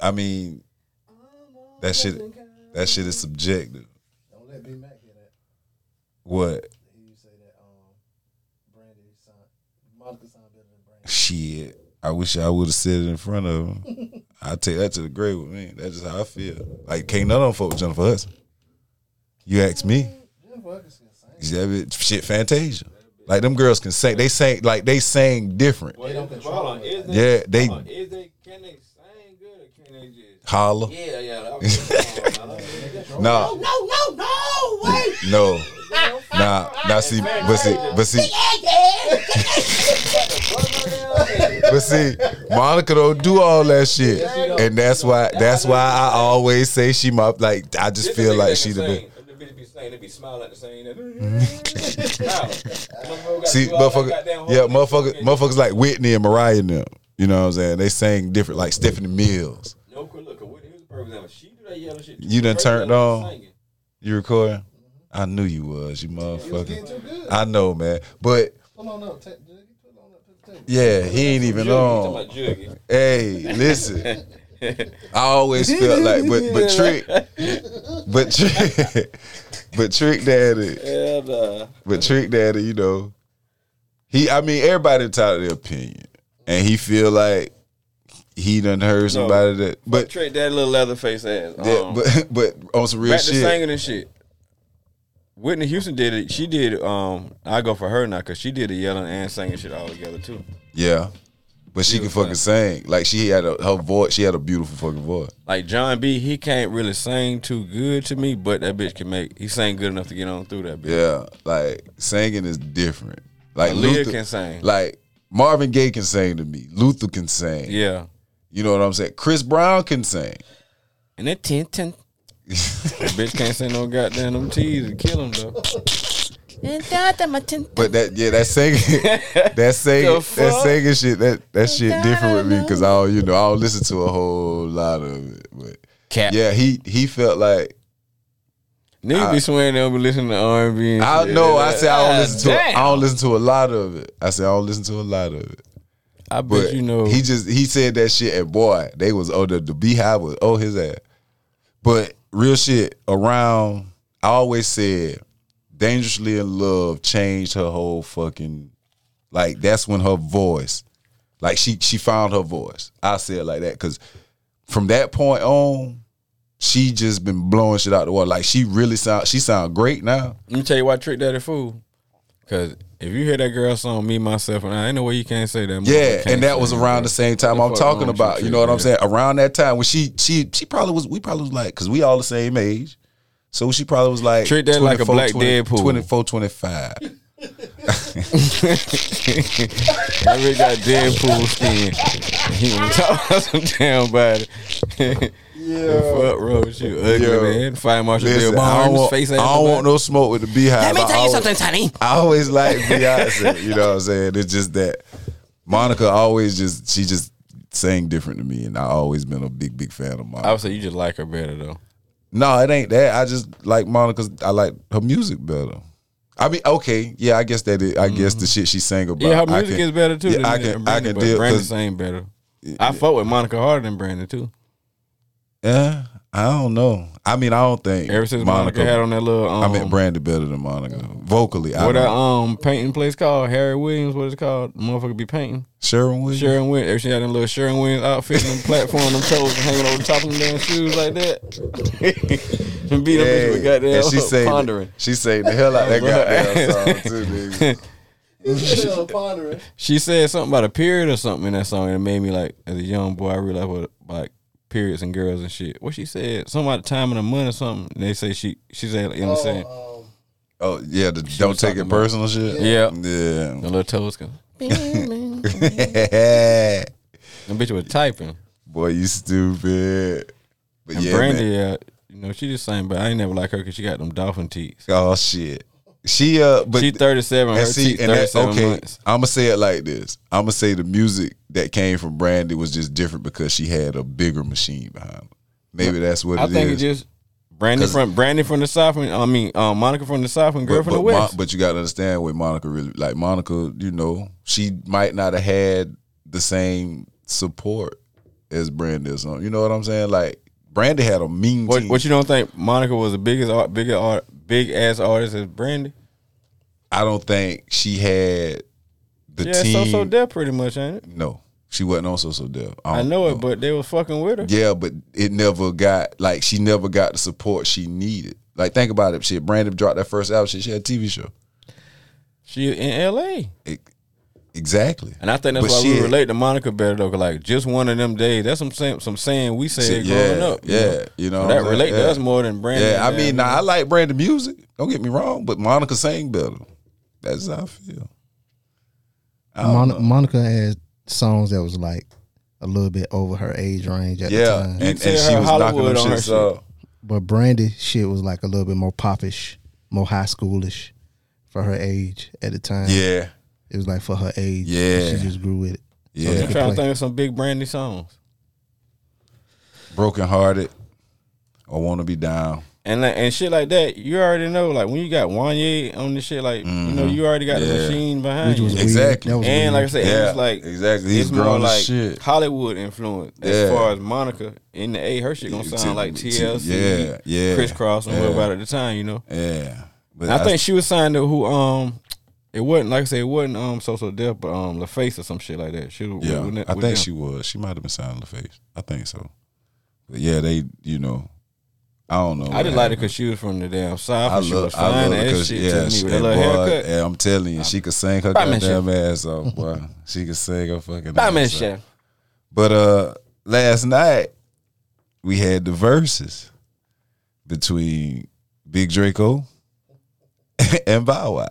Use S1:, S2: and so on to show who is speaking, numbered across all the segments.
S1: I mean, that shit, that shit is subjective.
S2: Don't let B Mac hear that.
S1: What
S2: He used to say that um, Brandy signed, Monica signed better than Brandy.
S1: shit? I wish I would have said it in front of him. I take that to the grave with me. That's just how I feel. Like can't none of them fuck with Jennifer Hudson. You ask me,
S2: Jennifer Hudson sang.
S1: is that bit- shit Fantasia? Like them girls can sing. They sang like they sang different.
S2: They don't
S3: is-
S2: control
S3: hold on,
S2: it.
S3: is
S1: Yeah, they-
S3: hold on, is they can they sing good or can they just?
S1: Holla.
S3: Yeah, yeah. that was- hold on, I don't-
S1: Nah. No, no, no, no, wait. No. Nah, nah, see, but see, but see, but see, Monica don't do all that shit, and that's why, that's why I always say she my like. I just
S3: Just
S1: feel
S3: nigga
S1: like
S3: that
S1: she
S3: can
S1: the
S3: sing,
S1: best.
S3: and The bitch be saying they be smiling at the same. Motherfucker
S1: See,
S3: gotta do all that
S1: motherfucker,
S3: goddamn
S1: yeah,
S3: whole-
S1: motherfucker, motherfuckers like Whitney and Mariah and them. You know what I'm saying? They sang different, like Stephanie Mills.
S3: No, cause look, what is the purpose of it? She do that yellow shit.
S1: You done
S3: Her
S1: turned
S3: yellow
S1: on.
S3: singing.
S1: You recording? I knew you was, you
S2: It was
S1: motherfucker.
S2: getting too good.
S1: I know, man, but
S2: Pull on up, take, Jiggy, pull on up to the table.
S1: yeah, he ain't even
S3: Juggy,
S1: on.
S3: you talking about
S1: Hey, listen.
S3: Juggy.
S1: I always felt like, but but trick, but trick, but trick daddy,
S3: And, uh,
S1: but trick daddy. You know, he. I mean, everybody entitled to their opinion, and he feel like he done heard somebody that, but
S3: trick that little leather face ass.
S1: that,
S3: Um,
S1: but but on some real
S3: back to
S1: shit.
S3: singing and shit. Whitney Houston did it. She did. Um, I go for her now because she did the yelling and singing shit all together too.
S1: Yeah, but she can
S3: Beautiful.
S1: fucking sing. Like she had a her voice. She had a beautiful fucking voice.
S3: Like John B, he can't really sing too good to me, but that bitch can make. He sang good enough to get on through that bitch.
S1: Yeah, like singing is different. Like
S3: Aaliyah
S1: Luther
S3: can sing.
S1: Like Marvin Gaye can sing to me. Luther can sing.
S3: Yeah,
S1: You know what I'm saying? Chris Brown can sing.
S3: and that ten ten. that bitch can't sing no goddamn them T's and kill him though.
S1: But that yeah, that singing that singing
S3: The fuck?
S1: that singing shit that that shit different with me because I don't you know I don't listen to a whole lot of it. But
S3: Cap.
S1: yeah, he he felt like
S3: Niggas be swearing they'll be listening to R and B. and
S1: I
S3: shit.
S1: know I said I don't
S3: Ah,
S1: listen to
S3: damn.
S1: I don't listen to a lot of it. I said I don't listen to a lot of it.
S3: I bet
S1: But
S3: you know
S1: he just he said that shit and boy, they was oh the, the beehive was oh his ass. But real shit around I always said Dangerously in Love changed her whole fucking like that's when her voice like she she found her voice. I said it like that cuz from that point on she just been blowing shit out the water. Like she really sound she sound great now.
S3: Let me tell you why Trick Daddy fool. Cause if you hear that girl song, me myself and I, ain't no way you can't say that.
S1: Yeah, and that was around the same time
S3: What
S1: I'm
S3: the fuck wrong
S1: talking
S3: with
S1: about.
S3: you,
S1: You know what I'm
S3: Trick,
S1: saying? Around that time when she she she probably was we probably was like because we all the same age, so she probably was like
S3: Treat that like a
S1: 24,
S3: black Deadpool.
S1: 24, 25.
S3: That bitch got Deadpool skin. He wanna talk about some damn body. Yeah, fuck wrong with you, ugly
S1: Yo.
S3: man. Fire Marshal Bill
S1: Listen, I don't,
S3: Barnes,
S1: want,
S3: face
S1: I
S3: ass.
S1: don't want
S3: nobody.
S1: no smoke with the beehive.
S4: Let me
S1: I
S4: tell you
S1: always,
S4: something, Tony.
S1: I always like Beyonce. you know what I'm saying? It's just that Monica always just she just sang different to me, and I always been a big big fan of Monica.
S3: I would say you just like her better though.
S1: No, it ain't that. I just like Monica's. I like her music better. I mean, okay, yeah, I guess that. It, I guess the shit she sang about.
S3: Mm-hmm. Yeah, her
S1: I
S3: music
S1: can-
S3: is better too.
S1: yeah,
S3: than
S1: I
S3: than
S1: can. I
S3: Brandy,
S1: can
S3: but
S1: deal.
S3: Brandy
S1: 'cause-
S3: sang better. I fought with Monica harder than Brandy too.
S1: Yeah, I don't know. I mean, I don't think
S3: Ever since Monica, had on that little, um,
S1: I mean, Brandy better than Monica vocally. I
S3: what
S1: don't-
S3: that um painting place called? Harry Williams. What is it called? Motherfucker be painting.
S1: Sharon Williams.
S3: Sharon Win. Every she had them little Sharon Win outfit and them platform, them toes hanging over the top of them damn shoes like that. and beat them bitch with
S1: Yeah,
S3: goddamn
S1: and she sang.
S3: pondering.
S1: She sang the hell out that
S3: Bro.
S1: goddamn song too, nigga.
S2: Still pondering.
S3: She said something about a period or something in that song, and it made me like, as a young boy, I realized what like periods and girls and shit. What she said, something about the time and the month or something. And they say she she said, you know what I'm saying?
S2: Oh, um,
S1: Oh yeah, the don't
S3: was
S1: take
S3: talking
S1: it
S3: about-
S1: personal shit.
S3: Yeah.
S1: Yeah.
S3: The little toes go. Them bitch was typing.
S1: Boy, you stupid. But
S3: And
S1: yeah, man.
S3: Brandy, uh, you know, she just saying, but I ain't never like her because she got them dolphin teeth.
S1: Oh shit. She uh but
S3: She 37, her
S1: and see
S3: teeth
S1: and that,
S3: 37
S1: okay,
S3: months.
S1: I'ma say it like this. I'ma say the music that came from Brandy was just different because she had a bigger machine behind her. Maybe that's what
S3: I
S1: it
S3: think
S1: is.
S3: it just Brandy
S1: 'Cause-
S3: from Brandy from the south. And, I mean, um, Monica from the south and girl
S1: but,
S3: from the
S1: but Mon-
S3: west.
S1: but you gotta understand what Monica really like Monica, you know, she might not have had the same support as Brandy or something. You know what I'm saying? Like Brandy had a mean
S3: What,
S1: team.
S3: what you don't think Monica was the biggest, art, bigger art, big ass artist as Brandy?
S1: I don't think she had the
S3: Yeah, so
S1: team.
S3: so dead pretty much, ain't it?
S1: no, she wasn't on So So Dev.
S3: I
S1: don't
S3: know it, but they was fucking with her.
S1: Yeah, but it never got like she never got the support she needed. Like think about it, shit. Brandon dropped that first album. Shit, she had a TV show.
S3: She in L.A.
S1: E- exactly.
S3: And I think that's
S1: But
S3: why we
S1: shit-
S3: relate to Monica better though. 'cause, Like just one of them days. That's some saying, some saying we said growing
S1: yeah,
S3: up. you know?
S1: yeah. You know, what
S3: that
S1: I'm saying?
S3: relate
S1: yeah.
S3: to us more than Brandon.
S1: Yeah, I
S3: and-
S1: mean, now I like Brandon music. Don't get me wrong, but Monica sang better. That's how I feel. I don't
S2: Mon-
S1: know.
S2: Monica had songs that was like a little bit over her age range at the
S1: yeah,
S2: time,
S1: and, and she
S3: tell
S1: was knocking
S3: her
S1: them
S3: Hollywood on her
S1: shits up.
S2: but Brandy shit was like a little bit more popish, more high schoolish for her age at the time.
S1: Yeah,
S2: it was like for her age.
S1: Yeah.
S2: she just grew with it.
S1: yeah.
S3: I'm trying to
S2: play.
S3: think of some big Brandy songs.
S1: Broken hearted. I want to be down.
S3: And like, and shit like that, you already know. Like when you got Wanye on the shit, like you know, you already got the
S1: Mm-hmm. Yeah.
S3: machine behind
S2: Which was
S3: you.
S2: weird.
S1: Exactly.
S2: That was
S3: And like I
S2: weird.
S3: said,
S1: Yeah,
S3: it's like
S1: exactly. He's
S3: it's more
S1: grown as
S3: like
S1: shit.
S3: Hollywood influence as
S1: Yeah.
S3: far as Monica in the A. Her shit gonna
S1: Yeah,
S3: sound like
S1: t-
S3: TLC,
S1: yeah, yeah,
S3: crisscross, and
S1: yeah.
S3: whatever at the time, you know.
S1: Yeah, but
S3: And I, think she was signed to who um it wasn't like I said it wasn't um social death but um LaFace or some shit like that. She was
S1: yeah,
S3: with- with
S1: I think
S3: them.
S1: she was. She might have been signed to face. I think so. But yeah, they, you know, I don't know.
S3: I just liked it because she was from the damn south.
S1: I
S3: and she
S1: love,
S3: was
S1: I
S3: fine
S1: love it
S3: as
S1: because
S3: shit
S1: yeah,
S3: to me
S1: she,
S3: with a
S1: and
S3: little
S1: boy,
S3: haircut.
S1: and I'm telling you, she could sing her
S3: Batman shit.
S1: goddamn ass off, boy. She could sing her fucking
S3: Batman
S1: ass off.
S3: shit.
S1: But uh, last night we had the verses between Big Draco and Bow Wow.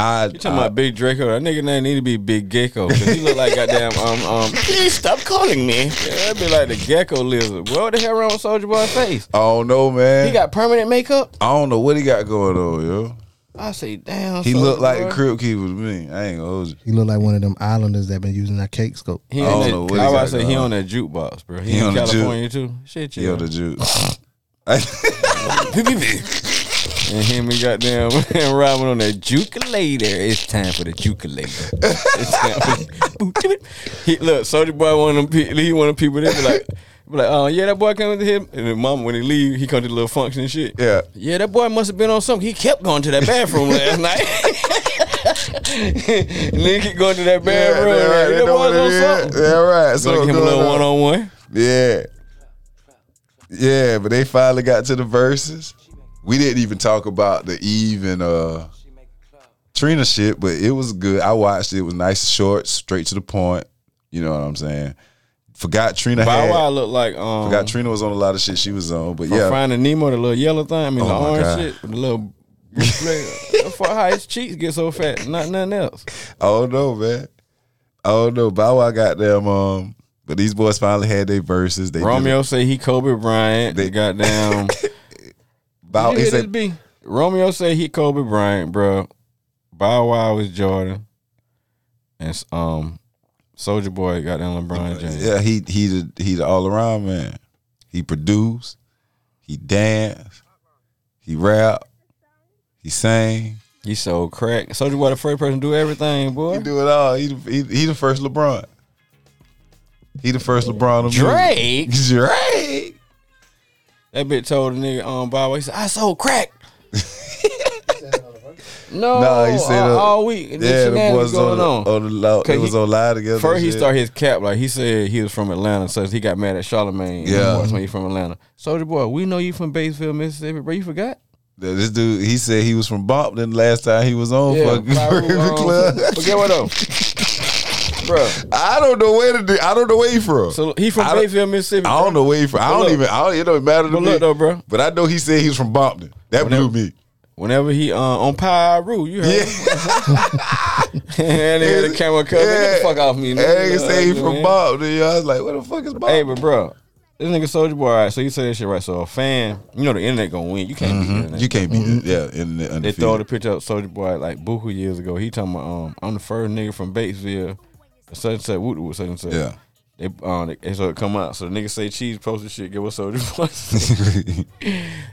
S1: I,
S3: You talking about Big Draco? That nigga name need to be Big Gecko. 'cause he look like goddamn um um. Please stop calling me. Yeah, that'd be like the gecko lizard. What the hell wrong with Soldier Boy's face?
S1: I, I don't know, man.
S3: He got permanent makeup.
S1: I don't know what he got going on, yo.
S3: I say, damn.
S1: He
S3: Soulja
S1: looked like
S3: Boy.
S1: the Crib Keeper to me. I ain't gonna hold you.
S2: He looked like one of them islanders that been using that cake scope.
S3: He
S1: I
S3: in
S1: don't
S3: that-
S1: know what he got
S3: I was say he
S1: going on.
S3: on that jukebox, bro. He,
S1: He
S3: in
S1: on the juke.
S3: California too. Shit,
S1: Yo,
S3: yeah.
S1: the Jew.
S3: And him and goddamn and Robin on that juke later. It's time for the juke later. It's time for the- he, look, Soldier Boy one of them pe- he one of them people that be like be like, oh yeah, that boy came to him and then mom when he leave, he come to the little function and shit.
S1: yeah.
S3: Yeah, that boy must have been on something. He kept going to that bathroom last night. and then he kept going to that
S1: Yeah,
S3: bathroom.
S1: that
S3: like,
S1: right,
S3: that
S1: that
S3: boy
S1: what
S3: was
S1: it
S3: on
S1: is.
S3: something.
S1: Yeah, right.
S3: So
S1: So uh,
S3: give him a little one on one.
S1: Yeah. Yeah, but they finally got to the verses. We didn't even talk about the Eve and uh Trina shit, but it was good. I watched it. It was nice and short, straight to the point. You know what I'm saying? Forgot Trina
S3: Bow
S1: had.
S3: Wow look like um
S1: Forgot Trina was on a lot of shit she was on, but
S3: From
S1: yeah.
S3: Finding Nemo, the little yellow thing, I mean the
S1: Oh, my
S3: orange
S1: God.
S3: shit, the little. for how his cheeks get so fat, not nothing else.
S1: I don't know, man. I don't know. Bow Wow got them. Um, but these boys finally had their verses. They did
S3: Romeo say he Kobe Bryant. They got down.
S1: Bow, Oh, he said,
S3: B. Romeo say he Kobe Bryant, bro. Bow Wow was Jordan, and um, Soldier Boy got down LeBron James.
S1: "Yeah, he he the, he the all around man. He produced, he danced, he rap, he sang.
S3: He so crack. Soldier Boy the first person to do everything,
S1: He
S3: boy.
S1: do it all. He the, he, he the first LeBron. He the first LeBron. of music.
S3: Drake.
S1: Drake.
S3: That bitch told the nigga um by the way, he said, I sold crack. no,
S1: Nah, he said,
S3: all,
S1: uh,
S3: all week. Yeah,
S1: Yeah,
S3: the
S1: the boys on,
S3: going
S1: the,
S3: on.
S1: on. the loud. It
S3: Cause
S1: was
S3: he-
S1: on live together.
S3: First,
S1: and
S3: he
S1: shit.
S3: started his cap like he said he was from Atlanta, so he got mad at Charlemagne.
S1: Yeah.
S3: that's why he from Atlanta. Soldier boy, we know you from Batesville, Mississippi, bro. You forgot?
S1: Yeah, This dude, he said he was from Bompton last time he was on fucking
S3: Pyro,
S1: Burger
S3: um,
S1: Club.
S3: Forget what though, bro.
S1: I don't know where to do. I don't know where he from.
S3: So he from
S1: I don't-
S3: Batesville, Mississippi.
S1: I don't
S3: bro.
S1: know where he from. I
S3: But
S1: don't
S3: look-
S1: even. I don't. It don't matter to
S3: But
S1: me.
S3: look though, bro.
S1: But I know he said he was from Bompton. That blew me.
S3: Whenever he uh, on Pyro, you heard?
S1: Yeah,
S3: him? and they had the camera cut. Get the
S1: Yeah.
S3: fuck off me.
S1: that nigga
S3: nigga.
S1: say he
S3: You know what I
S1: from
S3: mean?
S1: Bompton. Yo, I was like, what the fuck is Bompton?
S3: Hey, but bro, this nigga Soldier Boy. All right, so you say that shit right. So a fan, you know the internet gonna win. You can't beat the internet.
S1: Mm-hmm. Hmm? you can't be there. Yeah, in the
S3: Mm-hmm. They
S1: undefeated.
S3: throw the picture up Soldier Boy like Buku years ago. He talking about um I'm the first nigga from Batesville, such and such, woot woot, such and such.
S1: yeah.
S3: They uh they, and so it come out. So the nigga say cheese posted shit, give us Soldier Boy.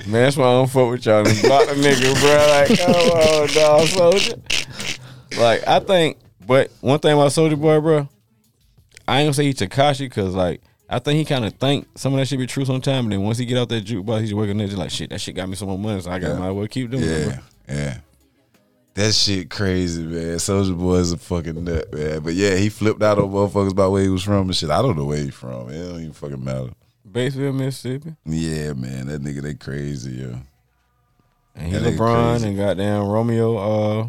S3: Man, that's why I don't fuck with y'all. Just block the nigga, bro. Like, come on, dog, soldier. Like, I think, but one thing about Soldier Boy, bro, I ain't gonna say he Takashi because like I think he kind of think some of that shit be true sometime, and then once he get out that jukebox, he's working there just like shit. That shit got me some more money, so I got
S1: Yeah.
S3: might as well keep doing it.
S1: Yeah,
S3: bro.
S1: yeah. That shit crazy, man. Soldier Boy is a fucking nut, man. But yeah, he flipped out on motherfuckers about where he was from and shit. I don't know where he from. It don't even fucking matter.
S3: Batesville, Mississippi,
S1: Yeah, man. That nigga, they crazy, yo.
S3: and he's
S1: That nigga
S3: LeBron
S1: crazy.
S3: and goddamn Romeo. Uh,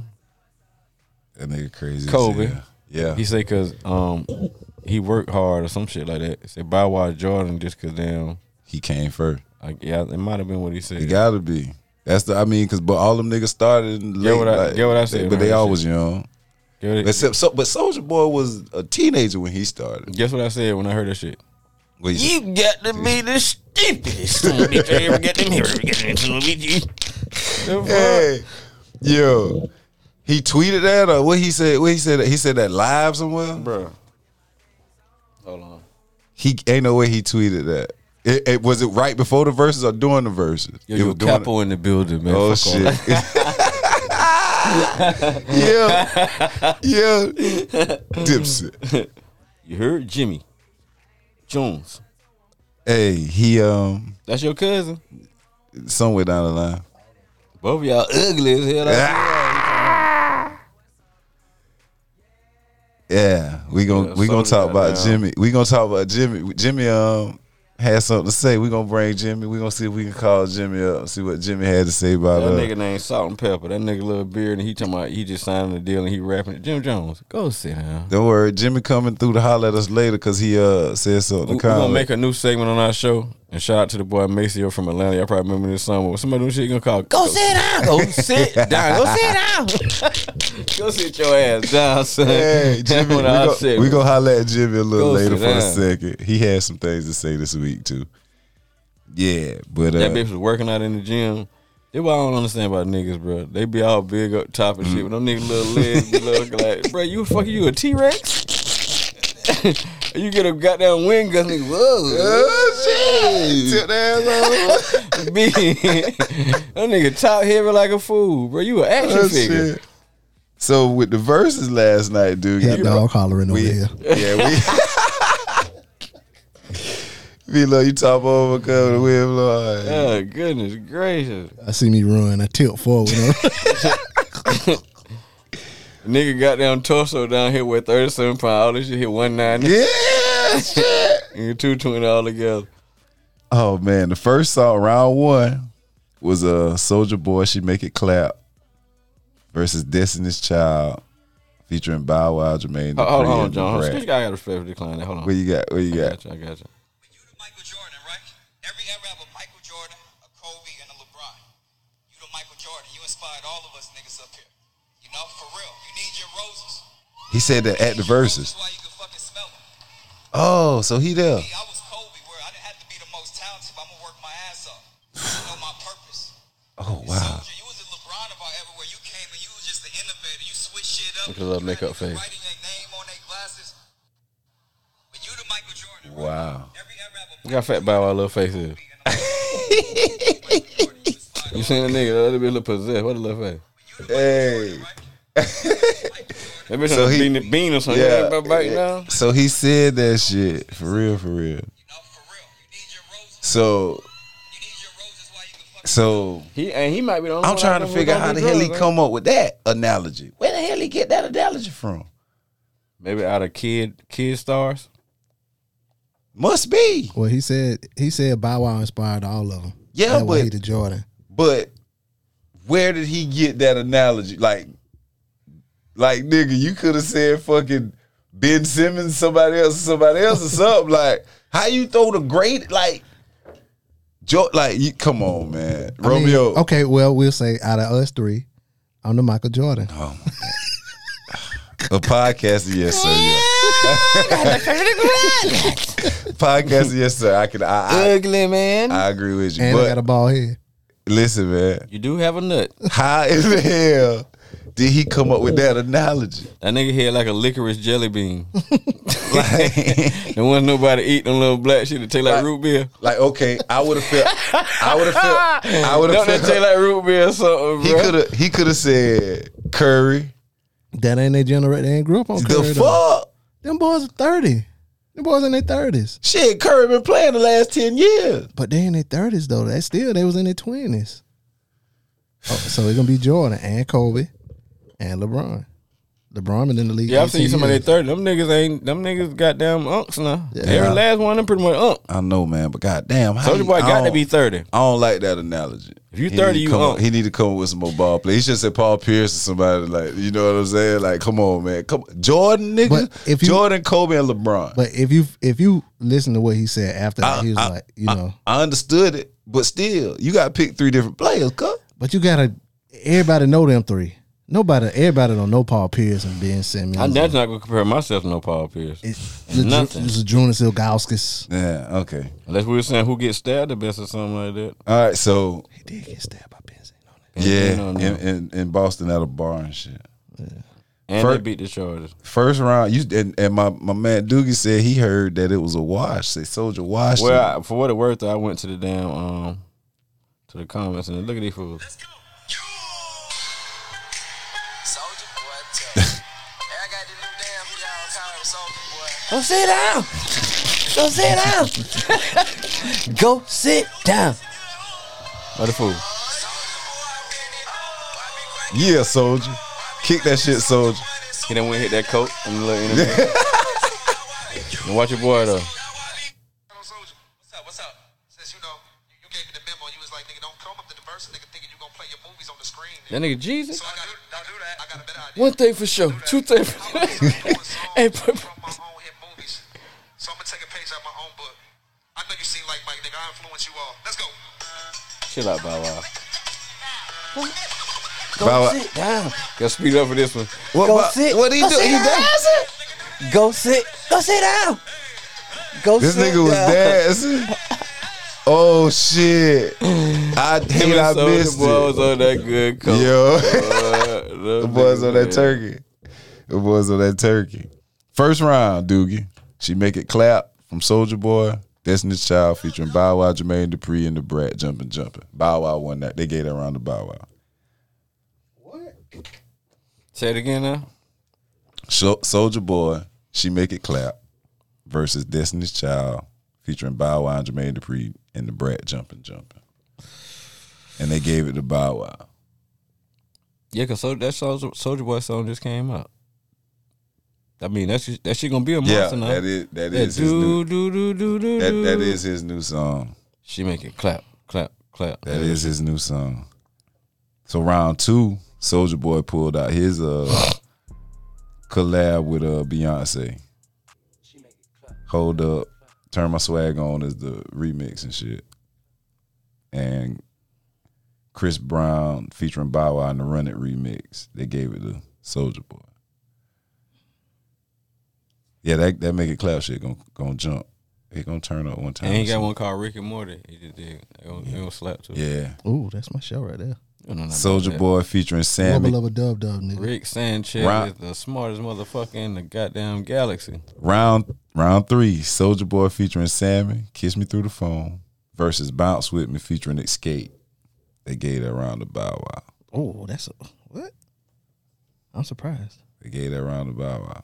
S1: That nigga crazy. as
S3: Kobe.
S1: hell. Yeah.
S3: he say because um he worked hard or some shit like that. Say bye why Jordan just because damn.
S1: he came first.
S3: Like, yeah, it might have been what he said.
S1: He gotta be. That's the I mean, cause but all them niggas started in late,
S3: what I-
S1: like-
S3: get what I said,
S1: But
S3: man.
S1: they all was young.
S3: Get what it-
S1: Except so but Soldier Boy was a teenager when he started.
S3: Guess what I said when I heard that shit?
S1: Well, he-
S3: You got to be the stupidest son of a bitch I ever got them here. Ever got them son of a bitch. The fuck?
S1: Hey, yo, he tweeted that or what he said? What he said? He said that live somewhere.
S3: Bro. Hold on.
S1: He ain't no way he tweeted that. It, it- was it right before the verses or during the verses?
S3: Yo,
S1: it
S3: you
S1: was
S3: a
S1: during
S3: capo in the building, man.
S1: the- oh
S3: Fuck
S1: shit.
S3: off.
S1: yeah, yeah. Dipset.
S3: You heard Jimmy Jones.
S1: Hey, he um
S3: That's your cousin.
S1: somewhere down the line.
S3: Both of y'all ugly as hell. I-
S1: Yeah, we gonna
S3: Yeah,
S1: we gonna
S3: Soldier
S1: talk about
S3: got down.
S1: Jimmy. We gonna talk about Jimmy. Jimmy um had something to say. We gonna bring Jimmy. We gonna see if we can call Jimmy up and see what Jimmy had to say about
S3: That
S1: uh,
S3: nigga named Salt and Pepper. That nigga little beard, and he talking about he just signed a deal and he rapping it. Jim Jones, go sit down.
S1: Don't worry, Jimmy coming through to holler at us later because he uh said
S3: We,
S1: something.
S3: we
S1: to Conway.
S3: gonna make a new segment on our show. And shout out to the boy Maceo from Atlanta. Y'all probably remember this song. When somebody do shit, you gonna call. Go sit down. Go sit down. Go sit down. go sit your ass down, son.
S1: Hey, Jimmy, we
S3: That's what I
S1: gonna,
S3: said.
S1: we gonna holler at Jimmy a little
S3: Go
S1: later
S3: sit
S1: for a
S3: down.
S1: second. He had some things to say this week too. Yeah, but uh,
S3: That bitch was working out in the gym. That's what I don't understand about niggas, bro. They be all big up top and shit, but them niggas little legs be looking like, bro, you fucking you a T Rex? you get a goddamn wing gun, nigga. Whoa,
S1: oh shit, Tip the ass over.
S3: big. that nigga top heavy like a fool, bro. You an action
S1: Oh,
S3: figure.
S1: shit. So with the verses last night, dude,
S2: Cat
S1: you know,
S2: dog hollering over
S1: we,
S2: here.
S1: yeah, we. Velo, you top over, cover the wheel, Lord.
S3: Oh goodness gracious,
S2: I see me run. I tilt forward. you know?
S3: nigga got down torso down here with thirty seven pound. All this shit hit one ninety
S1: Yeah, shit.
S3: and two twenty all together.
S1: Oh man, the first song round one was a uh, Soldier Boy. She make it clap versus Destiny's Child featuring Bow Wow, Jermaine.
S3: Hold, Oh, hold
S1: Dupri,
S3: on,
S1: and
S3: John.
S1: Brat.
S3: This guy got a fair decline. Hold on.
S1: What you got? What you got?
S3: I got you. I got you.
S4: You the Michael Jordan, right? Every era of a Michael Jordan, a Kobe, and a LeBron. You the Michael Jordan. You inspired all of us niggas up here. You know, for real. You need your roses.
S1: He said that at the verses.
S4: That's why you can fucking smell them.
S1: Oh, so he there.
S4: Me, I was Kobe, where I didn't have to be the most talented, but I'm gonna work my ass off. I know my purpose.
S1: Oh
S4: And
S1: wow.
S4: Soldier, you was the LeBron of our era where you came and you was just the innovator. You switched shit up.
S3: Look at that
S4: You
S3: makeup
S4: had niggas
S3: face.
S4: Writing their name on their glasses. But you the Michael Jordan. right?
S1: Wow.
S4: Every era of a
S3: Look how fat Bow Wow little face is. You seen that nigga? That bitch look possessed. What a little face.
S1: Hey.
S3: That bitch
S1: So
S3: on
S1: he-
S3: he, bean, bean or something.
S1: Yeah.
S3: Yeah. Right now.
S1: So he said that shit for real, for real.
S4: No, for real. You need your roses.
S1: So
S4: You need your roses while you can fuck.
S1: so
S3: He and he might be the only
S1: I'm
S3: one
S1: trying
S3: out
S1: to
S3: there who
S1: figure out
S3: don't
S1: how the
S3: do
S1: hell he
S3: drugs,
S1: come up with that analogy. Where the hell he get that analogy from?
S3: right? Maybe out of kid kid stars.
S1: Must be.
S2: well, he said he said Bow Wow inspired all of them.
S1: Yeah,
S2: That's why
S1: but-
S2: he the Jordan.
S1: But where did he get that analogy? Like, like nigga, you could have said fucking Ben Simmons, somebody else, somebody else, or something. Like, how you throw the great like, jo- like you come on, man,
S2: I mean,
S1: Romeo.
S2: okay, well, we'll say out of us three, I'm the Michael Jordan.
S1: A podcast, yes sir. Yeah. podcast, yes sir. I can, I,
S3: Ugly man.
S1: I, I agree with you.
S2: and I got
S1: but
S2: a bald head.
S1: listen, man,
S3: you do have a nut.
S1: how in the hell did he come up with that analogy?
S3: That nigga head like a licorice jelly bean.
S1: Like,
S3: There wasn't nobody eating them little black shit that taste like root beer.
S1: Like, okay, I would have felt, I would have felt, I would
S3: Don't that
S1: have
S3: taste
S1: felt.
S3: like root beer or something,
S1: He
S3: bro?
S1: could have, he could have said Curry.
S2: That ain't they generate. They ain't grew up on
S1: The
S2: Curry, though.
S1: fuck,
S2: Them boys are thirty. The boys in their thirties,
S1: Shit, Curry been playing the last ten years.
S2: but they in their thirties though. That still they was in their twenties. Oh, so it's gonna be Jordan and Kobe and LeBron. LeBron been in the league.
S3: Yeah, I've seen
S2: 18
S3: somebody
S2: years.
S3: at thirty. Them niggas ain't. Them niggas goddamn unks now. Every
S1: Yeah.
S3: last one of them pretty much unk.
S1: I know, man, but goddamn, how
S3: Soldier
S1: you-
S3: boy
S1: I
S3: got to
S1: don't-
S3: be thirty.
S1: I don't like that analogy.
S3: If you
S1: He need
S3: 30,
S1: to
S3: you
S1: come
S3: own.
S1: up- he need to come up with some more ball play. He should say Paul Pierce or somebody like you know what I'm saying. Like, come on, man, come Jordan, nigga,
S2: But if you-
S1: Jordan, Kobe, and LeBron.
S2: But if you if you listen to what he said after that, he was
S1: I-
S2: like, you know,
S1: I understood it, but still, you got to pick three different players. Cuz
S2: but you gotta everybody know them three. Nobody, everybody don't know Paul Pierce and Ben Simmons.
S3: I'm that's not gonna compare myself to no Paul Pierce.
S2: It's
S3: Nothing.
S2: It's Jonas Ilgauskas.
S1: yeah, okay,
S3: Unless we were saying who gets stabbed the best or something like that.
S1: all right. So
S2: He did get stabbed by Ben Simmons. on it.
S1: yeah,
S3: no,
S1: in,
S3: no.
S1: in in Boston at a bar and shit.
S3: And
S1: Fir-
S3: they beat the Chargers.
S1: First round, you and, and my, my man Doogie said he heard that it was a wash. They Soldier washed. him.
S3: Well, I, for what it worth, I went to the damn um to the comments and look at these fools.
S4: Let's go. You. Soldier boy, I tell you. hey, I got the new damn y'all call him Soldier boy.
S3: Go sit down. Go sit down. Go sit down. What the fool?
S4: Soldier boy, I win it. Why be cracking
S1: yeah, Soldier, kick that shit, Soldier.
S4: money so
S3: He done went and hit that coat in the little interview. and watch your boy though.
S4: Soldier, what's up? What's up? Since you know, you, you gave me the memo. You was like, nigga, don't come up to the person, nigga, thinking you gonna play your movies on the screen.
S3: That nigga Jesus.
S4: So I got, don't do that. I got a better idea.
S3: One thing for sure. Two things for sure.
S4: hey,
S3: Hey,
S4: from
S3: put-
S4: my own hit movies. So I'm gonna take a page out of my own book. I know you seem like Mike, nigga. I influence you all. Let's go.
S3: Chill out, Bow Wow.
S1: Bow Wow-
S3: Sit down. Gotta speed up for this one.
S1: What,
S3: Go
S1: what,
S3: sit.
S1: what he
S3: Go
S1: do?
S3: sit
S1: He
S3: down.
S1: dancing.
S3: Go sit. Go sit down. Go
S1: This
S3: sit
S1: nigga was
S3: down.
S1: dancing. Oh shit! I
S3: Him
S1: hate
S3: and
S1: I
S3: Soulja
S1: missed
S3: Boy was
S1: it.
S3: on that good coke.
S1: Yo,
S3: Boy,
S1: the boys on that
S3: nigga,
S1: turkey. The boys on that turkey. First round, Doogie. She make it clap from Soldier Boy, Destiny's Child featuring Bow Wow, Jermaine Dupri, and the Brat jumping, jumping. Bow Wow won that. They gave that round to Bow Wow.
S3: Say it again now.
S1: Soldier Boy, She Make It Clap versus Destiny's Child featuring Bow Wow and Jermaine Dupri and the Brat Jumping Jumping. And they gave it to Bow Wow.
S3: Yeah, cause so, that Soldier, Soldier Boy song just came out. I mean, that's that shit gonna be a
S1: Yeah,
S3: monster now.
S1: that is that
S3: That
S1: is his new
S3: do do do do do.
S1: that, that
S3: do.
S1: is his new song.
S3: She make it clap, clap, clap.
S1: That is his new song. So round two, Soldier Boy pulled out his uh collab with uh Beyonce. Hold up, turn my swag on is the remix and shit. And Chris Brown featuring Bow Wow and the Run It remix. They gave it to Soldier Boy. Yeah, that that make it clap shit gonna gonna jump. It gonna turn up one time.
S3: And he
S1: or
S3: got
S1: something.
S3: one called Rick and Morty. He just did. It was, it was slap too.
S1: Yeah.
S2: Ooh, that's my show right there.
S3: I don't know about
S1: Soldier
S3: that.
S1: Boy featuring Sammy
S2: Lubba lubba dub dub nigga.
S3: Rick Sanchez
S1: Right.
S3: is the smartest motherfucker in the goddamn galaxy.
S1: Round round three, Soldier Boy featuring Sammy, Kiss Me Through the Phone, versus Bounce With Me featuring Escape. They gave that round to Bow Wow.
S2: Oh, that's a what? I'm surprised.
S1: They gave that round to Bow Wow.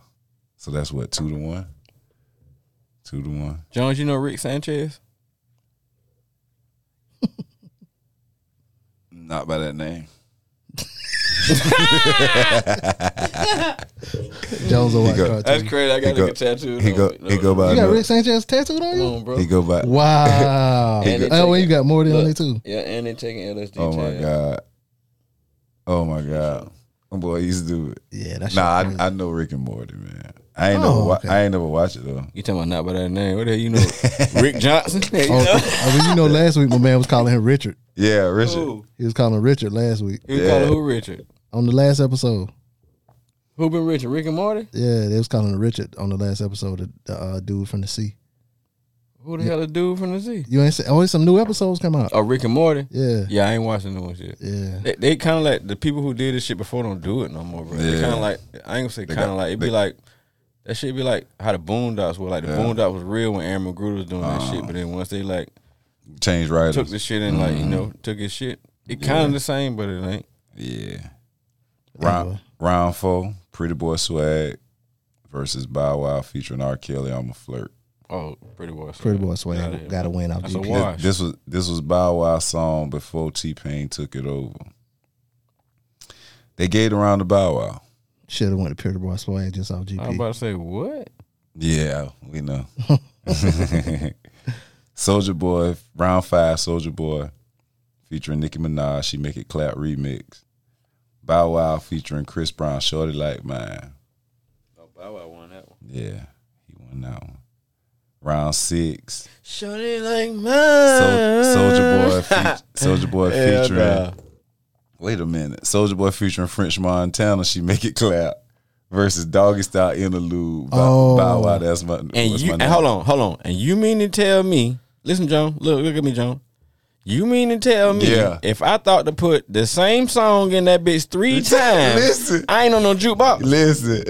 S1: So that's what, two to one? Two to one.
S3: Jones, you know Rick Sanchez?
S1: Not by that name.
S2: Jones a white
S1: go-
S2: card.
S3: That's
S2: too.
S3: crazy. I got
S1: go-
S3: a tattoo.
S1: He go he go by
S2: You got
S1: another,
S2: Rick Sanchez tattooed on
S3: Come
S2: you?
S3: on, bro.
S1: he go by
S2: Wow.
S3: And they
S2: oh, well,
S3: take
S2: you got more than
S3: Look.
S2: only two.
S3: Yeah, and they taking LSD.
S1: Oh my God. Oh my God. My boy used to do it.
S2: Yeah, that's
S1: Nah, I, I know Rick and Morty, man. I ain't
S2: Oh,
S1: never wa-
S2: okay.
S1: I ain't never watched it though.
S3: You talking about not by that name? What the hell you know? Rick Johnson? Yeah, you
S2: Oh,
S3: know?
S2: I mean, you know, last week my man was calling him Richard.
S1: Yeah, Richard.
S3: Who?
S2: He was calling him Richard last week
S3: He was
S1: Yeah.
S3: calling who Richard?
S2: on the last episode.
S3: Who been Richard? Rick and Morty?
S2: Yeah, they was calling him Richard on the last episode. The, the uh, dude from the sea.
S3: Who the hell the dude from the Z?
S2: You ain't say, oh, some new episodes come out.
S3: Oh, Rick and Morty?
S2: Yeah,
S3: Yeah, I ain't watching no shit.
S2: yeah.
S3: They, they kind of like the people who did this shit before don't do it no more, bro. They
S1: Yeah.
S3: kind of like I ain't gonna say
S1: They
S3: kind of
S1: got-
S3: like it be
S1: they-
S3: like that shit be like how the Boondocks were like the
S1: Yeah. Uh-huh.
S3: Boondocks was real when Aaron McGruder was doing that shit, but then once they like
S1: Change writers.
S3: took the shit and
S1: Mm-hmm.
S3: like you know took his shit, it kind of the same, but it ain't.
S1: Yeah. Round
S2: Anyway.
S1: round four, Pretty Boy Swag versus Bow Wow featuring R. Kelly. I'm a flirt.
S3: Oh, pretty boy.
S2: Pretty boy swag got to win off
S3: That's a
S2: GP.
S3: walk.
S1: This, this was this was Bow Wow's song before T Pain took it over. They gave it around to Bow Wow.
S2: Should have went to Pretty boy swag just off
S3: I'm
S2: GP.
S3: about to say what?
S1: Yeah, we know. Soldier Boy, round five, Soldier Boy, featuring Nicki Minaj, She Make It Clap remix. Bow Wow featuring Chris Brown, Shorty Like Mine.
S3: Oh, Bow Wow won that one.
S1: Yeah, he won that one. Round six,
S3: Shorty like mine.
S1: Soldier Boy, fe- Soldier Boy
S3: Hell
S1: featuring.
S3: nah.
S1: Wait a minute, Soldier Boy featuring French Montana, She Make It Clap versus Doggy Style Interlude. Bow,
S2: Oh.
S1: Bow Wow, that's my.
S3: And
S1: what's
S3: you
S1: my
S3: and
S1: name?
S3: hold on, hold on. And you mean to tell me? Listen, Joan. Look, look at me, Joan. You mean to tell me
S1: Yeah.
S3: if I thought to put the same song in that bitch three times,
S1: Listen.
S3: I ain't on no jukebox.
S1: Listen.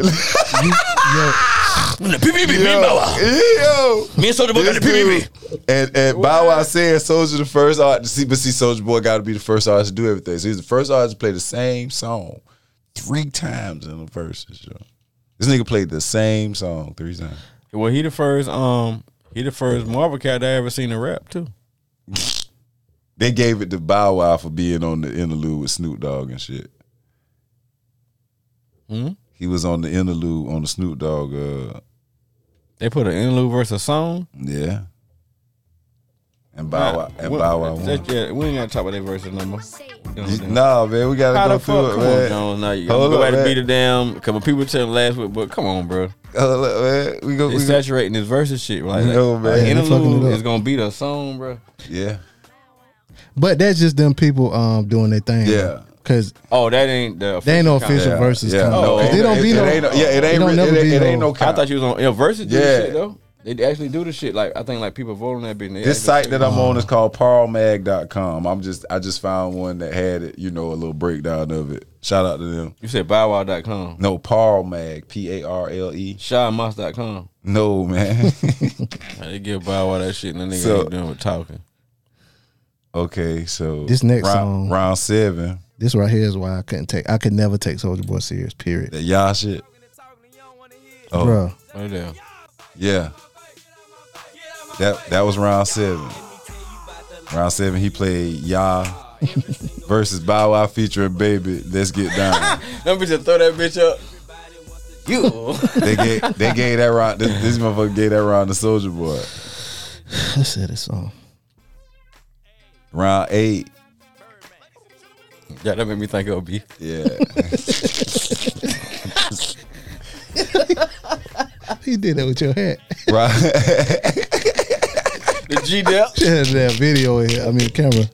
S3: When the PPP,
S1: Yo, yo.
S3: me and Soldier Boy got
S1: This
S3: the PPP.
S1: dude- And and Bow Wow said Soldier the first artist. See, but see, Soldier Boy got to be the first artist to do everything. So he's the first artist to play the same song three times in the verses. Yo. This nigga played the same song three times.
S3: Well, he the first um he the first Marvel character I ever seen to rap too.
S1: They gave it to Bow Wow for being on the interlude with Snoop Dogg and shit.
S3: Mhm.
S1: He was on the interlude on the Snoop Dogg. Uh,
S3: They put an interlude versus a song.
S1: yeah. And Bow Wow. And
S3: Nah,
S1: Bow Wow.
S3: we-
S1: won.
S3: that- yeah, we ain't gotta talk about that verses no more. You know what I'm saying?
S1: Nah, man, we gotta
S3: How
S1: go
S3: the
S1: through
S3: fuck?
S1: it,
S3: Come
S1: man.
S3: on, John. Now you
S1: Hold
S3: go
S1: up,
S3: back to
S1: man.
S3: beat it down. Come on, people tell last week, but come on, bro.
S1: Oh, look, man. We go.
S3: It's
S1: We go.
S3: saturating this versus shit. Like, that.
S1: No, man.
S3: Like,
S2: Yeah, they fucking it
S3: interlude
S2: up.
S3: is gonna beat a song, bro.
S1: Yeah.
S2: But that's just them people um doing their thing.
S1: Yeah.
S2: Cause
S3: Oh, that ain't the.
S2: they ain't no
S3: official
S2: official
S1: Yeah,
S2: verses.
S1: yeah.
S2: coming.
S1: No,
S2: 'Cause
S1: it-
S2: they don't
S1: it-
S2: be
S1: it
S2: no.
S1: ain't no- yeah, it ain't
S2: don't
S1: re-
S2: never
S1: it-
S2: be
S1: it ain't no
S3: count. I thought you was on yeah, versus. Do
S1: Yeah.
S3: this shit, though. They actually do this shit. Like I think like people vote on that bitch.
S1: This site that I'm on is called parlmag.com. I'm just I just found one that had it, you know, a little breakdown of it. Shout out to them.
S3: you said bowwow.com,
S1: No, parlmag, P A R L E.
S3: shymoss.com.
S1: No, man.
S3: They give bowwow that shit, and the nigga
S1: So-
S3: ain't doing with talking.
S1: okay, so
S2: This next
S1: round,
S2: song.
S1: round seven,
S2: This right here is why I couldn't take. I could never take Soldier Boy serious. Period,
S1: that y'all shit. Oh,
S2: Bruh.
S3: Right there.
S1: yeah. That that was round seven. Round seven, he played Yah versus Bow Wow featuring Baby. Let's get down.
S3: Them bitches throw that bitch up. You.
S1: they gave they gave that round. This, this motherfucker gave that round to Soldier Boy.
S2: Let's hear this song.
S1: Round eight.
S3: yeah, that made me think it'll be.
S1: Yeah.
S2: He did that with your hat.
S1: round,
S3: The G Dep.
S2: Shit, that video. in here. I mean, camera.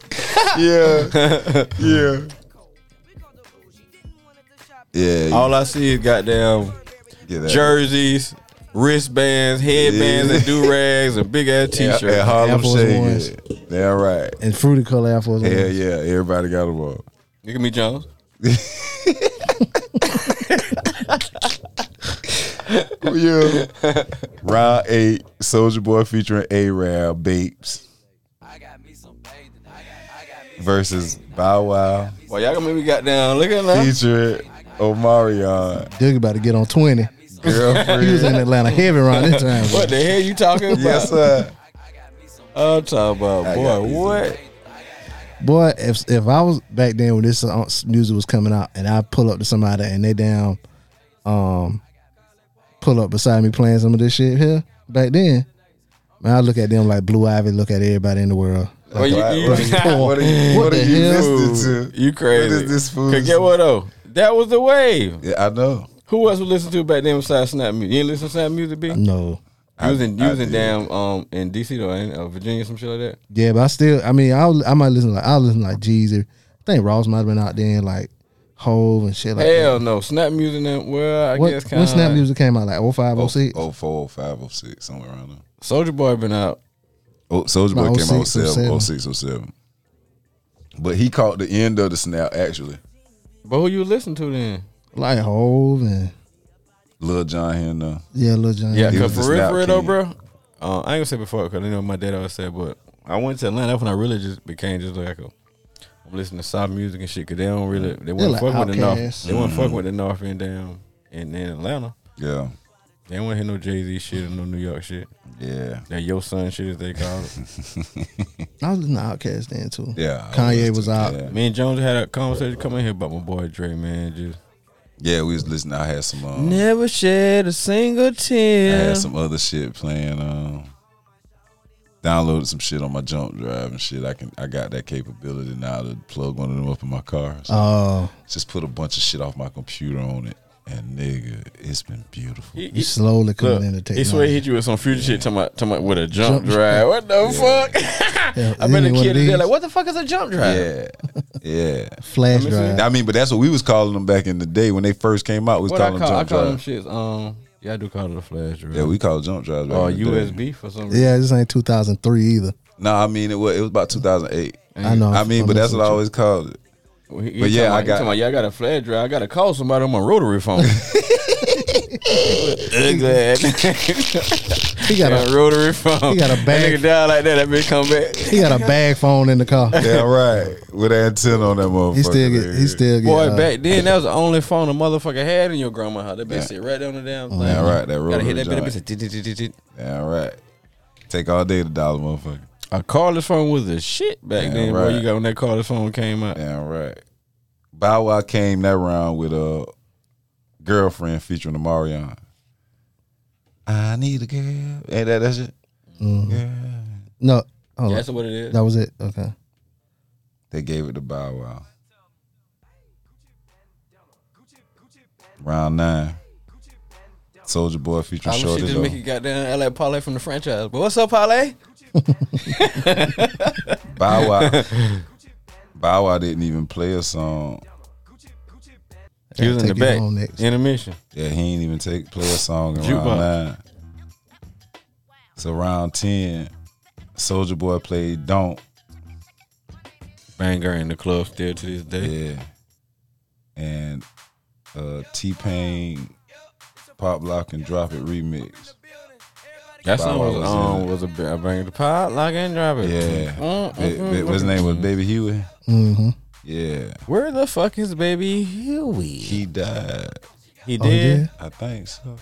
S1: yeah. Yeah. Yeah.
S3: All I see is goddamn
S1: get that.
S3: jerseys, wristbands, headbands, and do rags, and big ass t
S1: Yeah,
S3: shirts.
S1: and Harlem
S2: Air Force Ones.
S1: Shake. Yeah. They're right.
S2: And fruity color Air Force.
S1: Yeah,
S2: Ones.
S1: yeah. Everybody got a ball.
S3: Look at me, Jones.
S1: Yeah. round eight. Soldier Boy featuring A-Rab, Bapes. Versus Bow Wow
S3: Well, y'all gonna make me goddamn look at now.
S1: featuring Omarion,
S2: Doug about to get on twenty.
S1: girlfriend.
S2: He was in Atlanta heavy around this time. bro.
S3: What the hell you talking about?
S1: yes, sir.
S3: I'm talking about,
S1: I got
S3: boy,
S1: these
S3: what?
S2: Boy, if if I was back then when this song, music was coming out, and I pull up to somebody and they down, um, pull up beside me playing some of this shit here back then, man, I look at them like Blue Ivy look at everybody in the world.
S3: Well, you,
S1: Right,
S3: you,
S1: right. What are you,
S2: What
S1: what
S2: the
S1: are you
S2: hell?
S1: listening to?
S3: you crazy.
S1: What is this fool?
S3: Cause get what though? That was the wave.
S1: Yeah, I know.
S3: Who else would listen to back then besides Snap Music? You ain't listen to Snap Music, B?
S2: No,
S1: I-
S3: Using,
S1: I
S3: using
S1: did.
S3: damn um in DC though, ain't it? uh, Virginia, some shit like that.
S2: yeah, but I still, I mean, I I might listen like I listen like Jeezy. I think Ross might have been out there and like Hove and shit like that.
S3: Hell no, Snap Music. And, well, I guess
S2: What,
S3: kind
S2: when
S3: of.
S2: Snap Music came out, like 05, 06?
S1: Oh, 04, 05, 06, somewhere around there.
S3: Soldier Boy been out.
S1: Oh, Soldier
S2: No,
S1: Boy came out
S2: 06,
S1: 07,
S2: 07.
S1: 06, 07. oh, But he caught the end of the snap, actually.
S3: But who you listen to then?
S2: like Hove and
S1: Lil John here now.
S2: yeah, Lil Jon.
S3: Yeah,
S1: He was
S3: cause
S1: the
S3: for real,
S1: snap
S3: for real though,
S1: king.
S3: bro. Uh, I ain't gonna say before because I know my dad always said, but I went to Atlanta that's when I really just became just like a. I'm listening to soft music and shit because they don't really they
S2: They're
S3: weren't
S2: like
S1: Mm-hmm.
S3: fuck with the north.
S2: outcasts.
S3: They weren't fuck with the north and damn and in Atlanta.
S1: Yeah.
S3: They don't want to hear no Jay Z shit or no New York shit.
S1: Yeah.
S3: That yo son shit, as they call it.
S2: I was listening to Outkast then too.
S1: Yeah, I
S2: Kanye
S1: was
S2: was out.
S1: yeah.
S3: Me and Jones had a conversation coming here about my boy Dre, man. Just
S1: Yeah, we was listening. I had some um,
S3: never shed a single
S1: I
S3: tear.
S1: had some other shit playing. Um, downloaded some shit on my jump drive and shit. I can I got that capability now to plug one of them up in my car. So
S2: Oh,
S1: just put a bunch of shit off my computer on it, and nigga, it's been beautiful.
S3: He-
S2: you
S3: he-
S2: slowly
S3: Look,
S2: coming into
S3: he swear
S2: technology.
S3: he hit you with some future shit talking about, talking about with a jump,
S2: Jump
S3: drive. What the fuck?
S2: Yeah,
S3: I
S2: isn't
S3: bet a
S2: it one of
S3: kid is there
S2: these?
S3: like, what the fuck is a jump drive?
S1: Yeah, yeah.
S2: Flash
S3: Let me see.
S2: drive.
S1: I mean, but that's what we was calling them back in the day when they first came out. We was
S3: What I
S1: calling
S3: call, I
S1: them jump
S3: call them
S1: drives.
S3: shits. Um, yeah, I do call it a flash drive.
S1: Yeah, we called jump drives. Back
S3: or
S1: in the day.
S3: USB for some reason.
S2: Yeah, this ain't 2003 either.
S1: No, I mean it was it was about 2008.
S2: I know.
S1: I mean,
S2: I'm
S1: but that's what I
S2: listening
S1: always called it.
S3: He- he
S1: But yeah, I
S3: talking about- he
S1: got-
S3: talking About, yeah, I got a flash drive. I got to call somebody on my rotary phone. Ugly.
S2: to you. He got
S3: Got
S2: a
S3: a rotary phone.
S2: he got a
S3: That
S2: bag.
S3: nigga dial like that. That bitch come back.
S2: he got a bag phone in the car.
S1: Yeah, right. With an antenna on that motherfucker.
S2: He still get he still get.
S3: Boy,
S2: uh,
S3: back then that was the only phone a motherfucker had in your grandma house. That bitch sit right down the
S2: Oh,
S3: damn thing.
S1: Yeah, right. That
S3: Mm-hmm.
S1: rotary
S3: Gotta hit that bitch.
S1: joint.
S3: That bitch said, "Dit, dit, dit, dit, dit."
S1: Yeah, right. Take all day to dollar, motherfucker.
S3: A cordless phone was the shit back
S1: Yeah,
S3: then.
S1: right.
S3: Boy, you got when that cordless phone came out.
S1: Damn right. Bow Wow came that round with a girlfriend featuring Amarion. I need a girl. Ain't that that shit? Yeah.
S2: No, hold on.
S3: That's what it is.
S2: That was it. Okay.
S1: They gave it to Bow Wow. Round nine. Soldier Boy featuring
S3: I wish
S1: Shorty
S3: she just
S1: Low.
S3: make you goddamn LA Parlay from the franchise. But what's up, Parlay?
S1: Bow Wow. Bow Wow didn't even play a song.
S3: He was in the
S2: Take you
S3: back.
S2: home next.
S3: Intermission.
S1: Yeah, he ain't even take play a song in
S3: Jukebox.
S1: round nine. So round ten, Soldier Boy played "Don't."
S3: Banger in the club still to this day.
S1: Yeah, and uh, T Pain, Pop Lock and Drop It remix.
S3: That song
S1: Bow Wow was
S3: was,
S1: in
S3: um,
S1: it.
S3: was a, b- a banger. The pot, lock and drop it.
S1: Yeah,
S3: Mm,
S1: Ba- ba-
S3: mm, mm,
S1: what's his
S3: mm.
S1: name was Baby Huey.
S2: Mm-hmm.
S1: Yeah,
S3: Where the fuck is baby Huey?
S1: he died.
S3: He
S2: Oh,
S3: did.
S2: yeah.
S1: I think so.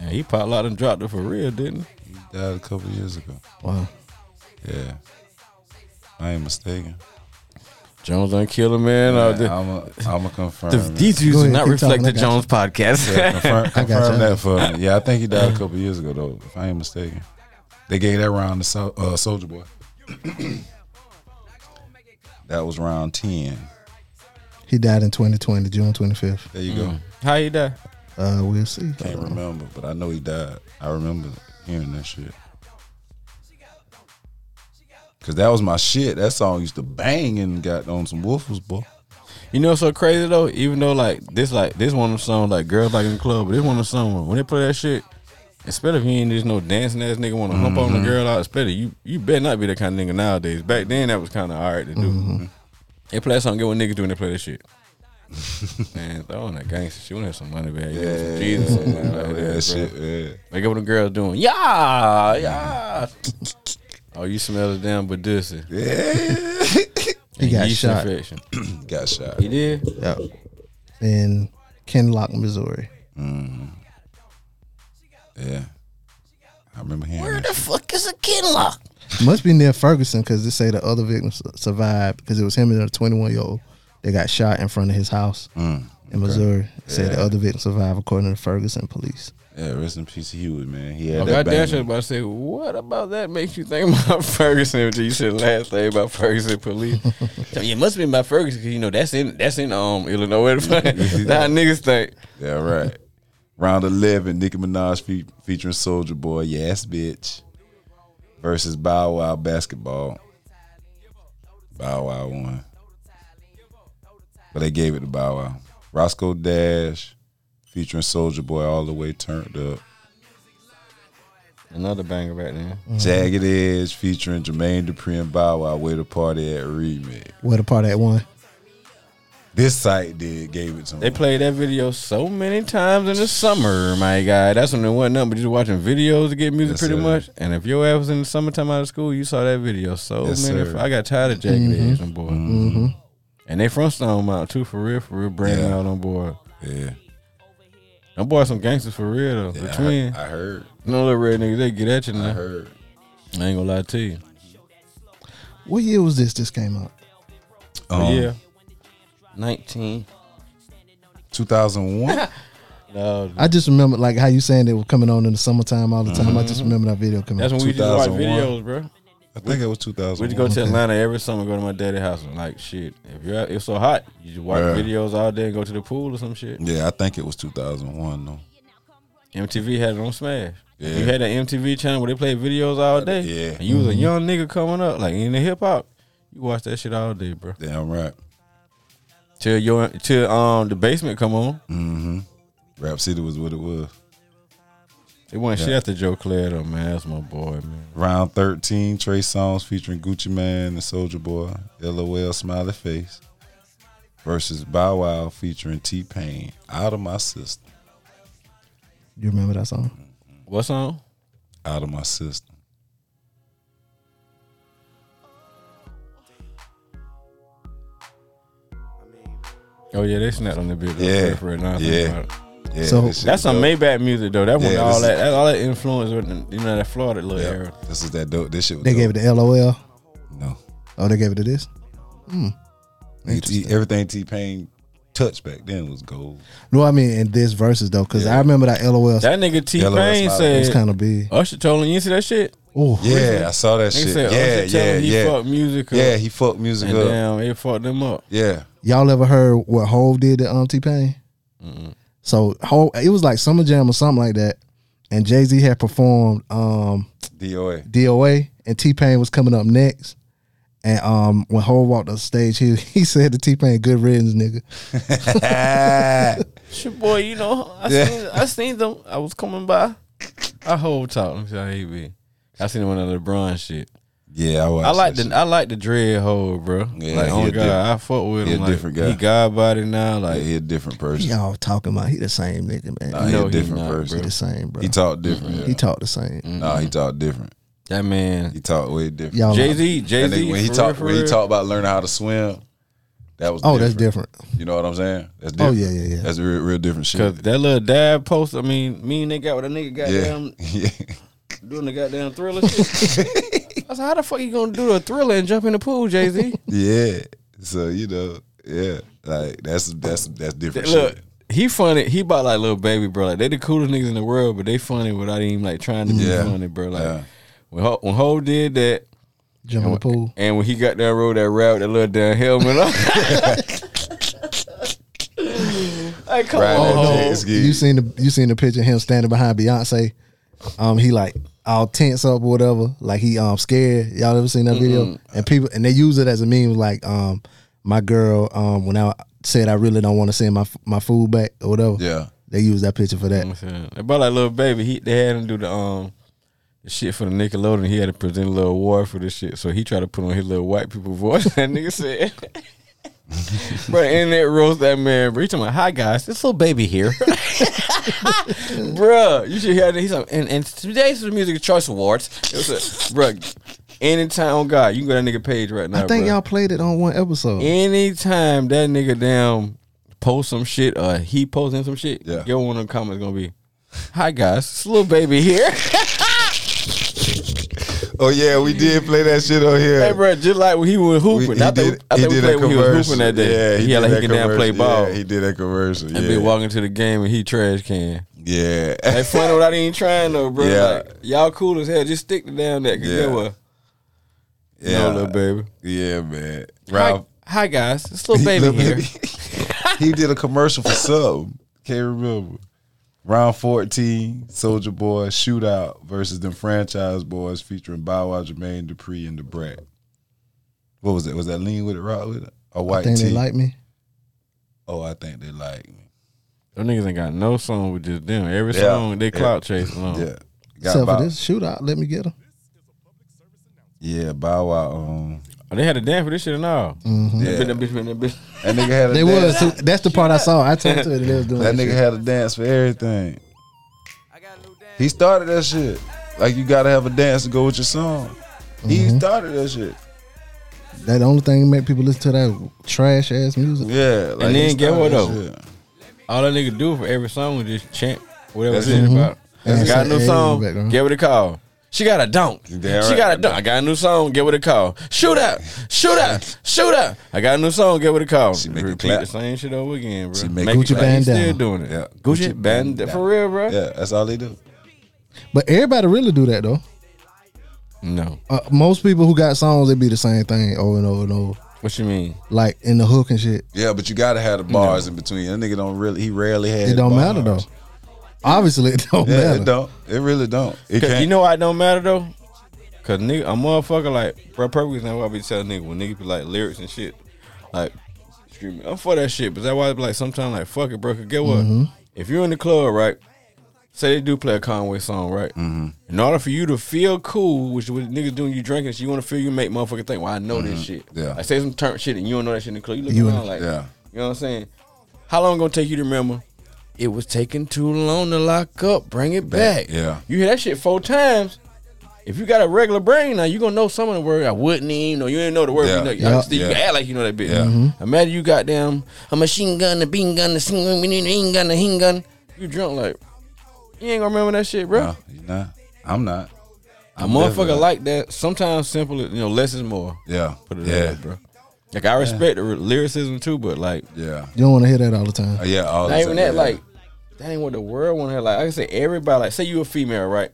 S3: Yeah, he pop locked and dropped it for real, didn't he?
S1: He died a couple years ago.
S2: Wow.
S1: Yeah, I ain't mistaken.
S3: Jones on Killer Man. or the,
S1: I'm a, I'm a confirm.
S3: the,
S1: it.
S3: these views
S2: Go
S3: do
S2: ahead,
S3: not
S2: keep
S3: reflect
S2: talking,
S3: the
S2: I got
S3: Jones podcast.
S1: Confirm, confirm
S2: you.
S1: that for me. Yeah, I think he died a couple years ago though, if I ain't mistaken. They gave that round to so- uh, Soldier Boy. that was round ten.
S2: He died in 2020, June 25th.
S1: There you
S3: How he die?
S2: Uh, we'll see.
S1: go. Can't remember, but I know he died. I remember hearing that shit. Cause that was my shit. That song used to bang and got on some woofers, boy.
S3: You know what's so crazy though? Even though like this like this one of the songs like girls like in the club, but this one of the songs when they play that shit, especially if you ain't just no dancing ass nigga wanna hump
S2: Mm-hmm.
S3: on the girl out, especially you you better not be that kind of nigga nowadays. Back then that was kinda alright to do.
S2: Mm-hmm.
S3: They play that song, get what niggas do when they play that shit. man, throw on that gangster shit. We have some money back. Yeah, some Jesus or something like
S1: Yeah,
S3: that.
S1: that
S3: bro.
S1: shit. Yeah.
S3: Like what the girls doing. Yeah, yeah. oh, you smell the damn Badusi.
S2: He got shot
S3: Infection.
S1: Got shot.
S3: He did?
S2: yep. in Kenlock, Missouri.
S1: Yeah. I remember hearing that. shit.
S3: fuck is a kid lock?
S2: Must be near Ferguson because they say the other victim su- survived because it was him and a 21 year old. They got shot in front of his house in Missouri. They Say the other victim survived according to the Ferguson police.
S1: Yeah, rest in peace, Huey, man. He had
S3: Oh,
S1: that
S3: God damn,
S1: bang.
S3: I was about to say, what about that makes you think about Ferguson? Until you said the last thing about Ferguson police. so it must be about Ferguson because you know that's in that's in um Illinois. That's how niggas think.
S1: Yeah, right. Round 11, Nicki Minaj fe- featuring Soldier Boy, Yes Bitch, versus Bow Wow Basketball. Bow Wow won. But they gave it to Bow Wow. Roscoe Dash featuring Soldier Boy all the way turned up.
S3: Another banger back then.
S1: Jagged Edge featuring Jermaine Dupri and Bow Wow, Way to Party at Remix.
S2: Where the part at one?
S1: This site did gave it to
S3: They
S1: him.
S3: played that video so many times in the summer, my guy. That's when there wasn't nothing but just watching videos to get music
S1: Yes,
S3: pretty
S1: sir.
S3: much. And if your ass was in the summertime out of school, you saw that video so
S1: Yes,
S3: many.
S1: sir.
S3: I got tired of Jagged Edge on board. Mm-hmm. And they from Stone Mountain too, for real, for real. Brand
S1: Yeah.
S3: out on board.
S1: Yeah.
S3: Them boys some gangsters for real though.
S1: Yeah,
S3: the
S1: I
S3: twin.
S1: heard- I heard.
S3: no little red nigga, they get at you
S1: I
S3: now.
S1: heard.
S3: I, ain't gonna lie to you.
S2: What year was this? This came out.
S3: But
S1: Um,
S3: Oh, yeah. Nineteen.
S1: 2001.
S3: No,
S2: I just remember like how you saying they were coming on in the summertime all the time. I just remember that video coming.
S3: that's
S2: out.
S3: when we used to watch
S1: 2001.
S3: videos, bro.
S1: I think it was 2001.
S3: We'd go to Atlanta every summer, go to my daddy's house and like shit. If you're out, it's so hot, you just watch
S1: Yeah.
S3: videos all day and go to the pool or some shit.
S1: Yeah, I think it was 2001 though.
S3: MTV had it on Smash.
S1: Yeah.
S3: You had that MTV channel where they played videos all day.
S1: Yeah.
S3: And you was a young nigga coming up, like in the hip hop. You watch that shit all day, bro.
S1: Damn right.
S3: Till your till um the basement come on.
S1: Mm-hmm. Rap City was what it was.
S3: It wasn't shit
S1: Yeah.
S3: after Joe Claire though, man. That's my boy, man.
S1: Round 13, Trey Songs featuring Gucci Man and Soldier Boy, LOL Smiley Face, versus Bow Wow featuring T Pain, Out of My System,
S2: You remember that song?
S3: What song?
S1: Out of My System.
S3: Oh yeah, they snapped on the bit.
S1: Yeah.
S3: For it now.
S1: Yeah.
S3: Yeah.
S1: Yeah,
S2: So-
S1: this shit
S3: That's some
S1: dope.
S3: Maybach music though. That one,
S1: Yeah,
S3: all
S1: this
S3: that, that, all that influence with the, you know that Florida little
S1: Yeah,
S3: era.
S1: This is that dope. This shit was
S2: They gave it to LOL.
S1: No.
S2: Oh, they gave it to this.
S1: He- he- everything T Pain touched back then was gold.
S2: No, I mean in this versus though, because I remember that LOL
S3: That nigga T
S1: Yellow
S3: Pain
S1: Smiley.
S2: was
S3: said.
S2: kind of big.
S3: Usher told him, you see that shit?
S2: Oh,
S1: Yeah, I saw that
S3: Nigga
S1: shit.
S3: said oh, Usher
S1: yeah,
S3: tell
S1: yeah,
S3: him he
S1: yeah.
S3: fucked music up.
S1: yeah, he fucked music
S3: and
S1: up.
S3: damn, it fucked them up.
S1: Yeah.
S2: y'all ever heard what Hove did to um T Pain? So Hove, it was like Summer Jam or something like that, and Jay Z had performed um
S1: DOA.
S2: DOA, and T Pain was coming up next. And um, when Hov walked on stage, he he said to T Pain, "Good riddance, nigga."
S1: Ah.
S3: Shit, boy, you know, I
S1: Yeah.
S3: seen, I seen them. I was coming by. I hold talk. Let me see how he be. I seen one of the LeBron shit.
S1: yeah, I watched
S3: I like
S1: that
S3: the I like the dread hole, bro.
S1: Yeah,
S3: like,
S1: he
S3: oh
S1: a
S3: god,
S1: different-
S3: I fuck with
S1: he a
S3: him. Like,
S1: different guy.
S3: He god body now. Like,
S1: shit. Yeah, he a different person.
S2: Y'all talking about he the same nigga, man.
S1: Nah, he
S3: No,
S1: a
S3: he
S1: different
S3: not,
S1: person.
S2: he the same, bro.
S1: He talked different. Yeah.
S2: Mm-hmm. He talk the same.
S1: Nah, he talked different.
S3: that man,
S1: He talked way different.
S2: Y'all,
S3: Jay Z, Jay
S1: And then
S3: Z.
S1: when he talked when he talked about learning how to swim, that was
S2: oh, that's different.
S1: You know what I'm saying? That's
S2: Oh,
S1: different.
S2: yeah, yeah, yeah.
S1: That's real, real different
S3: Cause
S1: shit.
S3: that little dad post, I mean, me and they got with a nigga goddamn
S1: Yeah, yeah.
S3: doing the goddamn thriller shit. I said, how the fuck you gonna do a thriller and jump in the pool, Jay Z?
S1: yeah. So you know, yeah, like that's that's that's different
S3: Look,
S1: shit.
S3: he funny. He about like little baby, bro. Like they the coolest niggas in the world, but they funny without even like trying to be
S1: Yeah.
S3: funny, bro. Like
S1: Yeah.
S3: when Ho, when Ho did that,
S2: Jump in the pool.
S3: and when he got down road that route, that little damn helmet on. like come
S1: Right,
S3: on,
S1: that
S3: Ho.
S1: shit is- Excuse-
S2: Oh, You seen the you seen the picture of him standing behind Beyonce. Um, he like all tense up or whatever, like he um scared. Y'all ever seen that video? And people and they use it as a meme, like um my girl um when I said I really don't want to send my f- my food back or whatever.
S1: Yeah, Mm-hmm.
S2: They use that picture for that.
S3: I'm saying, About like little baby, he they had him do the um the shit for the Nickelodeon. He had to present a little award for this shit, so he tried to put on his little white people voice. That nigga said. bro, and that roast that man. Bro, he talking about, "Hi guys, this little baby here." Bruh, you should hear that. He's like, and, and today's the Music Choice Awards. It was a, bruh, anytime on God, you can go to that nigga page right now.
S2: I think
S3: bruh.
S2: y'all played it on one episode.
S3: Anytime that nigga down post some shit or he posting some shit,
S1: Yeah.
S3: your one of the comments gonna be, "Hi guys, it's little baby here."
S1: Oh yeah, we did play that shit on here.
S3: hey, bro, just like when he was hooping.
S1: We- he
S3: I think,
S1: did-
S3: I
S1: he
S3: think we
S1: did
S3: played
S1: that
S3: when he was
S1: commercial.
S3: hooping that day.
S1: Yeah, he
S3: he had
S1: did
S3: like
S1: that
S3: he can now play
S1: commercial.
S3: ball
S1: Yeah, he did that commercial.
S3: and
S1: yeah.
S3: be walking to the game and he trash can.
S1: Yeah,
S3: That funny without even trying though, bro.
S1: Yeah.
S3: Like, y'all cool as hell. Just stick to down that. Cause
S1: Yeah.
S3: yeah. what?
S1: yeah,
S3: No, little baby.
S1: yeah, man.
S3: Hi,
S1: Ralph,
S3: hi guys, it's little baby
S1: Little
S3: here.
S1: he did a commercial for something. Can't remember. Round 14, Soldier Boy Shootout versus them franchise boys featuring Bow Wow, Jermaine Dupree, and the Brat. What was it? Was that Lean with it, Rock with it, or White
S2: think
S1: T?
S2: they like me.
S1: oh, I think they like me.
S3: Them niggas ain't got no song with just them. Every
S1: Yeah.
S3: song they
S1: Yeah.
S3: clout chasing on.
S1: Yeah,
S2: Except
S1: Bow-
S2: for this shootout, let me get him.
S1: Yeah, Bow Wow. Um,
S3: Oh, they had a dance for this shit and all.
S1: yeah.
S3: Been that Mm-hmm. bitch, been that bitch.
S1: that nigga had a
S2: They was.
S1: dance.
S2: too- That's the part I saw. I turned to it. and They was doing
S1: That
S2: that
S1: nigga
S2: shit.
S1: had a dance for everything. He started that shit. Like you gotta have a dance to go with your song. He
S2: Mm-hmm.
S1: started that shit.
S2: That the only thing that make people listen to that trash ass music.
S1: Yeah. Like
S3: And
S1: he
S3: then get
S1: started
S3: what
S1: that
S3: though?
S1: shit.
S3: All that nigga do for every song was just chant whatever That's it's it. about.
S2: That's
S3: got a
S2: it.
S3: new
S2: Hey,
S3: song.
S2: back on.
S3: Give it a call. She got a don't. She
S1: Damn right.
S3: got a don't. I got a new song. Give it a call. Shoot up. Shoot up. Shoot up. I got a new song. Give it a call.
S1: She make it
S3: Repeat
S1: clap.
S3: the same shit over again, bro.
S1: She make it clap.
S3: it clap. He
S2: Gucci
S3: Still
S2: Bandana.
S3: doing it.
S1: Yeah.
S3: Gucci
S1: Gucci
S3: Bandana. For real, bro.
S1: Yeah, that's all they do.
S2: But everybody really do that though.
S3: No.
S2: Uh, most people who got songs, they be the same thing over and over and over,
S3: What you mean?
S2: like in the hook and shit.
S1: Yeah, but you gotta have the bars in between. That nigga don't really. He rarely had.
S2: It don't
S1: bars.
S2: matter though. Obviously, it don't
S1: Yeah,
S2: matter.
S1: it don't. It really don't. It
S3: Cause
S1: can't.
S3: you know why it don't matter though? Cause nigga, a motherfucker like bro, perfect now why I be telling nigga when nigga be like lyrics and shit, like streaming. I'm for that shit, but that why I be like sometimes like fuck it, bro. Cause get what? If you're in the club, right? Say they do play a Conway song, right? In order for you to feel cool, which is what niggas doing, you drinking, so you want to feel you make motherfucker think, well, I know this shit.
S1: Yeah.
S3: I say some turn shit and you don't know that shit in the club. You look
S2: You in-
S3: around like,
S1: Yeah.
S3: you know what I'm saying? How long gonna take you to remember? It was taking too long to lock up. Bring it back.
S1: yeah.
S3: You hear that shit four times. If you got a regular brain now, you gonna know some of the word. I wouldn't even know. You ain't know the word.
S1: Yeah.
S3: You, know, you
S1: Yeah.
S3: obviously you
S1: Yeah.
S3: can act like you know that bitch.
S1: Yeah. Mm-hmm.
S3: Imagine you got damn a machine gun, a bean gun, a sing gun, a bean gun, a hing gun. You drunk like you ain't gonna remember that shit, bro.
S1: No, you not. I'm not.
S3: A
S1: I'm
S3: motherfucker
S1: definitely-
S3: like that. Sometimes simple, is- you know, less is more.
S1: Yeah.
S3: Put it
S1: yeah.
S3: that way, bro. Like I respect the lyricism too, but like
S1: Yeah.
S2: You don't want to hear that all the time.
S1: Uh, Yeah. All the
S3: Not even
S1: time,
S3: that,
S1: yeah.
S3: like, that ain't what the world want to hear. Like, I can say everybody, like, say you a female, right?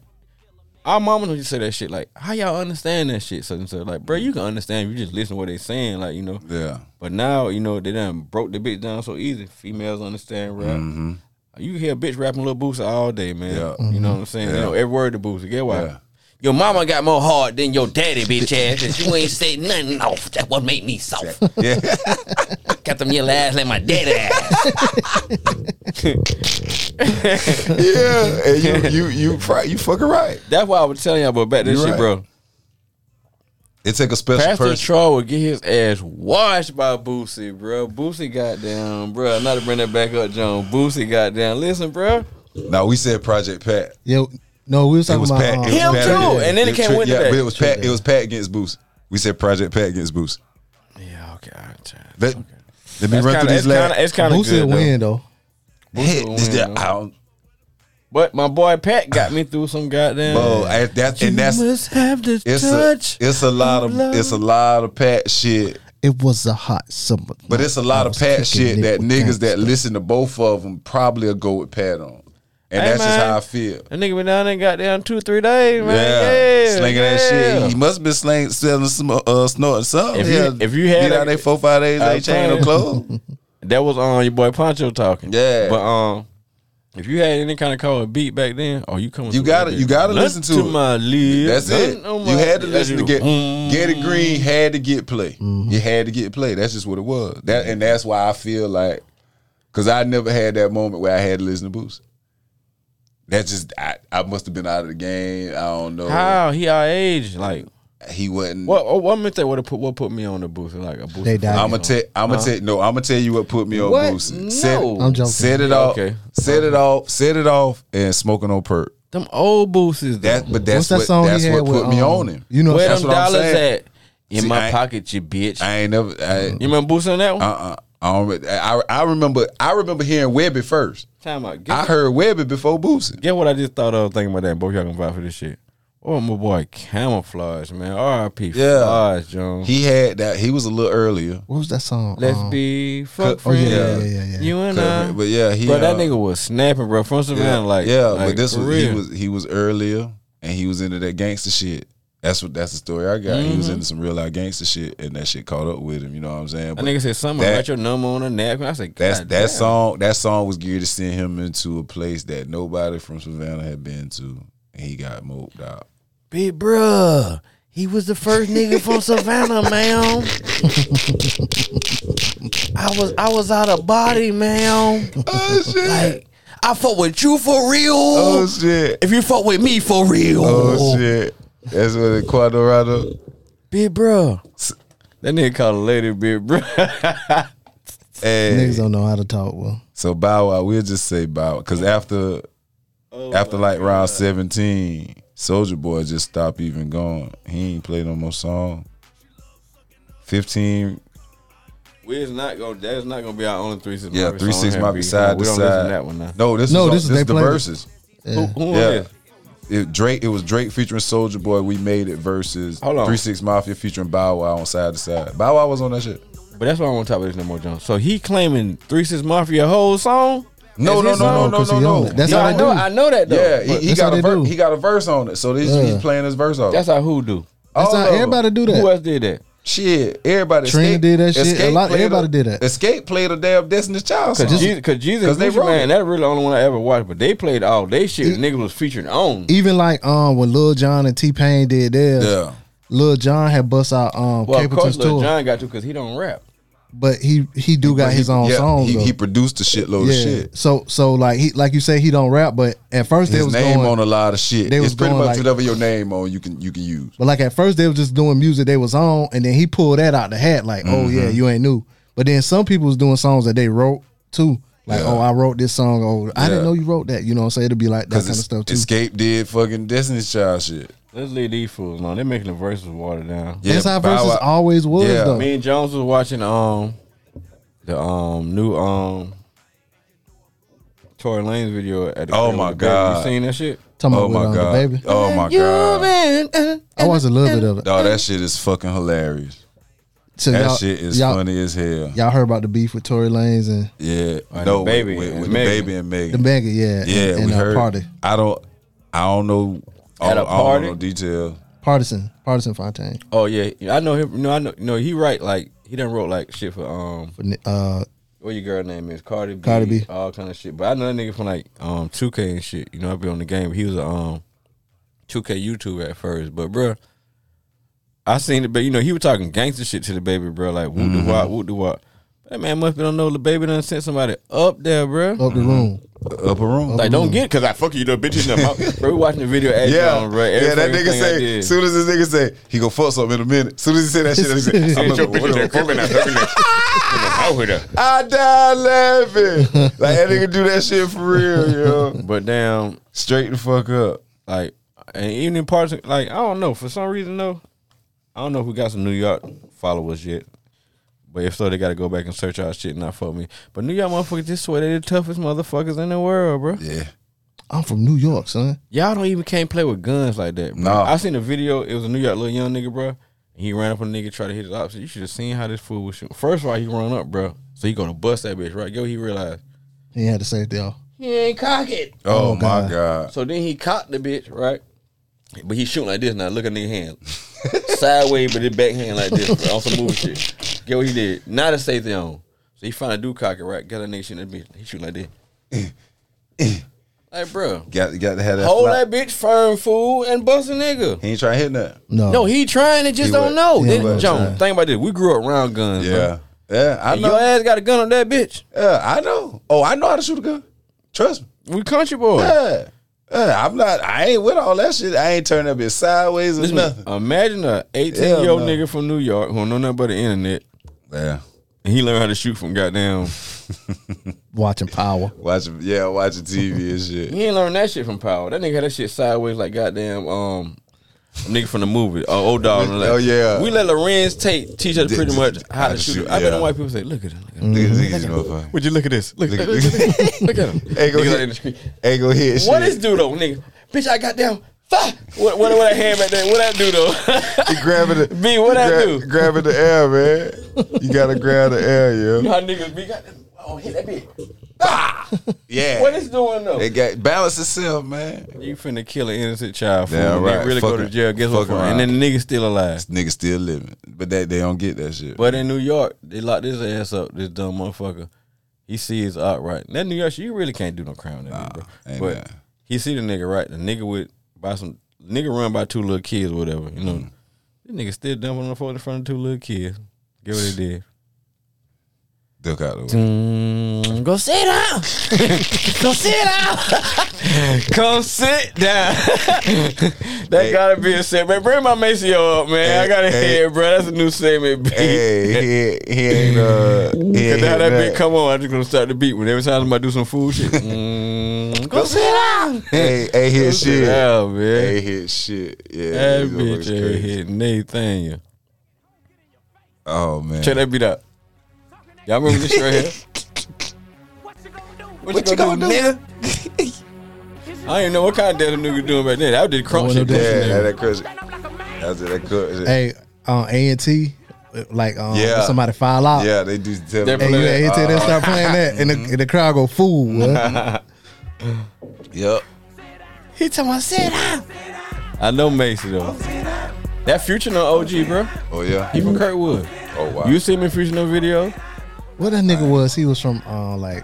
S3: Our mama used to say that shit, like, how y'all understand that shit? So and so, like, bro, you can understand if you just listen to what they saying, like, you know.
S1: Yeah.
S3: But now, you know, they done broke the bitch down so easy. Females understand rap. You can hear a bitch rapping little booster all day, man.
S1: Mm-hmm. Yeah.
S3: You know what I'm saying? You
S1: Yeah.
S3: know every word to booster. Get why?
S1: Yeah.
S3: Your mama got more hard than your daddy, bitch ass, and you ain't said nothing off. That's what made me soft.
S1: Yeah.
S3: Got them yellow ass like my daddy ass.
S1: yeah. And you you you pri- you fucking right.
S3: That's why I was telling y'all about back this
S1: You
S3: shit,
S1: right.
S3: bro.
S1: It take a special
S3: Pastor
S1: person.
S3: Troy would get his ass washed by Boosie, bro. Boosie goddamn, bro. Not to bring that back up, John. Boosie goddamn. Listen, bro.
S1: now we said Project Pat.
S2: Yo, no, we was
S1: It
S2: talking
S1: was
S2: about
S1: Pat.
S2: um,
S1: It was
S3: Him
S1: Pat
S3: too,
S1: against-
S3: and then it came
S1: tri-
S3: Winter
S1: Yeah,
S3: Day.
S1: but it was Pat. It was Pat against Boost. We said Project Pat against Boost.
S3: Yeah, okay. all right, child.
S1: Let, let me
S3: It's
S1: run
S3: kinda,
S1: through
S3: it's
S1: these last.
S3: kinda, it's kinda
S2: Boosie
S3: good,
S2: will
S3: though.
S2: win though.
S1: Hit
S3: will
S1: this
S3: win,
S1: the
S3: though.
S1: out.
S3: But my boy Pat got me through some goddamn.
S1: Bro, I- that- and that's
S3: must have the
S1: it's a, it's a lot of it's a lot of Pat shit,
S2: It was a hot summer, night.
S1: but it's a
S2: I
S1: lot of
S2: was
S1: Pat
S2: kicking
S1: shit
S2: it
S1: that
S2: with
S1: niggas that
S2: gangsta.
S1: listen to both of them probably will go with Pat on, and
S3: Hey,
S1: that's just
S3: man.
S1: how I feel.
S3: That nigga been down there goddamn two, three days, man.
S1: Yeah,
S3: Yeah,
S1: slinging that
S3: yeah.
S1: shit. He must been slang, selling some, uh, snorting something.
S3: If you-
S1: Yeah.
S3: if you had
S1: Get
S3: a-
S1: out there four five days,
S3: I
S1: ain't changing no clothes.
S3: That was on um, your boy Poncho talking.
S1: Yeah.
S3: But um, if you had any kind of call a beat back then, oh, you coming?
S1: You
S3: through that
S1: gotta-
S3: bitch.
S1: you gotta
S3: Nothing
S1: listen to it.
S3: my lips.
S1: That's it.
S3: nothing on
S1: You
S3: my- Mm-hmm.
S1: had to listen to
S3: That's
S1: get
S3: you.
S1: get it green. Had to get play.
S3: Mm-hmm.
S1: You had to get play. That's just what it was. That and that's why I feel like because I never had that moment where I had to listen to Boost. That's just I, I must have been out of the game. I don't know.
S2: Oh,
S3: How he our age? Like
S1: He wasn't.
S3: what? Oh, what meant that? What put? What put me on the booth? Like a booth?
S2: They died.
S1: I'm gonna tell. I'm gonna tell. No, I'm gonna tell you what put me on
S3: What?
S1: Boosie.
S3: No.
S1: Set,
S3: I'm
S2: joking.
S1: Set it
S3: Yeah,
S1: off.
S3: okay.
S1: Set it off. Set it off. And smoking on perk.
S3: Them old booths is
S1: That,
S3: that.
S1: but that's
S2: What's that
S1: what.
S2: song he
S1: that's
S2: had
S1: what
S2: with,
S1: put me
S2: um,
S1: on him.
S2: you know-
S3: Where
S1: that's
S3: them
S1: what I'm
S3: dollars
S1: saying.
S3: at? In
S1: See, I
S3: my
S1: ain't-
S3: pocket, you bitch.
S1: I ain't never. I,
S3: you remember Boosie on that one?
S1: uh-uh. I, don't, re- I I remember. I remember hearing Webby first.
S3: Time out. Get,
S1: I heard Webby before Boosie.
S3: get what I just thought of thinking about that. Both y'all can vibe for this shit. Oh my boy, camouflage man. R.I.P.
S1: Yeah.
S3: Floyd Jones.
S1: He had that. He was a little earlier.
S2: What was that song?
S3: Let's
S2: Um,
S3: be fuck
S2: Oh yeah,
S3: friends.
S2: yeah,
S1: Yeah.
S2: yeah, yeah. yeah.
S3: You and I.
S1: But yeah, he.
S3: bro, that
S1: uh,
S3: nigga was snapping, bro. From Savannah,
S1: Yeah,
S3: like
S1: yeah,
S3: like,
S1: but this
S3: for
S1: was
S3: real.
S1: he was he was earlier and he was into that gangster shit. That's what that's the story I got.
S3: Mm-hmm.
S1: He was into some real life gangster shit and that shit caught up with him. You know what I'm saying?
S3: That
S1: But
S3: nigga said something.
S1: that-
S3: Write your number on a napkin. I said,
S1: that's
S3: God
S1: that
S3: damn.
S1: song that song was geared to send him into a place that nobody from Savannah had been to, and he got moped out.
S3: Big bruh, he was the first nigga from Savannah, man. I was I was out of body, man.
S1: Oh shit!
S3: I fuck with you for real.
S1: Oh shit!
S3: If you fuck with me for real,
S1: Oh shit! That's what the Quadrado.
S3: big bruh. That nigga called a lady, big bruh.
S1: Hey,
S2: Niggas don't know how to talk. Well,
S1: so Bow Wow, we'll just say Bow because after
S3: Oh
S1: after like round seventeen, Soldier Boy just stopped even going. He ain't play no more song. Fifteen,
S3: We is not gonna. That's not gonna be our only three six.
S1: Yeah,
S3: Mafia
S1: three
S3: song
S1: six
S3: here,
S1: might be
S3: B.
S1: side
S3: we
S1: to
S3: don't listen
S1: side.
S3: to that one now.
S1: No, this
S2: No,
S1: is
S2: this is
S1: this
S2: they
S1: is the
S2: played it.
S1: verses.
S2: Yeah.
S3: Who, who
S1: Yeah.
S3: is?
S1: It, Drake, it was Drake featuring Soldier Boy. We made it versus
S3: Hold on.
S1: Three Six Mafia featuring Bow Wow on side to side. Bow Wow was on that shit.
S3: But that's why I want to talk about this no more, Jones. So he claiming three six mafia whole song.
S1: No, no,
S3: That's his
S1: no,
S2: song,
S1: no,
S2: 'cause
S1: no,
S2: he
S1: no,
S2: owned
S1: no.
S2: it. That's
S3: no,
S2: how
S3: I
S2: they
S3: know,
S2: do.
S3: I know that though.
S1: yeah,
S3: But
S1: he, he
S2: that's
S1: got
S2: how
S1: a
S2: they
S1: ver-
S2: do.
S1: he got a verse on it. So this,
S2: Yeah.
S1: he's playing his verse off.
S3: that's how who do.
S2: That's
S1: All
S2: how
S1: of 'em.
S2: everybody do
S3: Who
S2: that.
S3: else did that?
S1: Shit, everybody.
S2: Trina
S1: Escape-
S2: did that shit. A
S1: Escape
S2: lot-
S1: played
S2: everybody
S1: a-
S2: did that.
S1: Escape played a damn Destiny's Child song.
S3: Cause Jesus, cause Jesus,
S1: 'Cause they
S3: they
S1: wrote it.
S3: man, that's really the only one I ever watched. But they played all they shit. niggas was featuring on.
S2: Even like um when Lil Jon and T Pain did theirs,
S1: yeah,
S2: Lil Jon had bust out um
S3: Well, of
S2: Capleton's
S3: course, Lil
S2: tour,
S3: John got to because he don't rap.
S2: but he he do got his own
S1: yeah,
S2: song.
S1: He,
S2: though.
S1: he produced a shitload
S2: yeah.
S1: of shit.
S2: So so like he like you say he don't rap, but at first they
S1: His
S2: was
S1: name
S2: going
S1: on a lot of shit.
S2: they was
S1: It's pretty
S2: going
S1: much
S2: like-
S1: whatever your name on you can you can use.
S2: But like at first they was just doing music they was on, and then he pulled that out the hat, like, oh
S1: Mm-hmm.
S2: yeah, you ain't new. But then some people was doing songs that they wrote too. Like,
S1: Yeah.
S2: oh, I wrote this song. Oh, I
S1: Yeah.
S2: didn't know you wrote that. You know what I'm saying? It'll be like that
S1: Cause
S2: kind of
S1: it's-
S2: stuff too.
S1: Escape did fucking Destiny's Child shit.
S3: Let's leave these fools alone. They're making the verses watered down.
S1: Yeah,
S2: That's how
S1: Bow
S2: verses
S1: Wow-
S2: always was
S1: Yeah.
S2: though.
S3: Me and Jones was watching um the um new um Tory Lane's video at the
S1: Oh
S3: crib with
S1: my
S3: the baby.
S1: God.
S3: You seen that shit?
S2: Talking
S1: Oh
S2: about with,
S1: my
S2: um,
S1: god!
S2: the baby.
S1: Oh my god!
S3: uh,
S2: I watched a little bit of it.
S1: Dawg, that shit is fucking hilarious.
S2: So
S1: That
S2: y'all-
S1: shit is
S2: y'all,
S1: funny as hell.
S2: Y'all heard about the beef with Tory Lanez and
S1: Yeah,
S3: And
S1: no,
S3: the
S1: with-
S3: baby
S1: with,
S3: and
S1: with the
S3: Megan.
S1: baby and
S2: the
S1: Megan.
S2: Megan, yeah,
S1: yeah,
S2: and, and
S1: we
S2: uh,
S1: heard.
S2: party,
S1: I don't, I don't know. I
S3: At
S1: don't,
S3: a
S1: I don't
S3: party?
S1: know detail.
S2: partisan, partisan Fontaine
S3: Oh yeah, I know him. No, I know. No, he write like he done wrote like shit for um
S2: for Ni- uh,
S3: what your girl name is Cardi B,
S2: Cardi B.
S3: all kind of shit. But I know that nigga from like um 2K and shit. You know, I be on the game. He was a um 2K YouTuber at first, but bruh, I seen it. But you know, he was talking gangster shit to the baby, bruh. Like whoop the
S2: Mm-hmm.
S3: wop, whoop the wop. That man must be don't know the baby done sent somebody up there, bruh.
S2: up the
S1: Mm-hmm.
S2: room.
S1: Upper room.
S3: Like don't get because I fuck you, the bitch in the mouth. bro, we watching the video at
S1: Mm. yeah,
S3: John, bruh. Every
S1: yeah. That
S3: fucking
S1: nigga
S3: thing I
S1: say.
S3: did.
S1: Soon as this nigga say he gonna fuck something in a minute. Soon as he say that shit, that nigga say, I remember what the fuck- I died laughing. Like that nigga do that shit for real, yo.
S3: But damn,
S1: Straight the fuck up.
S3: like and even in parts like I don't know for some reason though I don't know if we got some New York followers yet but if so they gotta go back and search our shit and not fuck me but New York motherfuckers just swear they're the toughest motherfuckers in the world bro
S1: Yeah.
S2: I'm from New York, son.
S3: y'all don't even can't play with guns like that bro.
S1: Nah.
S3: I seen a video it was a New York little young nigga bro he ran up on a nigga tried to hit his opposite you should have seen how this fool was shooting first of all he run up bro so he gonna bust that bitch right yo he realized
S2: He had to save y'all.
S3: he ain't cock it
S1: Oh,
S2: Oh,
S1: my
S2: God.
S1: god.
S3: So then he cocked the bitch, right? But he shooting like this now. Look at nigga hand. Sideways, but his backhand like this. bro, on some movie shit. Get what he did. Not a safety on. So he finally do cock it, right? Got a nigga shooting that bitch. He shooting like this. like, bro.
S1: Got got to have that.
S3: Hold
S1: flop.
S3: that bitch firm, fool, and bust a nigga.
S1: He ain't trying to hit nothing.
S2: No,
S3: No, he trying to just
S1: He
S3: don't
S1: was-
S3: know.
S2: he
S3: Then,
S2: was
S3: John,
S2: trying.
S3: think about this. We grew up around guns. bro.
S1: Yeah. Yeah, I
S3: And your
S1: know.
S3: ass got a gun on that bitch.
S1: Yeah, I know. Oh, I know how to shoot a gun. Trust me.
S3: We country boys.
S1: Yeah. Yeah, I'm not. I ain't with all that shit. I ain't turning that bitch sideways or
S3: Listen,
S1: nothing.
S3: imagine a 18
S1: Hell
S3: year old
S1: no.
S3: nigga from New York who don't know nothing but the internet.
S1: Yeah.
S3: And he learned how to shoot from goddamn.
S2: watching Power.
S1: Watching, yeah, watching TV and shit.
S3: He ain't learned that shit from Power. That nigga had that shit sideways like goddamn um nigga from the movie. Oh, old dog.
S1: Oh, yeah.
S3: We let Lorenz Tate teach us pretty
S1: Did-
S3: much
S1: did-
S3: how to shoot. it. I bet
S1: yeah.
S3: the white people say, look at him. Look at him.
S1: Niggas, niggas, motherfucker.
S3: Mm. Would you look at this? Look,
S1: Look at-
S3: look, look, look, look at him.
S1: Ain't gonna
S3: Niggas out
S1: hit-
S3: in the street.
S1: Ain't gonna hit shit.
S3: What is Dudo, nigga? Bitch, I goddamn fuck. What what what I hand back there? What that Dudo?
S1: You grabbing the
S3: B, what I do?
S1: Grabbing the air, man. You gotta grab the air, yo.
S3: you know how niggas be goddamn. Oh, hit that bitch.
S1: Yeah.
S3: What is doing though?
S1: They got balance itself, man.
S3: You finna kill an innocent child for
S1: Damn
S3: yeah,
S1: right.
S3: really
S1: Fuck
S3: go to
S1: it.
S3: jail. Guess
S1: Fuck
S3: what? for it.
S1: around.
S3: And then the nigga still alive.
S1: Niggas still living, but they they don't get that shit.
S3: But in New York, they locked his ass up. This dumb motherfucker. He see his art right. That New York, shit, you really can't do no crime, that nigga, bro.
S1: ain't
S3: But
S1: that.
S3: he see the nigga right. The nigga with by some nigga run by two little kids, or whatever. You know,
S1: Mm.
S3: this nigga still dumping on the floor in front of two little kids. Get what they did.
S1: Duck out the way.
S3: Mm, go sit down. go sit down. Come sit down. that gotta be a segment. Bring my Maceo up, man. I
S1: Hey,
S3: got a
S1: hey.
S3: head, bro. That's a new segment, B.
S1: Hey, he, he ain't uh, he ain't
S3: Cause now
S1: hit
S3: that
S1: nothing.
S3: beat come on, I'm just gonna start the beat. When every time somebody do some fool shit, mm, go sit down.
S1: Hey, hey,
S3: Go
S1: hit
S3: sit
S1: shit.
S3: down, man.
S1: Hey, hit shit. Yeah,
S3: That
S1: these motherfuckers
S3: bitch ain't
S1: crazy.
S3: hit Nathaniel.
S1: Oh man,
S3: Check that beat out. Y'all remember this right here? What, you gonna, do, nigga? I didn't know what kind of death a nigga doing back then. I did crunk
S2: Going
S3: shit.
S2: up there.
S3: back
S1: Yeah,
S3: then.
S1: that crazy. That's it. That crazy.
S2: Hey, on A and T, like um,
S1: Yeah.
S2: somebody file out.
S1: Yeah, Uh-huh. Mm-hmm. they do. Tell
S3: They're
S1: me.
S2: And you
S3: Play
S2: at
S3: it.
S2: AT and start playing that, and the, and the crowd go fool. boy."
S1: Yep.
S3: He told me, sit down. I know Macy though. That future no OG, bro.
S1: Oh yeah.
S3: He from Kirkwood.
S1: Oh wow.
S3: You see him in future no video?
S2: what that nigga was? He was from uh, like,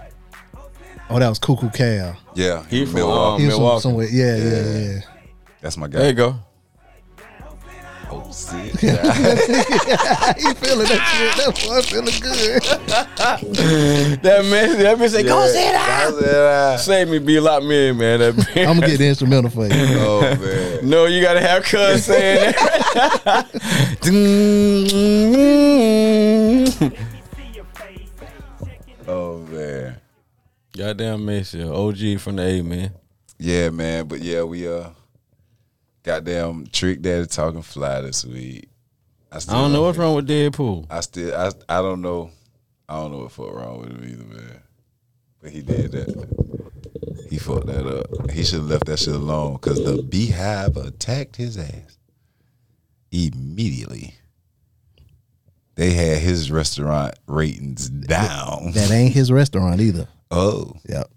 S2: oh, that was Cuckoo Cal.
S1: yeah.
S3: He from,
S1: Milwaukee.
S2: He was from
S3: Milwaukee.
S2: somewhere. Yeah, yeah, yeah.
S1: That's my guy.
S3: There you go.
S1: Oh shit. Yeah.
S2: he feeling that shit. That boy feeling good.
S3: That man, that man said, go sit down.
S1: That's it, ah.
S3: Save me, be lock me in, man. That man.
S2: I'm gonna get the instrumental for you.
S1: Oh man.
S3: No, you gotta have cuz saying that.
S1: Oh man.
S3: Goddamn Mason, OG from the A, man.
S1: Yeah, man. But yeah, we uh, goddamn trick daddy talking fly this week.
S3: I
S1: still
S3: don't know
S1: love
S3: what's
S1: it.
S3: wrong with Deadpool.
S1: I still I I don't know. I don't know what fuck wrong with him either, man. But he did that. He fucked that up. He should have left that shit alone because the beehive attacked his ass immediately. They had his restaurant ratings down.
S2: That ain't his restaurant either.
S1: Oh,
S2: Yep.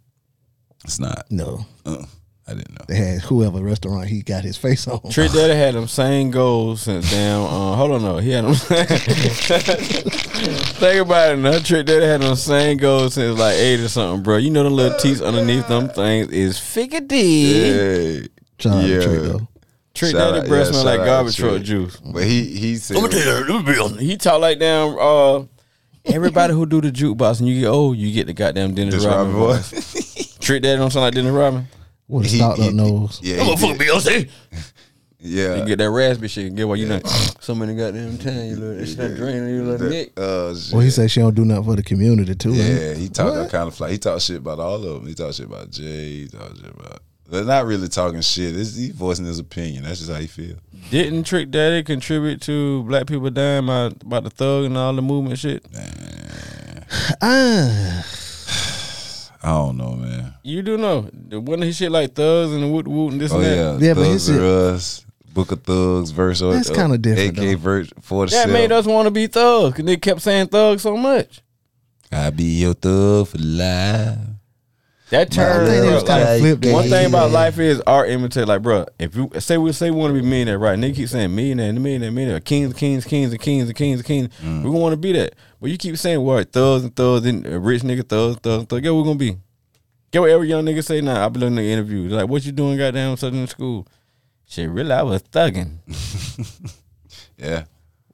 S1: it's not.
S2: No,
S1: Uh, I didn't know.
S2: they had whoever restaurant he got his face on.
S3: Trick Daddy had them same goals since damn. Uh, hold on, no, he had them. Think about it, now. Trick Daddy had them same goals since like eight or something, bro. You know them little teeth underneath them things is figure D.
S1: Hey,
S2: Trying to
S1: yeah.
S2: trick though.
S3: Trick
S1: Shout
S3: Daddy
S1: out-
S3: breath
S1: yeah,
S3: smell
S1: shout
S3: like
S1: out
S3: garbage
S1: to
S3: truck
S1: Trick.
S3: juice.
S1: But he he said
S3: He talk like damn. Uh, everybody who do the jukebox and you get old, you get the goddamn Dennis
S1: this
S3: Rodman
S1: Robin boy.
S3: voice. Trick Daddy don't sound like Dennis Rodman.
S2: What a
S1: He-
S2: stopped
S1: he-
S2: up nose.
S1: Yeah, he did.
S3: Beyonce.
S1: yeah.
S3: You get that raspy shit and get what you done. So many goddamn time you look. It's that drain you little nick.
S1: Uh, shit.
S2: Well, he said she don't do nothing for the community too.
S1: Yeah,
S2: ain't it?
S1: he talked that kind of fly. He talked shit about all of them. He talked shit about Jay. He talked shit about. They're not really talking shit. It's, he voicing his opinion. That's just how he feel.
S3: Didn't Trick Daddy contribute to black people dying by, by the thug and all the movement shit?
S2: Ah,
S1: I don't know, man.
S3: You do know. Wasn't his shit like thugs and woot woot and this
S1: Oh
S3: and that?
S1: yeah,
S2: Yeah, but
S1: Thugs
S2: he said-
S1: R Us, Book of Thugs, verse.
S2: That's kinda
S1: AK
S2: different, though.
S1: verse forty
S3: That
S1: seven.
S3: made us want to be thugs because they kept saying thugs so much.
S1: I be your thug for life.
S3: That
S2: I
S3: turned
S2: think they was
S3: up, like,
S2: kind of flipped.
S3: One
S2: it.
S3: thing about life is art imitate. Like, bro, if you say we say we want to be millionaire, right? And they keep saying millionaire, millionaire, millionaire, kings, kings, kings, and kings, and kings, and kings. We gonna want to be that, but you keep saying what thugs and thugs and uh, rich nigga thugs, thugs, thugs. Get what we gonna be? Get what every young nigga say now. I be looking at interviews like, what you doing? Goddamn, something in school. Shit, really, I was thugging.
S1: Yeah,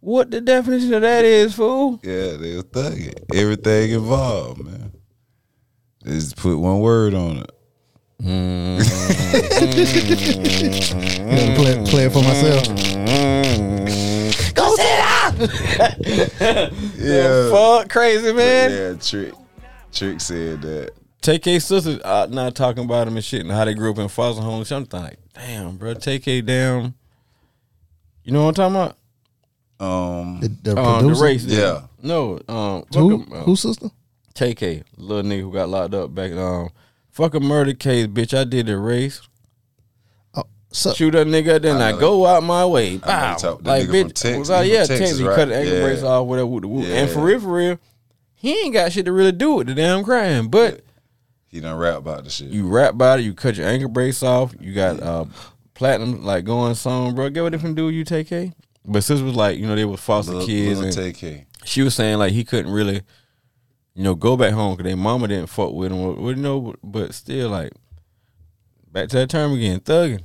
S3: What the definition of that is, fool?
S1: yeah, they was thugging. Everything involved, man. They Just put one word on it.
S2: Gotta play, play it for myself.
S3: Go sit up.
S1: Yeah,
S3: Fuck, crazy man.
S1: yeah. Trick, Trick said that.
S3: TK sisters uh, not talking about them and shit and how they grew up in foster homes. I'm thinking, like, damn, bro, TK, damn. You know what I'm talking about?
S1: Um,
S2: The, the
S3: Um, the
S2: producer,
S3: race.
S1: Yeah.
S3: No, um, fuck
S2: Who,
S3: a- uh,
S2: who sister?
S3: TK, little nigga who got locked up back. Um, fuck a murder case, bitch. I did the race.
S2: Oh, so,
S3: Shoot a nigga, then
S1: I
S3: I,
S1: know
S3: go out my
S1: I
S3: way.
S1: know
S3: Bow.
S1: you talk- the
S3: like,
S1: nigga
S3: bitch.
S1: from Texas-
S3: I was like,
S1: he from
S3: yeah,
S1: Texas,
S3: Texas, you cut
S1: right?
S3: the ankle
S1: Yeah.
S3: brace off, whatever. Woo, woo. And for
S1: Yeah.
S3: real, for real, he ain't got shit to really do with the damn crime, but.
S1: He done rap about the shit.
S3: you rap about it, you cut your ankle brace off, you got uh platinum like going song, bro. Get what different dude you take K? But sis was like, you know, they was foster
S1: Lil-
S3: kids
S1: Lil
S3: and
S1: Tay K.
S3: she was saying like he couldn't really, you know, go back home because their mama didn't fuck with him. Well, well, you know, but still like back to that term again, thugging.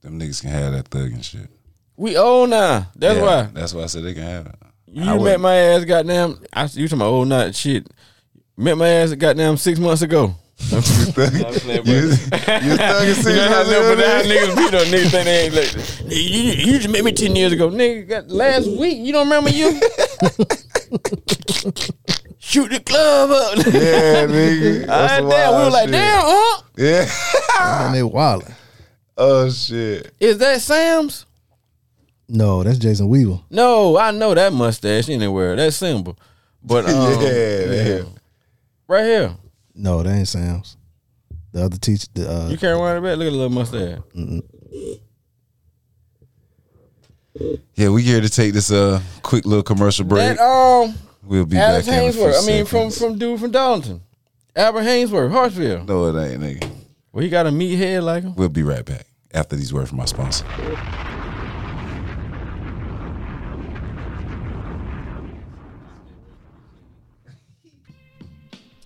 S1: Them niggas can have that thug and shit.
S3: We old now. That's
S1: Yeah,
S3: why.
S1: That's why I said they can have it. I
S3: You met
S1: wouldn't-
S3: my ass goddamn I you talking about old nut shit. Met my ass goddamn six months ago.
S1: you, you thugging six
S3: You know how
S1: months
S3: little
S1: ago,
S3: bit how
S1: nigga?
S3: niggas be though. Niggas think they ain't like, "Nigga, you, you just met me 10 years ago. Nigga, got last week, you don't remember you? Shoot the club up.
S1: Yeah, nigga. That's
S3: Ah,
S1: some
S3: damn, we
S1: wild
S3: were like,
S1: shit.
S3: damn, huh?
S1: Yeah.
S2: and they wildin'.
S1: Oh shit.
S3: Is that Sam's?
S2: No, that's Jason Weaver.
S3: No, I know that mustache anywhere. That symbol. But um,
S1: yeah, yeah.
S3: right here,
S2: No, that ain't Sam's. The other teacher, the uh,
S3: you can't run it back. Look at the little mustache.
S1: Yeah, we here to take this uh quick little commercial break.
S3: That um,
S1: we'll be
S3: Alex
S1: back. in a few
S3: Hainsworth. I mean, from
S1: seconds.
S3: from dude from Darlington, Albert Hainsworth, Hartsville.
S1: no, it ain't, nigga.
S3: Well, he got a meat head like him.
S1: We'll be right back after these words from our sponsor.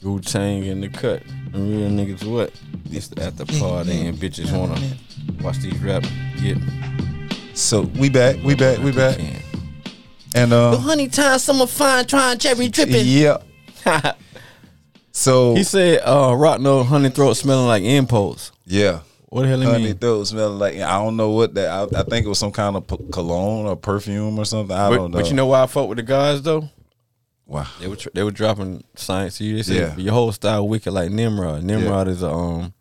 S3: Wu Tang in the cut. And real niggas what? It's the after party and bitches wanna watch these rap get.
S1: So we back, we back, we back, and
S3: But
S1: um,
S3: Oh, honey time, summer fine, trying cherry tripping.
S1: yeah. So
S3: he said, uh, rock no honey throat smelling like impulse.
S1: yeah,
S3: What the hell he
S1: honey
S3: mean?
S1: throat smelling like I don't know what that. I, I think it was some kind of p- cologne or perfume or something. I
S3: But,
S1: don't know.
S3: but you know why I fuck with the guys though?
S1: wow.
S3: They were tr- they were dropping science to you. They said
S1: Yeah.
S3: your whole style wicked like Nimrod. Nimrod is a um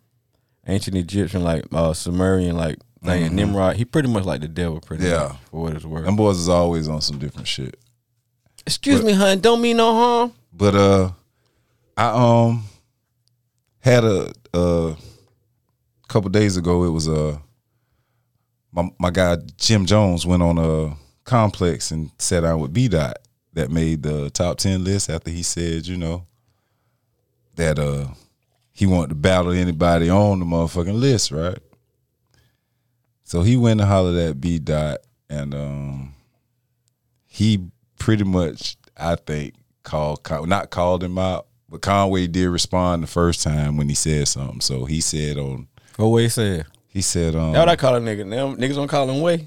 S3: ancient Egyptian like uh Sumerian like thing. And Nimrod, he pretty much like the devil, pretty
S1: Yeah.
S3: much, for what it's worth.
S1: Them boys is always on some different shit.
S3: Excuse me, hun, don't mean no harm.
S1: But uh, I um had a a couple days ago. It was uh my my guy Jim Jones went on a complex and sat down with B Dot that made the top ten list after he said you know that uh he wanted to battle anybody on the motherfucking list, right? So he went and hollered at B Dot and um he pretty much, I think, called Con- not called him out, but Conway did respond the first time when he said something. So he said on
S3: Away said.
S1: he said um
S3: That's what I call a nigga. Now niggas don't call him way.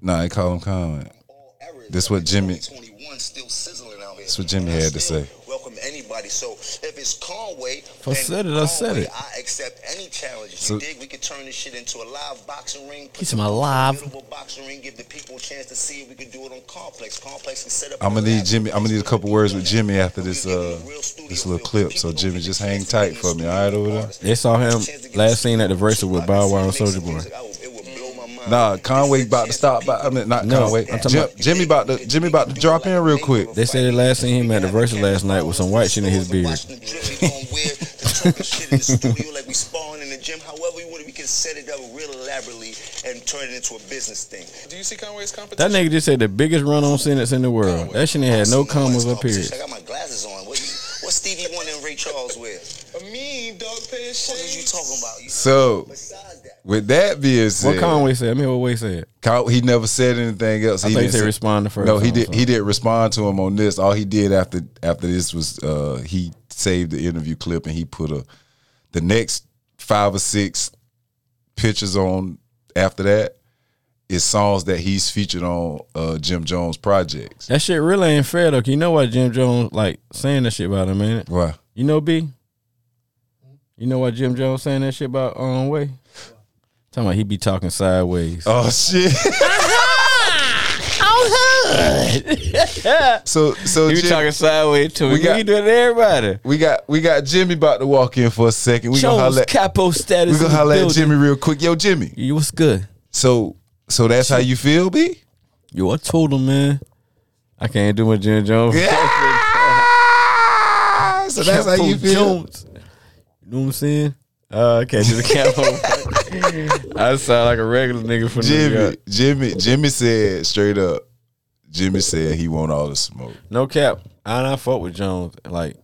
S1: no, nah, they call him Conway.
S5: all errors.
S1: This what Jimmy-
S5: 21 still sizzling out here.
S1: This what Jimmy
S5: And I
S1: had to
S5: still
S1: say.
S5: Welcome anybody. So if it's Conway,
S3: I said it, I said it.
S5: I accept any challenge.
S1: So-
S5: you dig? We could turn this shit into a live boxing ring. put
S3: He's
S5: some
S3: my live.
S5: Beautiful boxing ring. Give the people a chance to see if we can do it on Complex. Complex can set up.
S1: I'm gonna
S5: a
S1: need
S5: lab.
S1: Jimmy. I'm gonna need a couple words with Jimmy after
S5: We
S1: this
S5: can give
S1: uh
S5: you a real studio
S1: this little
S5: feel.
S1: clip. So
S5: People
S1: Jimmy,
S5: get
S1: just
S5: the
S1: hang
S5: chance to get
S1: tight
S5: in
S1: for me.
S5: the
S1: All right,
S5: studio
S1: over there.
S5: artists.
S3: They saw him last seen at the Versa with Bow Wow and Soldier Boy.
S1: Nah, Conway about to stop by. I mean, not
S3: No,
S1: Conway.
S3: I'm talking
S1: Jim-
S3: about-
S1: Jimmy about to Jimmy about to drop in real quick.
S3: They said they last seen him at the Versa last night with some white shit in his beard.
S5: Do you see Conway's
S3: That
S5: competition?
S3: nigga just said the biggest run on sentence in the world. That shit ain't had no commas
S1: "Oh,
S3: up here.
S5: I got my glasses on. What, you, what Stevie Wonder and Ray Charles wear? A mean dog pair of What are you talking about? You
S1: So
S5: besides that.
S1: with that being
S3: What
S1: said,
S3: Conway said? I mean, what Way said?
S1: Con- he never said anything else.
S3: I
S1: he
S3: thought he
S1: didn't
S3: said
S1: say-
S3: respond the first.
S1: No, he
S3: time,
S1: did.
S3: so.
S1: He didn't respond to him on this. All he did after after this was uh, he saved the interview clip and he put a the next five or six pictures on after that is songs that he's featured on uh, Jim Jones projects.
S3: That shit really ain't fair though. 'cause You know why Jim Jones like saying that shit about him, man?
S1: Right.
S3: You know B. You know why Jim Jones saying that shit about um Way? Talking about he be talking sideways.
S1: Oh shit. so so
S3: He be
S1: Jim-
S3: talking sideways too.
S1: We
S3: We
S1: got-
S3: he do it to everybody.
S1: we got we got Jimmy about to walk in for a second. We gonna
S3: Jones
S1: holler. at-
S3: capo status.
S1: We gonna
S3: in the
S1: holler at
S3: building.
S1: Jimmy real quick. Yo, Jimmy.
S3: You what's good?
S1: So so that's how you feel, B?
S3: Yo, I told him, man. I can't do my Jim Jones.
S1: Yeah. so that's how you
S3: Capo
S1: feel.
S3: Jones. You know what I'm saying? Uh, I can't do the capo. I sound like a regular nigga from New
S1: Jimmy,
S3: York.
S1: Jimmy, Jimmy said straight up. Jimmy said he want all the smoke.
S3: No cap. I not fuck with Jones. Like,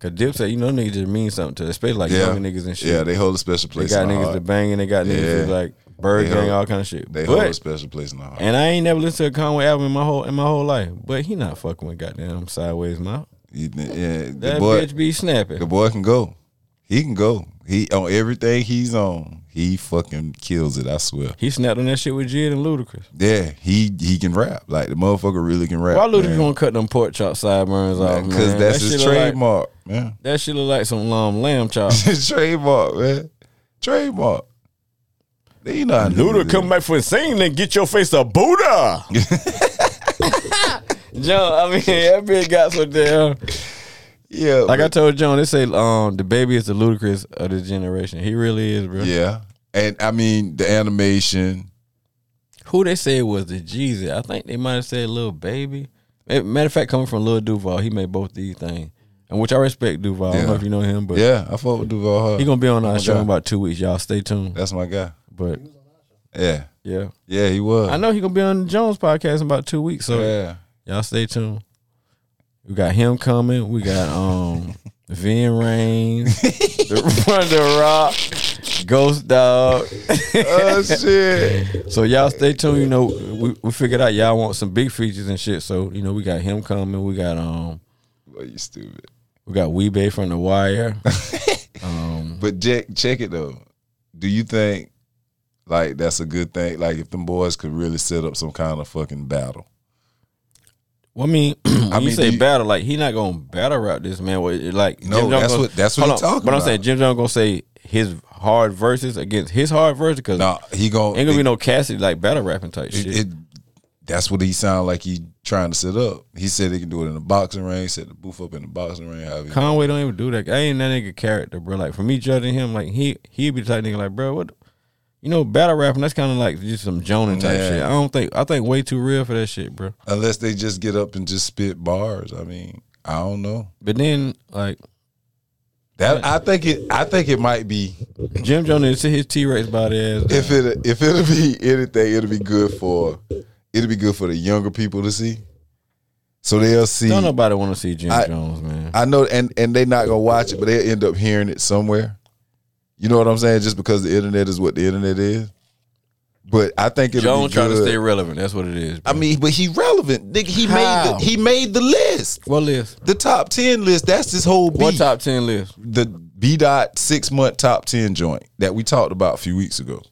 S3: cause Dipset, you know, niggas just mean something to, especially like
S1: Yeah,
S3: younger niggas and shit.
S1: Yeah, they hold a special
S3: they
S1: place.
S3: got
S1: in the
S3: niggas
S1: heart.
S3: to bang and they got niggas to
S1: Yeah.
S3: like bird
S1: They
S3: gang,
S1: hold-
S3: all kind of shit.
S1: They hold a
S3: but,
S1: special place in the heart.
S3: and I ain't never listened to a Conway album in my whole in my whole life. But he not fucking with goddamn sideways mouth.
S1: You- yeah, the
S3: That
S1: boy,
S3: bitch be
S1: the
S3: snapping.
S1: boy can go. He can go. He on everything he's on. He fucking kills it. I swear.
S3: He snapped on that shit with Jid and Ludacris.
S1: Yeah, he he can rap. Like the motherfucker really can rap.
S3: Why Ludacris
S1: man.
S3: gonna cut them pork chop sideburns off?
S1: Cause
S3: man?
S1: that's
S3: That
S1: his
S3: shit look like-
S1: trademark, man.
S3: That shit look like some um, lamb chop.
S1: His trademark, man. Trademark. They not
S3: Luda come back for singing and get your face a Buddha. John, I mean, that bitch got so damn.
S1: Yeah,
S3: Like I
S1: but-
S3: told John, they say um the baby is the ludicrous of this generation. He really is, bro.
S1: yeah, and I mean the animation.
S3: Who they say was the Jeezy? I think they might have said little baby. Eh, Matter of fact, coming from Lil Duval, he made both these things, and which I respect Duval. I don't know
S1: Yeah.
S3: if you know him, but
S1: Yeah, I fuck with Duval hard.
S3: he gonna be on our
S1: my
S3: show
S1: God.
S3: in about two weeks. Y'all stay tuned.
S1: That's my guy.
S3: But
S1: Yeah,
S3: yeah,
S1: yeah, he was.
S3: I know he gonna be on the Jones podcast in about two weeks. So
S1: Yeah,
S3: y'all stay tuned. We got him coming. We got um Vin Rains, the Wonder Rock, Ghost Dog.
S1: oh shit.
S3: So y'all stay tuned. You know, we, we figured out y'all want some big features and shit. So you know, we got him coming. We got um,
S1: Boy, you stupid.
S3: we got Weebay from the Wire.
S1: But check check it though. Do you think like that's a good thing? Like if them boys could really set up some kind of fucking battle.
S3: Well, I mean, when
S1: I
S3: you
S1: mean,
S3: say
S1: do you-
S3: battle, like he not gonna battle rap this man. Well, it- Like
S1: No,
S3: Jim Jones
S1: that's
S3: gonna-
S1: what- that's what
S3: Hold
S1: he
S3: on,
S1: talking
S3: But I'm
S1: about.
S3: saying Jim Jones gonna say his hard verses against his hard verses because
S1: Nah, he gon'
S3: ain't gonna be no Cassidy like battle rapping type
S1: it,
S3: shit.
S1: it- that's what he sound like he trying to set up. He said he can do it in the boxing ring, set the booth up in the boxing ring, however he-
S3: Conway don't even do that. I ain't that nigga character, bro. Like for me judging him, like he he be the type nigga like, bro, what? the- You know, battle rapping that's kind of like just some Jonan type
S1: Yeah.
S3: shit. I don't think I think way too real for that shit, bro.
S1: unless they just get up and just spit bars. I mean, I don't know.
S3: But then like
S1: That I think it I think it might be
S3: Jim Jonas is his T Rex body ass. bro.
S1: if it if it'll be anything, it'll be good for it'll be good for the younger people to see. So they'll see.
S3: don't nobody want to see Jim
S1: I-
S3: Jones, man.
S1: I know, and and they not gonna watch it, but they end up hearing it somewhere. You know what I'm saying? Just because the internet is what the internet is. But I think it'll
S3: Jones
S1: be
S3: trying to
S1: good.
S3: stay relevant. That's what it is.
S1: I mean, but he relevant. Nigga, he
S3: How?
S1: made the, he made the list,
S3: what list?
S1: the top ten list. That's his whole beat.
S3: What top ten list?
S1: The B dot six month top ten joint that we talked about a few weeks ago.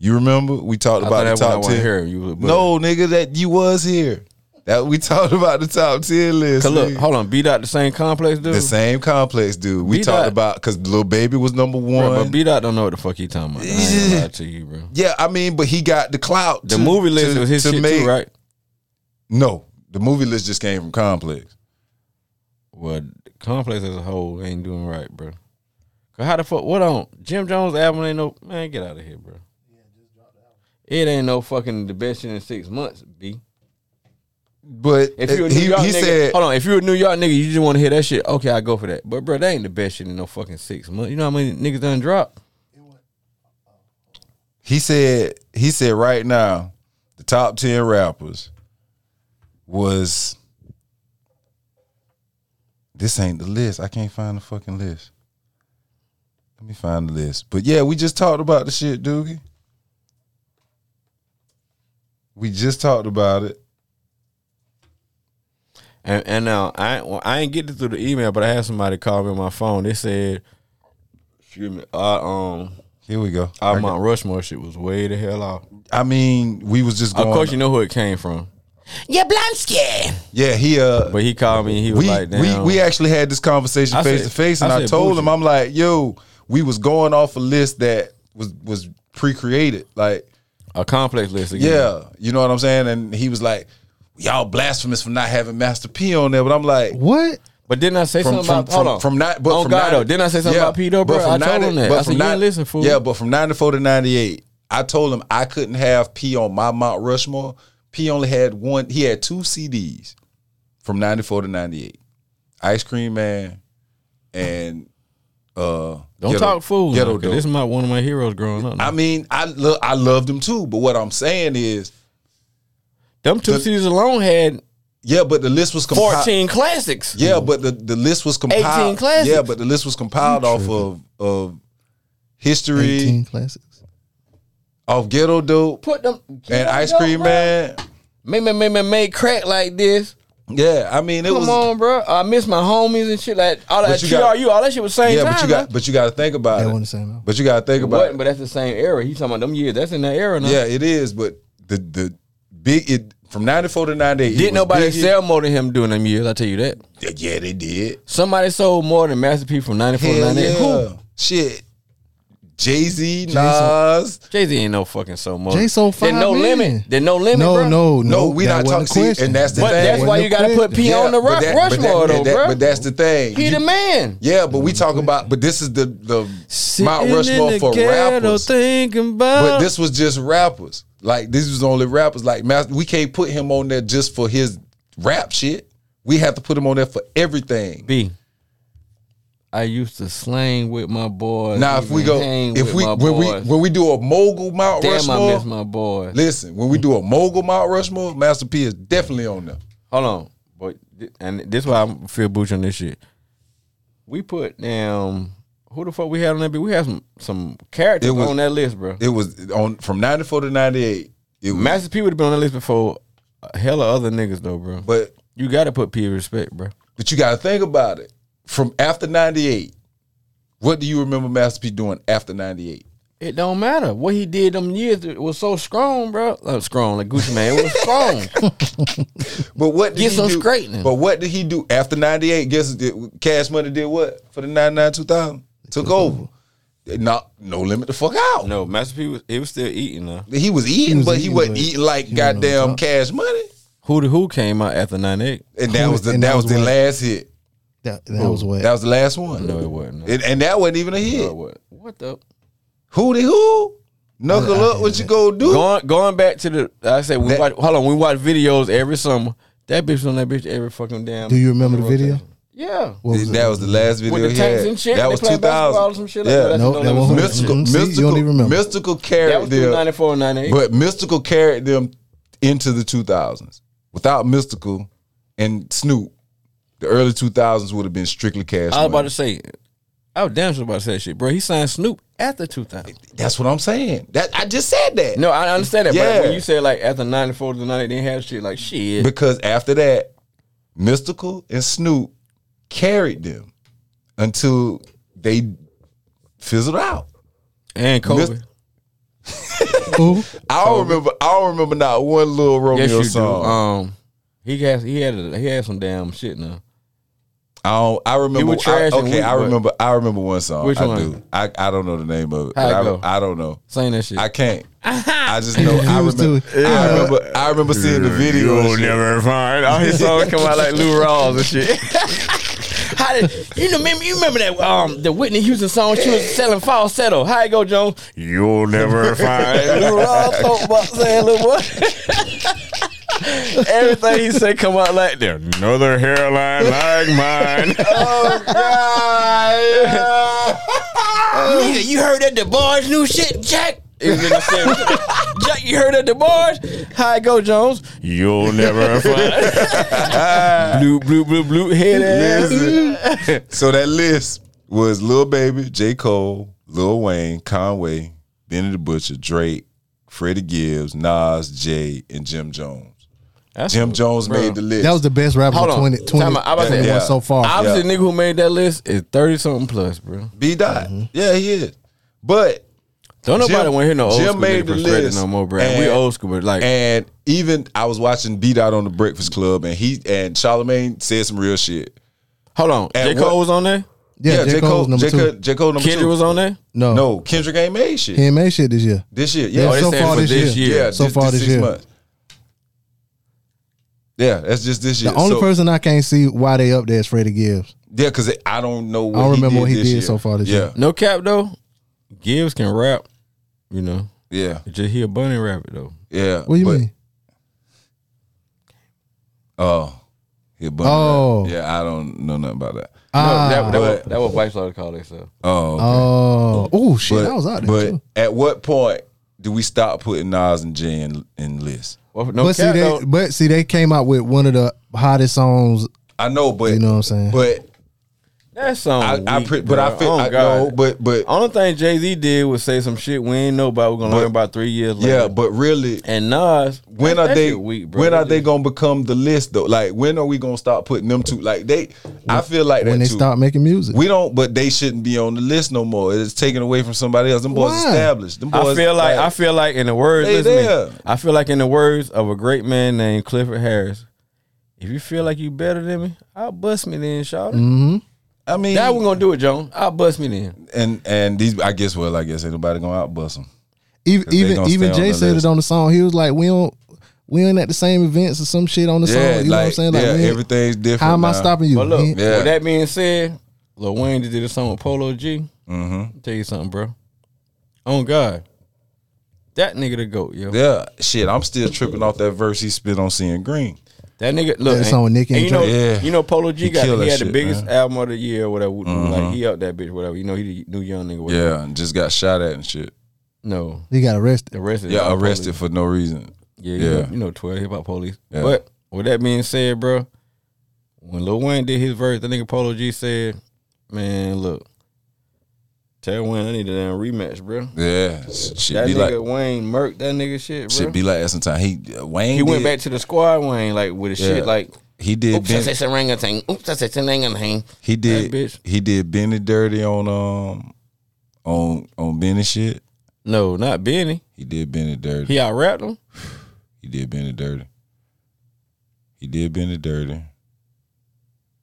S1: You remember we talked
S3: I
S1: about the
S3: thought that one I
S1: top
S3: want
S1: ten.
S3: to hear. You was- but-
S1: No, nigga, that you was here. That we talked about the top ten list.
S3: 'Cause look,
S1: nigga.
S3: hold on. Beat out the same complex dude.
S1: The same complex, dude. We
S3: B-Dot.
S1: talked about because little baby was number one.
S3: Bro, but Beat out don't know what the fuck he talking about. I ain't gonna lie to you, bro.
S1: yeah, I mean, but he got the clout.
S3: The
S1: to-
S3: movie list
S1: to-
S3: was his
S1: to
S3: shit
S1: make-
S3: too, right?
S1: No, the movie list just came from Complex.
S3: Well, Complex as a whole ain't doing right, bro. Cause how the fuck? What on Jim Jones album ain't no man? Get out of here, bro. It ain't no fucking the best shit in six months, B.
S1: But
S3: If you a New
S1: he,
S3: York
S1: he
S3: nigga,
S1: said,
S3: hold on. If you a New York nigga, you just want to hear that shit. Okay, I go for that. But bro, that ain't the best shit in no fucking six months. You know how many niggas done drop?
S1: he said, he said, right now, the top ten rappers was. This ain't the list. I can't find the fucking list. Let me find the list. But yeah, we just talked about the shit, Doogie. We just talked about it.
S3: And and now I ain't- well, I ain't get it through the email, but I had somebody call me on my phone. They said, "Excuse me, I um,
S1: Here we go.
S3: our
S1: I,
S3: Mount Rushmore shit was way the hell off."
S1: I mean, we was just going.
S3: Of course, you know who it came from. Yablonsky.
S1: yeah, he uh,
S3: But he called me. He was
S1: we
S3: like,
S1: we
S3: "Damn."
S1: we actually had this conversation
S3: I
S1: face
S3: said-
S1: to face, and
S3: I
S1: I,
S3: said
S1: told him,
S3: bougie.
S1: I'm like, yo, we was going off a list that was was pre created, like
S3: a complex list again.
S1: yeah, you know what I'm saying, and he was like, y'all blasphemous for not having Master P on there, but I'm like.
S2: What?
S3: But didn't I say
S1: From
S3: something
S1: from,
S3: about hold
S1: from,
S3: on
S1: from not but
S3: on
S1: from
S3: Oh, God
S1: nine-
S3: though? Didn't I say something
S1: yeah,
S3: about P though,
S1: but
S3: bro? I
S1: from
S3: told
S1: ninety-
S3: him that.
S1: but
S3: I
S1: from
S3: said you didn't
S1: ninety-
S3: listen, fool.
S1: Yeah, but from ninety four to ninety eight, I told him I couldn't have P on my Mount Rushmore. P only had one. He had two CDs from ninety four to ninety eight. Ice Cream Man and uh
S3: don't
S1: Ghetto-
S3: talk fool.
S1: Ghetto
S3: This
S1: Dope.
S3: is my one of my heroes growing up.
S1: I mean, I lo- I loved him too, but what I'm saying is,
S3: Them two
S1: the-
S3: cities alone had
S1: yeah, but the list was compiled.
S3: fourteen classics.
S1: Yeah, but the, the list was compiled.
S3: 18 classics.
S1: Yeah, but the list was compiled off of of history,
S2: 18 classics.
S1: Uh, off ghetto dope,
S3: Put them
S1: and ice cream man.
S3: Make me make me make crack like this.
S1: Yeah, I mean it
S3: Come
S1: was.
S3: on, bro. I miss my homies and shit like all that.
S1: But you got-
S3: TRU, all that shit was same
S1: Yeah,
S3: time.
S1: but you got but you got to think about
S2: They
S1: it.
S2: want the same album.
S1: But you got to think
S3: bro. Wasn't,
S1: about
S3: but
S1: it.
S3: that's the same era. He's talking about them years. That's in that era. Now.
S1: Yeah, it is, but the the big it from ninety four to ninety eight.
S3: Didn't nobody sell more than him during them years. I tell you that.
S1: Yeah, they did.
S3: Somebody sold more than Master P from 94 to
S1: Hell
S3: 98.
S1: yeah.
S3: Who?
S1: Shit. Jay Z, Nas.
S3: Jay-Z ain't no fucking so much.
S2: Jay sold
S3: Then
S2: five
S3: no
S2: million.
S3: limit. Then no limit,
S2: No,
S3: bro.
S2: no, no.
S1: No, we not
S2: that wasn't a
S1: talking- see,
S2: question.
S1: and that's the
S3: But
S1: thing.
S3: that's why
S2: Wasn't
S3: you
S2: a
S3: got to put
S2: question.
S3: P on the
S1: but
S3: rock
S1: that- but that-
S3: Rushmore,
S1: that-
S3: though,
S1: that-
S3: bro.
S1: But that's the thing.
S3: He
S1: You-
S3: the man.
S1: Yeah, but we talking about. But this is the the Mount Rushmore for rappers.
S3: thinking about
S1: But this was just rappers. Like this was only rappers. Like Master, we can't put him on there just for his rap shit. We have to put him on there for everything.
S3: B. I used to slang with my boys.
S1: Now, if we
S3: even
S1: go,
S3: hang
S1: if
S3: with
S1: we
S3: my
S1: when we
S3: boys.
S1: when we do a mogul Mount
S3: damn, I
S1: Rushmore,
S3: miss my boys.
S1: listen, when we do a mogul Mount Rushmore, Master P is definitely on there.
S3: Hold on, but thi- and this why I feel booch on this shit. We put damn who the fuck we had on that? bit? We had some some characters
S1: It was-
S3: on that list, bro.
S1: It was on from ninety four to ninety eight. It was,
S3: Master P would have been on that list before a hell of other niggas though, bro. But
S1: but
S3: you gotta put P in respect, bro.
S1: but you got to think about it. From after ninety eight, what do you remember Master P doing after ninety eight?
S3: It don't matter what he did them years it was so strong, bro. Like Uh, strong, like Gucci man, it was strong.
S1: But what did
S3: Get
S1: he
S3: some
S1: do?
S3: straightening.
S1: But what did he do after '98? Guess it- Cash Money did what for the '99 2000? Took over. Not no limit the fuck out.
S3: no, Master P was he was still eating though.
S1: He was eating,
S2: was
S1: but he
S2: eating,
S1: wasn't
S2: but
S1: eating like
S2: wasn't on
S1: goddamn
S2: top.
S1: Cash Money.
S3: Who the who came out after '98?
S1: And that
S2: Who-
S1: was the
S2: and
S1: that, was the
S2: what?
S1: last hit.
S2: That, that was what.
S1: Oh, That was the last one.
S3: No, it wasn't.
S1: And- and that wasn't even a hit.
S3: No, it wasn't. What the?
S1: Who the who? Knuckle
S2: I- I
S1: up.
S2: hear
S1: What you
S2: that.
S1: gonna do?
S3: Going going back to the I said we
S1: That-
S3: watch hold on, we watch videos every summer. That bitch was on that bitch every fucking damn
S2: Do you remember the video?
S3: Yeah.
S2: What was
S1: that was the last video.
S3: With the
S1: he
S3: tanks
S1: had.
S3: and shit,
S1: That
S3: they
S1: was
S3: playing basketball
S1: 2000.
S3: or some shit like
S1: yeah.
S3: that. That's
S2: No,
S3: no
S2: that
S3: limit.
S2: wasn't.
S1: Mystical,
S2: Mm, see, you
S1: mystical,
S2: don't even remember.
S1: mystical
S3: That was
S1: carried
S3: through
S1: them.
S3: 94 and 98.
S1: But Mystical carried them into the 2000s. Without Mystical and Snoop, the early 2000s would have been strictly cash.
S3: I was about
S1: Money.
S3: to say I was damn sure about to say that shit, bro. He signed Snoop after 2000.
S1: That's what I'm saying. That I just said that
S3: No, I understand that,
S1: Yeah.
S3: but when you said like after 94 to 98, they had shit like shit.
S1: because after that, Mystical and Snoop carried them until they fizzled out.
S3: and Kobe.
S1: Mis- I don't remember. I don't remember not one little Romeo
S3: Yes, you
S1: song.
S3: do. Um, he has he had a, he had some damn shit now.
S1: I don't. I remember.
S3: You were
S1: I-
S3: trash and
S1: okay,
S3: weak,
S1: I
S3: but-
S1: remember. I remember one song.
S3: Which
S1: I
S3: one?
S1: Do. I I don't know the name of it.
S3: How
S1: but
S3: it
S1: I,
S3: go?
S1: I don't know.
S3: Saying that shit.
S1: I can't. I just know. I
S2: Confused
S1: remember.
S2: too.
S1: I remember. I remember seeing the video. and shit.
S3: never find all his songs come out like Lou Rawls and shit. How did you know? Remember, you remember that um the Whitney Houston song she was selling falsetto. How it go, Jones? You'll never find Lou Rawls talk about saying little boy. Everything he said come out like there. Another hairline like mine. oh god! Nigga, you heard that the boys new shit, Jack? Jack, you heard that the boys? How it go, Jones? You'll never find blue, blue, blue, blue head ass.
S1: Listen. so that list was Lil Baby, J. Cole, Lil Wayne, Conway, Benny the Butcher, Drake, Freddie Gibbs, Nas, Jay, and Jim Jones.
S3: That's
S1: Jim Jones
S3: Bro.
S1: made the list.
S2: That was the best rapper
S3: Hold
S2: of
S3: on.
S2: 20, 20,
S3: Time out. I about to say,
S2: 21
S1: yeah.
S2: so far.
S3: Obviously, the nigga who made that list is thirty something plus, bro.
S1: B. Dot.
S2: Mm-hmm.
S1: Yeah, he is. But
S3: Don't
S1: Jim-
S3: nobody want to hear no old
S1: Jim
S3: school
S1: made
S3: nigga
S1: the
S3: frustrated
S1: list,
S3: no more, bro.
S1: and-
S3: we old school, but like
S1: And even I was watching B Dot on the Breakfast Club, and he and Charlemagne said some real shit.
S3: Hold on,
S1: At
S3: J Cole
S1: what-
S3: was on there.
S2: yeah, J. Cole's number
S1: J.
S2: two.
S1: Cole, J. Cole number
S3: Kendrick
S1: two.
S3: was on there.
S2: no, no,
S1: no, Kendrick ain't made shit
S2: he ain't made shit this year.
S1: this year.
S2: Yeah,
S1: Yeah, oh,
S2: so
S3: saying
S2: far
S3: for
S2: this year.
S1: yeah,
S2: so
S1: just
S2: far this
S1: six
S2: year.
S1: months. Yeah, that's just this year.
S2: The only
S1: So-
S2: person I can't see why they up there is Freddie Gibbs.
S1: yeah, because I don't know. What
S2: I don't remember
S1: he did
S2: what he
S1: this
S2: did
S1: year.
S2: so far this
S1: yeah,
S2: year.
S3: No cap though. Gibbs can rap, you know.
S1: Yeah,
S3: Just he a bunny rapper though.
S1: yeah, yeah.
S2: What do you
S1: but,
S2: mean?
S1: Oh, he a bunny
S2: Oh.
S1: rapper. yeah. I don't know nothing about that.
S2: Ah,
S3: no, that, that, was,
S1: but-
S3: that was Vice Lord call itself.
S1: Oh, okay.
S2: oh, oh shit, I was out there.
S1: but
S2: too.
S1: at what point do we stop putting Nas and Jay in, in list?
S3: Well, no
S2: but see,
S3: cap
S2: they,
S3: though.
S2: but see, they came out with one of the hottest songs.
S1: I know, but
S2: You know what I'm saying?
S1: But
S3: That song,
S1: I, I
S3: weak,
S1: pre- but
S3: bro.
S1: I feel
S3: Oh,
S1: I
S3: God.
S1: know, but but
S3: Only thing Jay Z did was say some shit we ain't know about. We're gonna
S1: But-
S3: learn about three years later.
S1: yeah, but really,
S3: and Nas,
S1: when
S3: that-
S1: are
S3: that
S1: they
S3: shit weak, bro.
S1: when
S3: That
S1: are they
S3: shit-
S1: gonna become the list though? Like when are we gonna start putting them two? Like they, I feel like
S2: When
S1: that
S2: they
S1: too.
S2: start making music,
S1: We don't, but they shouldn't be on the list no more. It's taken away from somebody else. Them boys
S2: Why?
S1: established. Them boys.
S3: I feel like I feel like in the words,
S1: They
S3: listen to me.
S1: there.
S3: I feel like in the words of a great man named Clifford Harris. If you feel like you better than me, I'll bust me then, Shawty.
S2: Mm-hmm.
S1: I mean,
S3: That we gonna do it, Joan. I'll bust me then.
S1: and and these. I guess well, I guess ain't nobody gonna outbust them.
S2: even
S1: they
S2: even
S1: gonna
S2: even
S1: stay on
S2: Jay
S1: the
S2: said
S1: list.
S2: it on the song. He was like, "We don't, we ain't at the same events or some shit on the
S1: Yeah,
S2: song."
S1: like,
S2: You know what I'm saying? Like,
S1: yeah,
S2: we ain't-
S1: everything's different.
S2: how am I
S1: now.
S2: stopping you?
S3: But look,
S2: He-
S1: Yeah.
S3: with that being said, Lil Wayne just did a song with Polo G. Mm-hmm. Tell you something, bro. Oh God, that nigga the goat, yo.
S1: Yeah, shit. I'm still tripping off that verse he spit on seeing green.
S3: That nigga,
S2: That
S3: look, and,
S2: song with Nicki
S3: and
S2: and
S3: you know,
S1: Drake? Yeah.
S3: you know, Polo G
S1: He
S3: got
S1: killed
S3: he
S1: that
S3: had the
S1: shit,
S3: biggest
S1: man. Mm-hmm.
S3: album of the year, or whatever. Like he out that bitch, whatever. You know, he the new young nigga. Whatever.
S1: Yeah, and just got shot at and shit.
S3: No,
S2: He got arrested.
S3: the rest of
S1: Yeah,
S3: all
S1: arrested for no reason.
S3: police. Yeah, You,
S1: Yeah.
S3: know, you know, twelve hip hop police.
S1: Yeah.
S3: But with that being said, bro, when Lil Wayne did his verse, the nigga Polo G said, "Man, look, tell Wayne I need a damn rematch, bro."
S1: Yeah, shit
S3: That
S1: be like
S3: nigga Wayne murked that nigga shit, bro.
S1: shit be like that sometimes. He uh, Wayne
S3: he went
S1: did-
S3: back to the squad Wayne like with his
S1: Yeah.
S3: shit like
S1: He did
S3: oops I
S1: Ben,
S3: said thing oops I said thing
S1: he did
S3: that bitch.
S1: he did Benny dirty on um on on Benny shit.
S3: No, not Benny.
S1: He did Benny dirty.
S3: He out rapped him.
S1: He did Benny dirty. He did Benny dirty.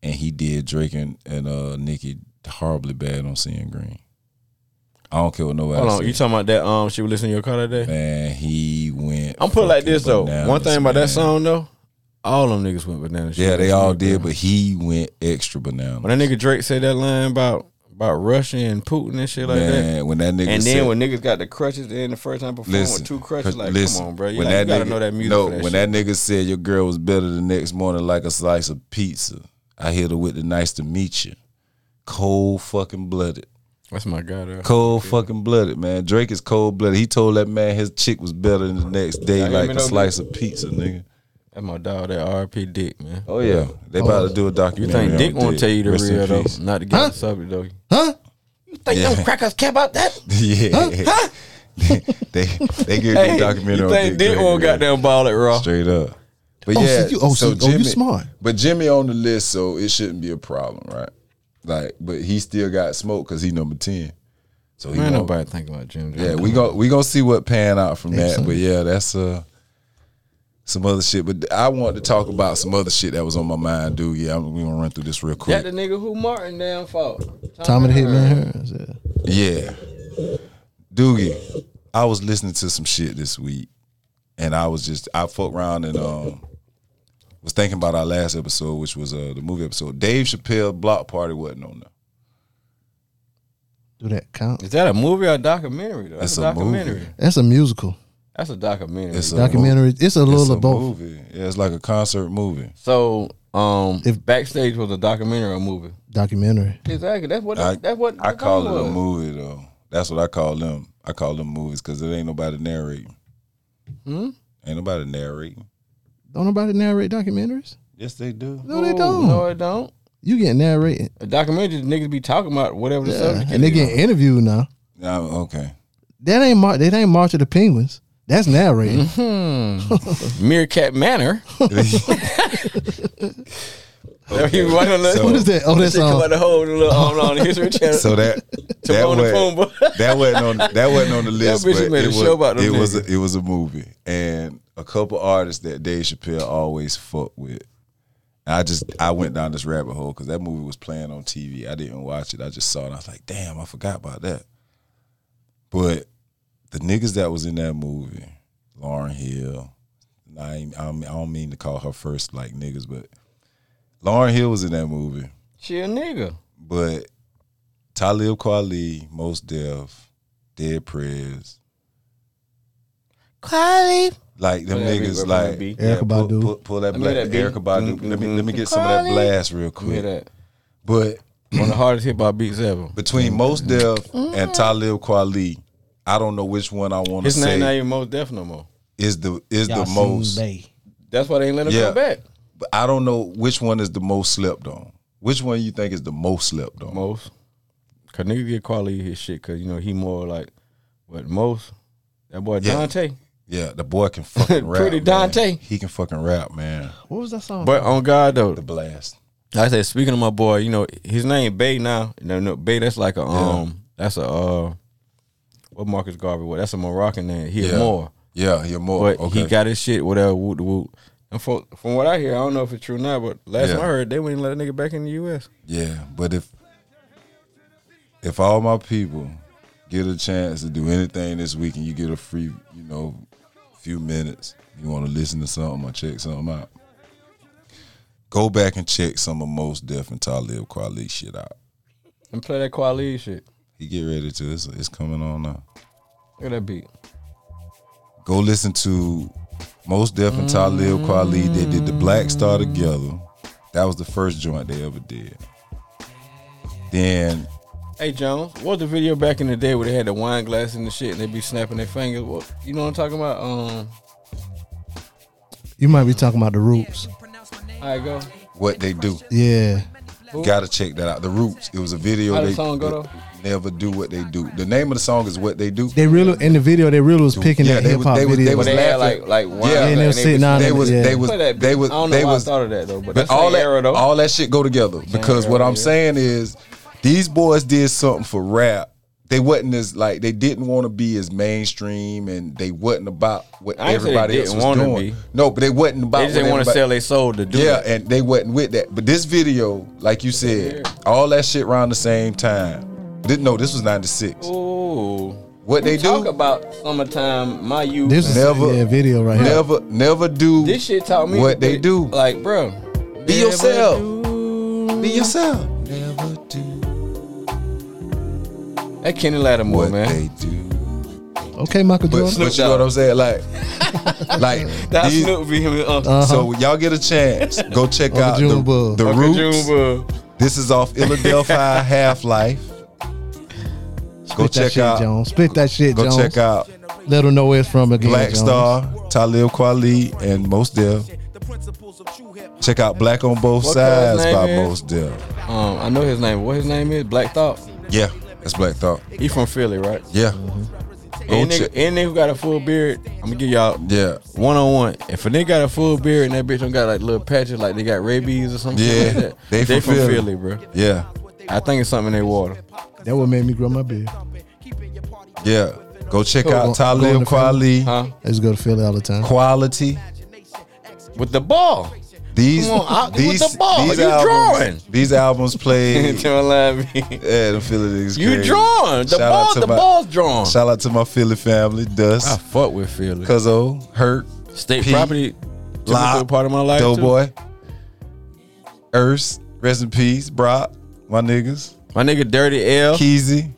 S1: And he did Drake and, and uh Nicki horribly bad on seeing green. I don't care what nobody
S3: Hold on, you
S1: says.
S3: talking about that? Um, she was listening to your car that day.
S1: man, he went
S3: I'm put it like this though.
S1: fucking
S3: One thing about that
S1: bananas, man.
S3: song though, all them niggas went bananas.
S1: Yeah,
S3: Shit,
S1: they
S3: that
S1: all
S3: shit,
S1: did,
S3: bro.
S1: but he went extra banana.
S3: when that nigga Drake said that line about about Russia and Putin and shit like that,
S1: man, when that nigga
S3: and
S1: said,
S3: then when niggas got the crutches and the first time performing
S1: listen,
S3: with two crutches, like
S1: listen,
S3: come on, bro, you,
S1: when
S3: like, you gotta
S1: nigga-
S3: know that music.
S1: No,
S3: for that
S1: when
S3: shit.
S1: that nigga said your girl was better the next morning like a slice of pizza, I hit her with the nice to meet you. Cold fucking blooded.
S3: that's my god. though.
S1: Cold fucking blooded, man. Drake is cold blooded. He told that man his chick was better than the next day
S3: Y'all hear
S1: like
S3: me
S1: a
S3: though,
S1: slice of pizza, nigga.
S3: That's my dog. That RP Dick, man.
S1: Oh yeah, they about to do a
S3: Oh, You
S1: documentary.
S3: think
S1: on
S3: Dick won't tell you the
S1: Rest in
S3: real though?
S1: peace.
S3: Not to get on
S2: Huh?
S3: the subject though.
S2: Huh?
S3: Think
S1: Yeah. them
S3: crackers care about that?
S1: Yeah. they they they get a
S3: Hey,
S1: good documentary
S3: you
S1: on
S3: think
S1: Dick.
S3: Dick
S1: Gregory,
S3: won't
S1: man.
S3: goddamn ball at Raw?
S1: Straight up. But
S2: Oh, so
S1: yeah,
S2: you- oh, so- oh, you smart.
S1: But Jimmy on the list, so it shouldn't be a problem, right? Like, but he still got smoke because he number ten. So he
S3: Man,
S1: won't-
S3: nobody think about Jim. Jones.
S1: yeah, we go we gonna see what pan out from that.
S2: Excellent.
S1: But yeah, that's uh some other shit. But I want to talk about some other shit that was on my mind, dude. Yeah, I'm, we gonna run through this real quick.
S3: That the nigga who Martin damn fought.
S2: Tommy the Hitman Hearns. Yeah.
S1: Yeah. Doogie, I was listening to some shit this week and I was just I fucked around and um was thinking about our last episode, which was uh the movie episode. Dave Chappelle block party wasn't on there.
S2: Do that count?
S3: Is that a movie or a documentary? Though?
S1: That's
S3: That's,
S1: a
S3: a documentary.
S1: movie.
S2: That's a musical
S3: That's a documentary.
S1: It's a
S2: documentary. It's
S1: mo-
S2: a little
S1: it's a
S2: of both.
S1: movie. Yeah, it's like a concert movie.
S3: so, um,
S2: If-
S3: if backstage was a documentary or a movie,
S2: Documentary.
S3: exactly. That's what.
S1: I,
S3: that's what.
S1: I
S3: the
S1: call
S3: thing
S1: it a
S3: was.
S1: movie though. That's what I call them. I call them movies because it ain't nobody narrating. Hmm? Ain't nobody narrating.
S2: Don't nobody narrate documentaries?
S1: Yes, they do.
S2: No, they
S3: Ooh,
S2: don't.
S3: No, it don't.
S2: You get narrated.
S3: A documentary, niggas be talking about whatever the
S2: Yeah.
S3: subject.
S2: And they
S3: is.
S2: get interviewed now.
S1: Yeah, okay.
S2: That ain't Mar- that ain't March of the Penguins. That's narrated.
S3: Meerkat Manor. You wanna look-
S1: So-
S2: What is that? Oh, that's
S3: Shit come out
S2: um,
S3: the whole little on on the History Channel.
S1: So that that
S3: Timon and
S1: wasn't,
S3: Pumbaa.
S1: that wasn't on that wasn't on the list.
S3: bitch
S1: but
S3: made
S1: it
S3: a
S1: was,
S3: show about them
S1: it was
S3: niggas.
S1: a, it was a movie and a couple artists that Dave Chappelle always fuck with. And I just I went down this rabbit hole because that movie was playing on TV. I didn't watch it. I just saw it. and I was like, damn, I forgot about that. But the niggas that was in that movie, Lauren Hill, and I ain't- I don't- I don't mean to call her first like niggas, but Lauren Hill was in that movie.
S3: she a nigga.
S1: But Talib Kweli, Most Def, Dead Prez,
S3: Kylie.
S1: like them
S3: Pull that beat,
S1: niggas,
S3: bro, pull that
S1: like
S3: beat.
S2: Erykah
S1: pull,
S2: Badu.
S1: pull, pull that
S3: Let me
S1: black
S3: hear that beat.
S1: Erica Badu.
S3: Mm,
S1: Let me
S3: mm,
S1: let me get some of that
S3: Kweli.
S1: blast real
S3: Hear
S1: quick.
S3: that?
S1: But
S3: One of the hardest hip hop beats ever.
S1: between Most Def and Talib Kweli, I don't know which one I want to
S3: His name not
S1: say
S3: even Most Def no more.
S1: is the is the
S2: Yasin
S1: most.
S2: Bey.
S3: That's why they ain't let him
S1: Yeah.
S3: come back.
S1: But I don't know which one is the most slept on. Which one you think is the most slept on?
S3: Most. Cause niggas get quality his shit cause you know he more like but most that boy
S1: Yeah.
S3: Dante.
S1: Yeah, the boy can fucking rap.
S3: Pretty
S1: man.
S3: Dante.
S1: He can fucking rap, man.
S2: What was that song?
S3: But on God though,
S1: The blast.
S3: I said speaking of my boy, you know, his name Bay now. No, no, Bay that's like a um that's a uh what Marcus Garvey was. That's a Moroccan name. He
S1: Yeah.
S3: more.
S1: Yeah, you're more.
S3: But
S1: okay.
S3: he got his shit, whatever, woot the woot. Oh, And from, from what I hear, I don't know if it's true or not, but last
S1: Yeah.
S3: time I heard, they wouldn't let a nigga back in the U.S.
S1: Yeah, but if if all my people get a chance to do anything this week and you get a free, you know, few minutes, you want to listen to something or check something out, go back and check some of Most Def and Talib Kweli shit out.
S3: And play that Kwali shit.
S1: He get ready to. It's, it's coming on now.
S3: Look at that beat.
S1: Go listen to Most Def and Talib Kweli, they did the Black Star together. That was the first joint they ever did. Then
S3: Hey Jones, what the video back in the day where they had the wine glass and the shit and they be snapping their fingers? What you know what I'm talking about? Um,
S2: You might be talking about the roots.
S3: I go.
S1: what they do.
S2: Yeah.
S1: Gotta check that out. The Roots. It was a video.
S3: How the
S1: they
S3: song go, though?
S1: never do what they do. The name of the song is What They Do.
S2: They really in the video they really was picking
S1: Yeah,
S2: that
S1: they
S2: hip
S1: was-
S2: hop
S1: they was- they
S2: video.
S1: was-
S3: They had
S1: Laughing.
S3: like like wine.
S1: Yeah, and
S3: glass
S1: they
S2: was sitting down
S3: They
S1: they was
S2: Yeah.
S1: they was
S3: play that
S1: they
S3: bitch.
S1: was
S3: I don't know
S1: they
S3: why
S1: was
S3: I thought of that though, but,
S1: but all that
S3: era though.
S1: all that shit go together because what
S3: era,
S1: I'm
S3: yeah.
S1: saying is these boys did something for rap. They wasn't as like they didn't want to be as mainstream and they wasn't about what
S3: I ain't say they
S1: everybody else
S3: didn't
S1: was
S3: wanna
S1: doing.
S3: be.
S1: No, but they wasn't about
S3: they just
S1: what
S3: didn't want to
S1: everybody-
S3: sell their soul to do
S1: yeah,
S3: that.
S1: and they wasn't with that. But this video, like you said, all that shit around the same time. Didn't know this was '96.
S3: Ooh,
S1: What they
S3: talk
S1: do?
S3: about summertime. My youth.
S2: This is
S1: Never-
S2: yeah, video right here.
S1: Never, never do.
S3: This shit taught me
S1: What they
S3: that-
S1: do.
S3: Like, bro,
S1: Be
S3: never
S1: yourself.
S3: do-
S1: Be yourself. Never do
S3: That Kenny Lattimore,
S1: what
S3: man.
S1: they do.
S2: Okay, Michael
S1: But,
S2: Jordan.
S1: but you know what I'm saying? Like, like
S3: That
S1: these-
S3: Snoop be him. Uh,
S2: Uh-huh.
S1: So when y'all get a chance, go check
S2: Uncle
S1: out
S2: June
S1: the,
S2: Bug.
S1: the
S3: Uh-huh. Uncle uh,
S1: Roots.
S3: June, bro.
S1: This is off Philadelphia Half Life. Go
S2: Spit that
S1: check
S2: shit,
S1: out.
S2: Jones. Spit that shit,
S1: Go
S2: Jones.
S1: check out
S2: Let them know where it's from again.
S1: Black
S2: Jones.
S1: Star, Talib Kweli, and Most Def. Check out Black on Both
S3: What
S1: Sides
S3: cuz name
S1: by
S3: is?
S1: Most Def.
S3: Um, I know his name. What his name is? Black Thought.
S1: Yeah, that's Black Thought.
S3: He from Philly, right?
S1: Yeah, Go
S3: Any nigga,
S1: check-
S3: any nigga who got a full beard, I'm gonna give y'all
S1: yeah,
S3: one on one. If a nigga got a full beard and that bitch don't got like little patches, like they got rabies or something,
S1: Yeah,
S3: like that,
S1: they from
S3: from
S1: Philly.
S3: Philly, bro.
S1: yeah,
S3: I think it's something in their water.
S2: That what made me grow my beard.
S1: yeah. Go check
S2: Go-
S1: out
S2: go in
S1: Talib
S2: the family.
S1: Kweli.
S3: Huh?
S2: I used to go to Philly all the time.
S1: Quality.
S3: With the ball.
S1: These
S3: Come on, out
S1: these
S3: with the ball.
S1: these
S3: You
S1: albums
S3: drawing.
S1: these albums played.
S3: Tell me what I mean.
S1: Yeah, the Philly niggas.
S3: You
S1: crazy.
S3: drawn. The
S1: Shout out
S3: ball
S1: to
S3: the
S1: my-
S3: ball's drawn.
S1: Shout out to my Philly family,
S3: I
S1: Dust,
S3: fuck with Philly.
S1: Cuzzo, Hurt,
S3: State
S1: P,
S3: property took a
S1: Lop,
S3: big part of my life. too.
S1: Doughboy, Urs, rest in peace, Brock, my niggas,
S3: My nigga Dirty L.
S1: Keezy.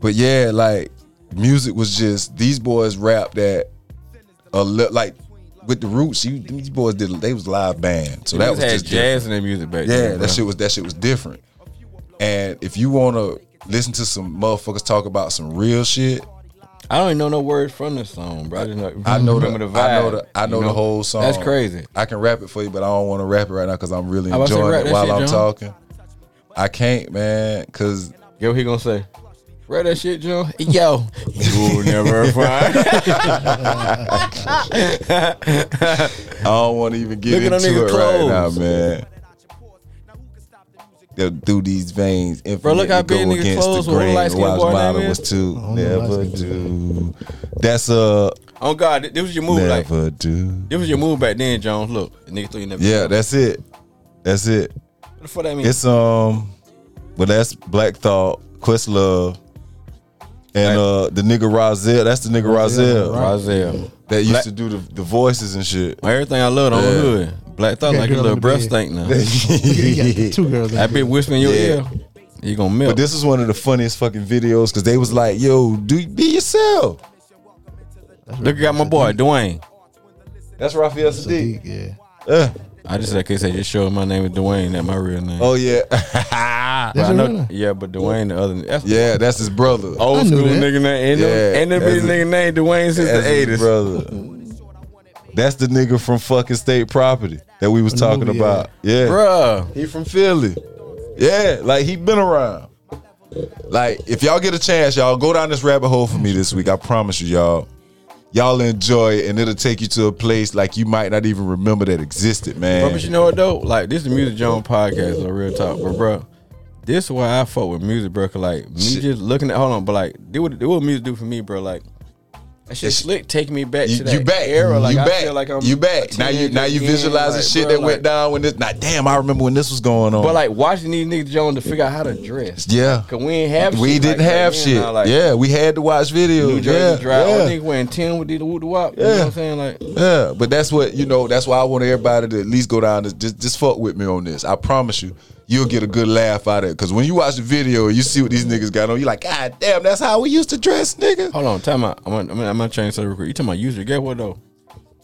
S1: But yeah, like music was just these boys rap that a li- like with the roots. You these boys did they was live band, so that was
S3: had
S1: just different.
S3: jazz in their music back
S1: Yeah,
S3: then. bro.
S1: that shit was that shit was different. And if you wanna listen to some motherfuckers talk about some real shit,
S3: I don't even know no words from this song, bro. I just know,
S1: I know the,
S3: remember the, vibe.
S1: I know the I
S3: you
S1: know, the whole song.
S3: That's crazy.
S1: I can rap it for you, but I don't want to rap it right now because I'm really
S3: I about to
S1: enjoying
S3: rap
S1: it
S3: that
S1: while
S3: shit,
S1: I'm
S3: John.
S1: talking. I can't, man, because
S3: Yo, he gonna say, "Read that shit, Joe." Yo, you will never find.
S1: I don't want to even get
S3: Look at them
S1: into
S3: nigga
S1: it right now,
S3: clothes.
S1: man. They'll do these veins.
S3: Bro, look how big
S1: go
S3: nigga
S1: against
S3: clothes
S1: the
S3: with one
S1: grain.
S3: light-skinned
S1: Watch
S3: boy
S1: mine
S3: name
S1: was
S3: is.
S1: two.
S2: don't know
S1: Never
S2: light-skinned
S1: do. That's a
S3: oh God, th- this was your move. Like
S1: never do.
S3: this was your move back then, Jones. Look, the nigga thought you never.
S1: Yeah, that's it. That's it.
S3: What the fuck that mean?
S1: It's um, but that's Black Thought, Questlove, and uh the nigga Rozelle. That's the nigga Rozelle
S3: Rozelle.
S1: that used
S3: Black-
S1: to do the, the voices and shit.
S3: Everything I love on the
S1: Yeah.
S3: hood. Black
S2: You
S3: thought
S2: got
S3: like
S2: a
S3: your
S2: girl
S3: little
S2: in the
S3: breath
S2: bed.
S3: stink now.
S2: You got two girls.
S3: That bitch whispering in your
S1: Yeah.
S3: ear. You gonna melt.
S1: But this is one of the funniest fucking videos because they was like, "Yo, do be yourself."
S3: Look, I got my boy Dwayne.
S1: That's Raphael
S2: Yeah.
S1: Sadiq.
S2: yeah.
S1: Uh,
S3: I just like I said, just show my name is Dwayne. That my real name.
S1: oh yeah,
S3: But
S2: That's
S3: I
S2: a
S3: know-
S2: real name.
S3: yeah, but Dwayne the other. That's
S1: yeah, that's his brother.
S2: I
S3: Old
S2: knew
S3: school
S2: that.
S3: nigga name. And
S1: Yeah,
S3: yeah, and that
S1: that's it.
S3: bitch nigga name Dwayne since
S1: that's
S3: Oh, the
S1: his
S3: eighties.
S1: brother. That's the nigga from fucking state property that we was
S2: the
S1: talking
S2: movie, yeah.
S1: about. Yeah,
S3: Bruh.
S1: He from Philly. Yeah, like he been around. Like if y'all get a chance, y'all go down this rabbit hole for me this week. I promise you, y'all. Y'all enjoy it, and it'll take you to a place like you might not even remember that existed,
S3: Bro,
S1: man.
S3: but you know what though? Like this is Music Jones podcast, a real talk, but bro, this is why I fuck with music, bro. 'cause, like me
S1: Shit.
S3: just looking at, hold on, but like, do what, do what music do for me, bro? Like that shit
S1: It's-
S3: slick, take me back
S1: You,
S3: to that
S1: you back,
S3: era. Like
S1: you
S3: I
S1: back,
S3: feel like I'm
S1: you
S3: a
S1: back. Now you
S3: teenager
S1: now you
S3: again,
S1: visualizing
S3: like,
S1: shit
S3: bro,
S1: that went
S3: like-
S1: down when this. Now damn, I remember when this was going on.
S3: But like watching these niggas Jones to figure out how to dress,
S1: Oh. yeah,
S3: cause we ain't have,
S1: we
S3: shit
S1: didn't
S3: like that
S1: have
S3: then,
S1: shit.
S3: now, like,
S1: yeah, we had to watch videos.
S3: New Jersey
S1: yeah,
S3: Drive,
S1: yeah.
S3: all niggas wearing ten with the wood wop. You know
S1: Yeah.
S3: what I'm saying? Like
S1: Yeah, but that's what you know. That's why I want everybody to at least go down. To, just just fuck with me on this. I promise you, you'll get a good laugh out of it. Because when you watch the video, and you see what these niggas got on. You like, God damn, that's how we used to dress, nigga.
S3: Oh. Hold on, time out. I'm gonna, I'm gonna, I'm gonna change something real quick. You talking about user? Get what though?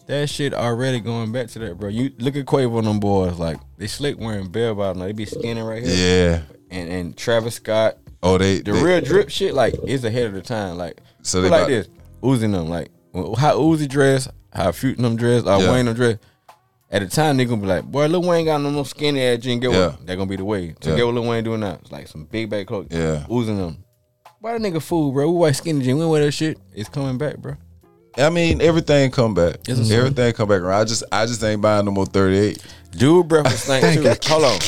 S3: That shit already going back to that, bro. You look at Quavo and them boys, like they slick wearing bell bottom, they be skinning right here.
S1: Yeah.
S3: And and Travis Scott,
S1: Oh, they.
S3: the
S1: they-
S3: real drip shit, like is ahead of the time. Like
S1: So
S3: so
S1: they
S3: like
S1: about-
S3: this, Uzi and them, like wh- how Uzi dress, how Future them dress, how
S1: Yeah.
S3: Wayne them dress. At the time, they gonna be like, boy, Lil Wayne got no more skinny ass jean. Get
S1: Yeah.
S3: what? That gonna be the way. So
S1: Yeah.
S3: get what Lil Wayne doing now? It's like some big bag clothes.
S1: Yeah.
S3: Uzi and them. Why that nigga fool, bro? We white skinny jean. We wear that shit. It's coming back, bro.
S1: I mean, everything come back.
S3: Yes, sir.
S1: Everything come back around. I just, I just ain't buying no more thirty eight.
S3: Dude, breath was stank too. Hold on.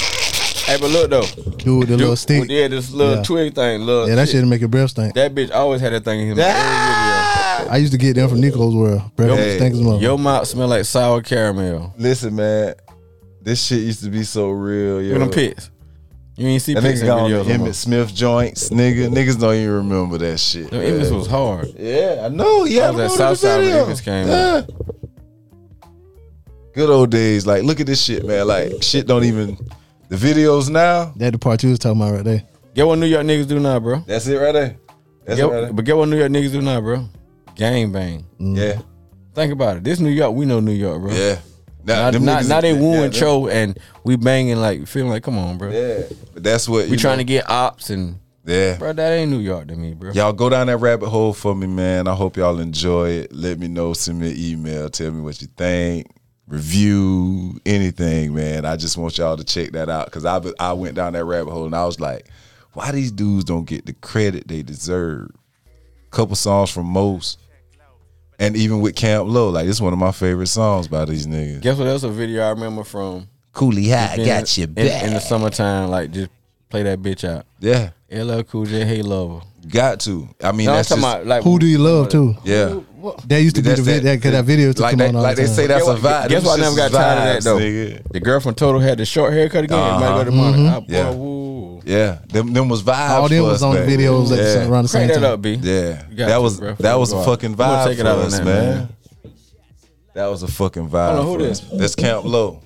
S3: Hey, but look though.
S2: Dude, with the little
S3: Dude,
S2: stink.
S3: Yeah, this little
S2: Yeah.
S3: twig thing. Little
S2: Yeah, that
S3: shit.
S2: shit make your breath stink.
S3: That bitch always had that thing in his mouth. every
S2: I used to get them from Nico's World. Breath
S1: Hey.
S2: stinks
S3: video.
S2: mother.
S3: Your mouth smell like sour caramel.
S1: Listen, man, this shit used to be so real. Yo.
S3: You them pits. You ain't see
S1: That
S3: pits
S1: niggas
S3: in
S1: got on
S3: videos.
S1: the
S3: no more.
S1: Emmett Smith joints, nigga. Niggas don't even remember that shit.
S3: Them Emmys
S1: man.
S3: was hard.
S1: Yeah, I know. Yeah,
S3: I was at Southside when Emmys came
S1: Yeah. Good old days. Like, look at this shit, man. Like, shit don't even. The videos now.
S2: That the part you was talking about right there.
S3: Get what New York niggas do now, bro.
S1: That's it right there. That's
S3: Get-
S1: it right there.
S3: but get what New York niggas do now, bro. Gang bang.
S1: Yeah,
S3: Think about it. This New York, we know New York, bro.
S1: yeah. Now,
S3: Now,
S1: them
S3: now,
S1: niggas-
S3: now they
S1: yeah,
S3: wooing
S1: them-
S3: Cho and we banging like feeling like, come on, bro.
S1: Yeah, but that's what
S3: we trying to get ops and
S1: Yeah.
S3: bro, that ain't New York to me, bro.
S1: Y'all go down that rabbit hole for me, man. I hope y'all enjoy it. Let me know. Send me an email. Tell me what you think. Review anything, man. I just want y'all to check that out because I I went down that rabbit hole and I was like, why these dudes don't get the credit they deserve? Couple songs from most, and even with Camp Low, like this is one of my favorite songs by these niggas.
S3: Guess what else a video I remember from
S1: Cooley High
S3: in
S1: got
S3: the-
S1: your
S3: in-
S1: back.
S3: in the summertime. Like just play that bitch out.
S1: yeah,
S3: LL Cool J, Hey Lover.
S1: got to. I mean,
S3: No, I'm
S1: that's
S3: talking
S1: just,
S3: about like uh,
S2: Who do you love too?
S1: yeah.
S2: That used to be the vid- that, that, that video to
S1: like
S2: come
S1: they,
S2: on all
S1: like
S2: the
S1: they
S2: time.
S1: say that's
S3: Guess
S1: a
S3: what-
S1: vibe.
S3: guess
S1: Them
S3: what I never
S1: shits
S3: got tired of that,
S1: vibes,
S3: though.
S1: Nigga.
S3: the girl from Total had the short haircut again.
S1: Uh-huh.
S3: Everybody go to Monica. I- boy,
S1: Yeah.
S3: woo.
S1: Yeah, them them was vibes.
S2: all them
S1: for
S2: was
S1: us
S2: on the
S1: back
S2: videos at the
S1: Yeah.
S2: same- around the
S3: Crank
S2: same
S3: that
S2: time.
S3: up, B.
S1: then.
S3: You
S1: Yeah,
S3: got
S1: that
S3: to,
S1: was
S3: bro, before
S1: that
S3: we
S1: was
S3: go
S1: a
S3: out.
S1: fucking
S3: I'm gonna
S1: vibe
S3: take it
S1: for
S3: out on
S1: us,
S3: that,
S1: man.
S3: man.
S1: That was a fucking vibe.
S3: Hold on, who
S1: for
S3: this?
S1: us. That's Camp Low.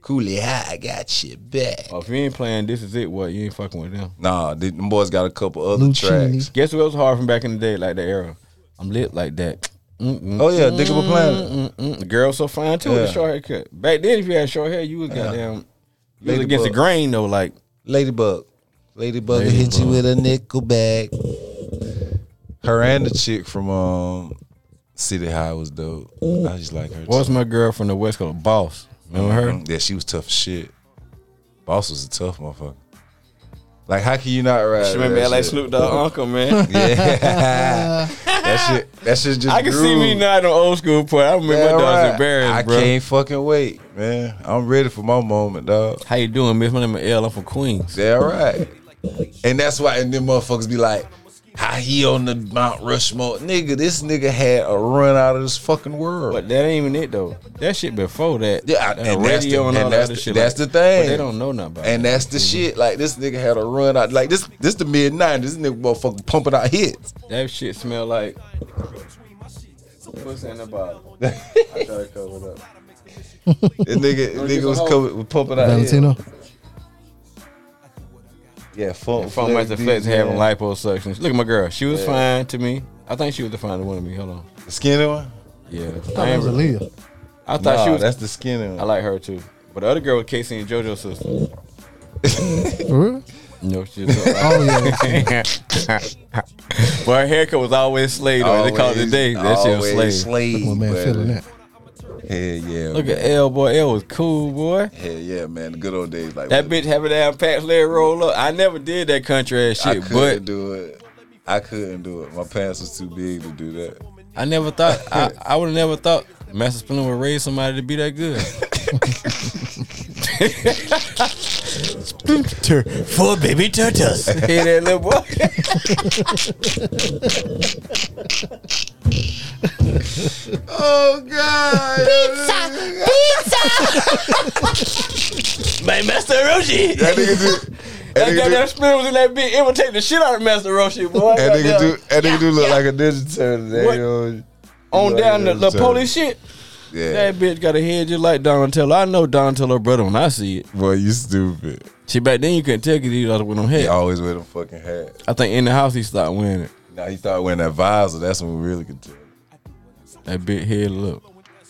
S1: Cooley High got your back.
S3: Oh, if you ain't playing, this is it. What you ain't fucking with them?
S1: Nah, the- them boys got a couple other
S2: Lucini.
S1: tracks.
S3: Guess what else hard from back in the day, like the era? I'm lit like that. Mm-mm.
S1: Oh yeah, Dick of a Planet.
S3: Mm-mm. The girl so fine too. with
S1: Yeah.
S3: The short haircut. Back then, if you had short hair, you was goddamn. You was
S1: Ladybug.
S3: against the grain though. Like
S1: Ladybug. Ladybug will hit you with a nickel bag. Her and the chick from um City High was dope. I just like her. too.
S3: What's my girl from the West Coast? Boss. Remember her?
S1: Mhm. Yeah, she was tough as shit. Boss was a tough motherfucker. Like, how can you not ride?
S3: She remember
S1: that
S3: LA
S1: shit?
S3: Snoop Dogg uncle, man.
S1: Yeah, that shit. That shit just.
S3: I can see
S1: grew.
S3: me now in the old school part. I remember
S1: Yeah,
S3: my dog's
S1: right.
S3: embarrassed,
S1: I
S3: bro.
S1: can't fucking wait, man. I'm ready for my moment, dog.
S3: How you doing, miss? My name is L. I'm from Queens.
S1: Yeah, right. And that's why, and them motherfuckers be like, how he on the Mount Rushmore, nigga. This nigga had a run out of this fucking world.
S3: But that ain't even it though. That shit before that.
S1: Yeah, I-
S3: the
S1: and that's
S3: radio
S1: the-
S3: and all
S1: and
S3: that
S1: that's
S3: other
S1: the-
S3: shit.
S1: that's
S3: like-
S1: the thing.
S3: But they don't know nothing about.
S1: And
S3: that.
S1: that's the
S2: Mm-hmm.
S1: shit. Like this nigga had a run out. Like this, this the mid nineties. This nigga motherfucker pumping out hits.
S3: that shit smell like. Pussy in the bottle. I try to cover it up.
S1: This nigga,
S3: get
S1: nigga
S3: some
S1: was
S3: hoes.
S1: coming, pumping out hits.
S2: Oh, Valentino.
S1: Yeah, funk.
S3: Phone master
S1: Flex,
S3: flex
S1: yeah.
S3: having liposuction. Look at my girl. She was fine to me. I think she was the finest one to me. Hold on.
S1: The skinny one.
S3: Yeah.
S2: That
S3: I, ain't
S2: was
S3: really-
S2: Aaliyah.
S3: I thought she was.
S1: that's the skinny
S3: I
S1: one.
S3: like her too. But the other girl was Casey and JoJo's sister.
S2: For real?
S3: No, uh, she was.
S2: Oh yeah.
S3: but her haircut was always slayed. Or they called it the day. That shit was slayed.
S1: always Slade,
S2: My man
S1: brother.
S2: feeling that.
S1: Hell yeah.
S3: Look
S1: man.
S3: at L boy. L was cool boy.
S1: Hell yeah, man. The good old days. Like
S3: That bitch having that patch leg roll up. I never did that country ass
S1: I
S3: shit,
S1: couldn't
S3: but
S1: do it. I couldn't do it. My pants was too big to do that.
S3: I never thought I, I would have never thought Master Splinter would raise somebody to be that good.
S2: For baby turtles.
S3: Hear that little boy?
S1: Oh god.
S3: My Master Roshi.
S1: that nigga do. That
S3: That
S1: nigga
S3: goddamn
S1: do.
S3: splinter was in that bitch. It would take the shit out of Master Roshi, boy.
S1: That nigga
S3: Goddamn.
S1: do. That nigga do look like a ninja turtle. That
S3: What?
S1: yo-
S3: on
S1: Like
S3: down the,
S1: Ninja
S3: the
S1: Turtle.
S3: police shit.
S1: Yeah.
S3: That bitch got a head just like Donatello. I know Donatello brother when I see it.
S1: Boy, you stupid.
S3: See, back then you couldn't tell because he was with no head.
S1: He always wear them fucking hat.
S3: I think in the house he started wearing it.
S1: Now he started wearing that visor. That's when we really could tell.
S3: That big head look.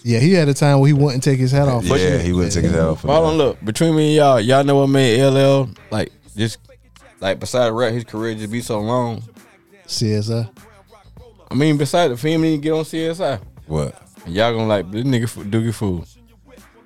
S2: Yeah, he had a time where he wouldn't take his hat off.
S1: yeah, he wouldn't take his hat off. for
S3: Hold
S1: that.
S3: on, look. Between me and y'all, y'all know what made LL like just like beside rap, his career just be so long.
S2: CSI.
S3: I mean, beside the film, he get on CSI.
S1: What?
S3: And y'all gonna like this nigga fo- doogie fool.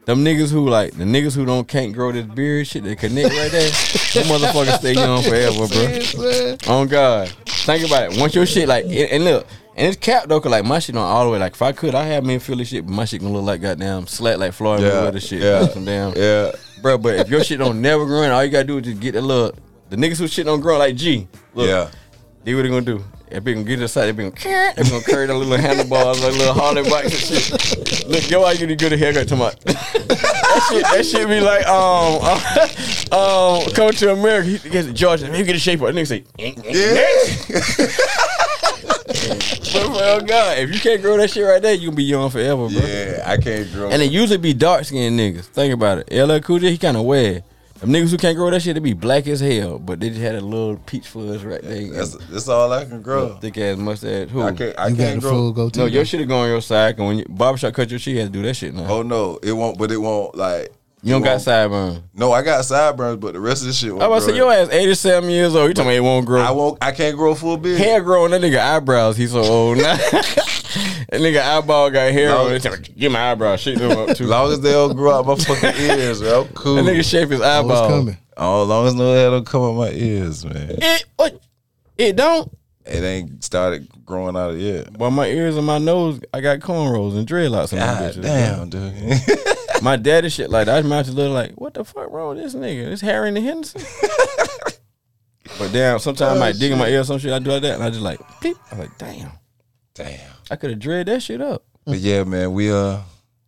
S3: Them niggas who like the niggas who don't can't grow this beard shit, they connect right there. Them motherfuckers stay young forever, bro. On Oh, God, think about it. Once your shit like and, and look, and it's cap though, cause like my shit on all the way. Like if I could, I have me in Philly shit, but my shit gonna look like goddamn slat like Florida
S1: Yeah,
S3: weather shit.
S1: yeah,
S3: Yeah, damn.
S1: Yeah.
S3: bro. But if your shit don't never grow, in, all you gotta do is just get the look. The niggas who shit don't grow like G. Look,
S1: Yeah.
S3: they what they gonna do? If they gonna get inside, they gonna carrot. They gonna carry the little handlebars like little Harley bikes and shit. Look, yo, I get a good haircut tomorrow. that shit, that shit be like um um, um come to America. He gets to Georgia. He get a shape up. Nigga say, but for oh god, if you can't grow that shit right there, you gonna be young forever, bro.
S1: Yeah, I can't grow.
S3: And it usually be dark skinned niggas. Think about it. LL Cool J, he kind of weird. Them niggas who can't grow that shit, they be black as hell, but they just had a little peach fuzz right there.
S1: that's, that's all I can grow.
S3: thick ass mustache. Who?
S1: I can't. I
S2: You got
S1: can't
S2: the
S1: grow.
S2: full go to.
S3: No, your shit go on your side. Cause when you, barbershop cut your shit, you had to do that shit now.
S1: Oh no, it won't. But it won't. Like
S3: you don't
S1: it
S3: got
S1: won't-
S3: sideburn.
S1: No, I got sideburns, but the rest of this shit. Won't
S3: I was about to say,
S1: grow.
S3: your ass 87 years old. You talking about it won't grow.
S1: I won't. I can't grow a full beard.
S3: hair growing, that nigga eyebrows, he so old now. that nigga eyeball got hair
S1: No.
S3: on it. He talking about, Get my eyebrows, shit them up too.
S1: As
S3: that
S1: long as they don't grow out my fucking ears, bro, I'm cool.
S3: nigga shape his
S2: Oh, it's
S3: eyeball.
S2: coming.
S1: Oh, as long as no hair don't come out my ears, man.
S3: It what? Eh, oh, It don't.
S1: It ain't started growing out of yet.
S3: But my ears and my nose, I got cornrows and dreadlocks and
S1: God
S3: bitches.
S1: damn, dude.
S3: My daddy shit like that. I might just look like, what the fuck wrong with this nigga? This Harry and the Henderson. but damn, sometimes I might
S1: Oh,
S3: dig in my ear or some shit. I do like that, and I just like, peep. I'm like, damn,
S1: damn.
S3: I could have dread that shit up.
S1: But yeah, man, we uh,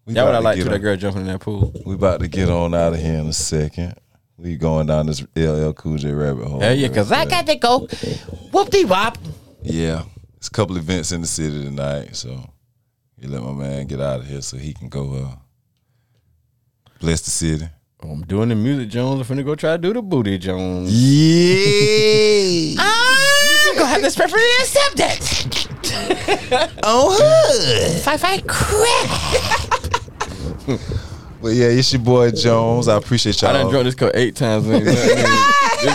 S1: we
S3: That
S1: about
S3: what I
S1: to
S3: like
S1: get
S3: to that
S1: on-
S3: girl jumping in that pool.
S1: We about to get on out of here in a second. We going down this LL Cool J rabbit hole.
S3: Hell yeah, cause I got to go. Whoop de wop.
S1: Yeah, it's a couple events in the city tonight, so you let my man get out of here so he can go uh bless the city.
S3: I'm doing the music Jones. I'm finna go try to do the booty Jones.
S1: Yeah.
S3: I'm gonna have this preferably accept that. oh, hood. Fight, fight, crack.
S1: but yeah, it's your boy Jones. I appreciate y'all.
S3: I done drunk this cup eight times. Man. this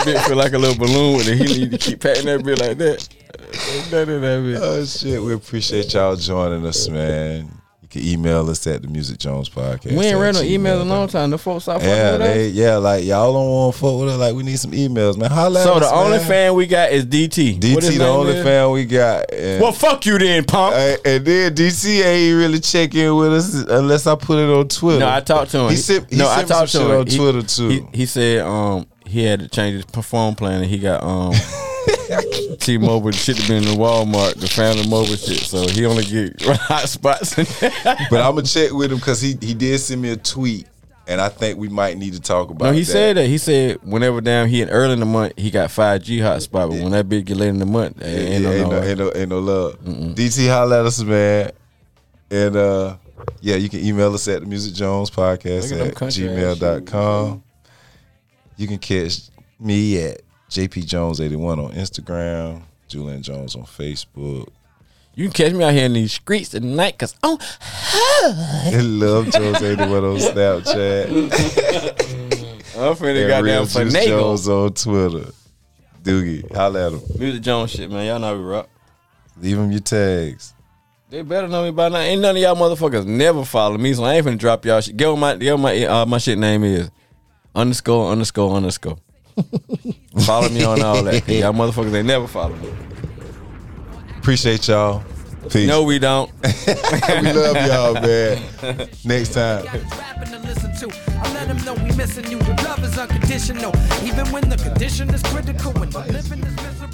S3: bitch feel like a little balloon with a healing. You keep patting that bitch like that. That is that bitch.
S1: Oh shit, we appreciate y'all joining us, man. You can email us at the Music Jones Podcast.
S3: We ain't
S1: at
S3: read no emails in a
S1: gmail.com.
S3: long time. The folks stop fucking
S1: E, Yeah,
S3: with
S1: they
S3: us.
S1: yeah, like y'all don't want to fuck with us. Like we need some emails, man. Holla
S3: So
S1: at
S3: the
S1: us,
S3: only
S1: E, man.
S3: fan we got is DT. What his
S1: DT the
S3: name
S1: only
S3: is?
S1: fan we got. And,
S3: Well, fuck you then, punk.
S1: and- and then DC ain't really check in with us unless I put it on Twitter.
S3: no, I talked to him.
S1: He sent, he
S3: no,
S1: sent
S3: I talked
S1: some
S3: to
S1: shit
S3: him
S1: on
S3: He-
S1: Twitter too.
S3: He, he said um he had to change his perform plan and he got um T-Mobile shit to be in the Walmart, the family mobile shit. So he only get hot spots.
S1: but I'm gonna check with him because he he did send me a tweet, and I think we might need to talk about.
S3: No, he
S1: that.
S3: said that. He said whenever down he early in the month he got five G hotspot, but when that bitch get late in the month, eh,
S1: Yeah,
S3: ain't no,
S1: ain't, no,
S3: no-
S1: ain't, no, ain't no love. DT holla at us, man. And uh yeah, you can email us at the Music Jones Podcast
S3: Look at them
S1: at
S3: country ass
S1: gmail.com. You can catch me at JP Jones81 on Instagram, Julian Jones on Facebook.
S3: You can catch me out here in these streets at night, cause oh,
S1: And Love Jones81 on Snapchat.
S3: I'm finna
S1: And Real
S3: goddamn
S1: Juice
S3: finagle.
S1: Jones on Twitter. Doogie, holla at him.
S3: Music Jones shit, man. Y'all know we rock.
S1: Leave him your tags.
S3: They better know me by now. Ain't none of y'all motherfuckers never follow me, so I ain't finna drop y'all shit. Get what my get what my uh, my shit name is underscore underscore underscore. follow me on all that. 'cause Y'all motherfuckers ain't never follow me.
S1: Appreciate y'all. Peace.
S3: No, we don't.
S1: we love y'all, man. Next time.
S6: got us rapping to listen to. I let them know we missing you. The love is unconditional, even when the condition is critical. And the living is miserable.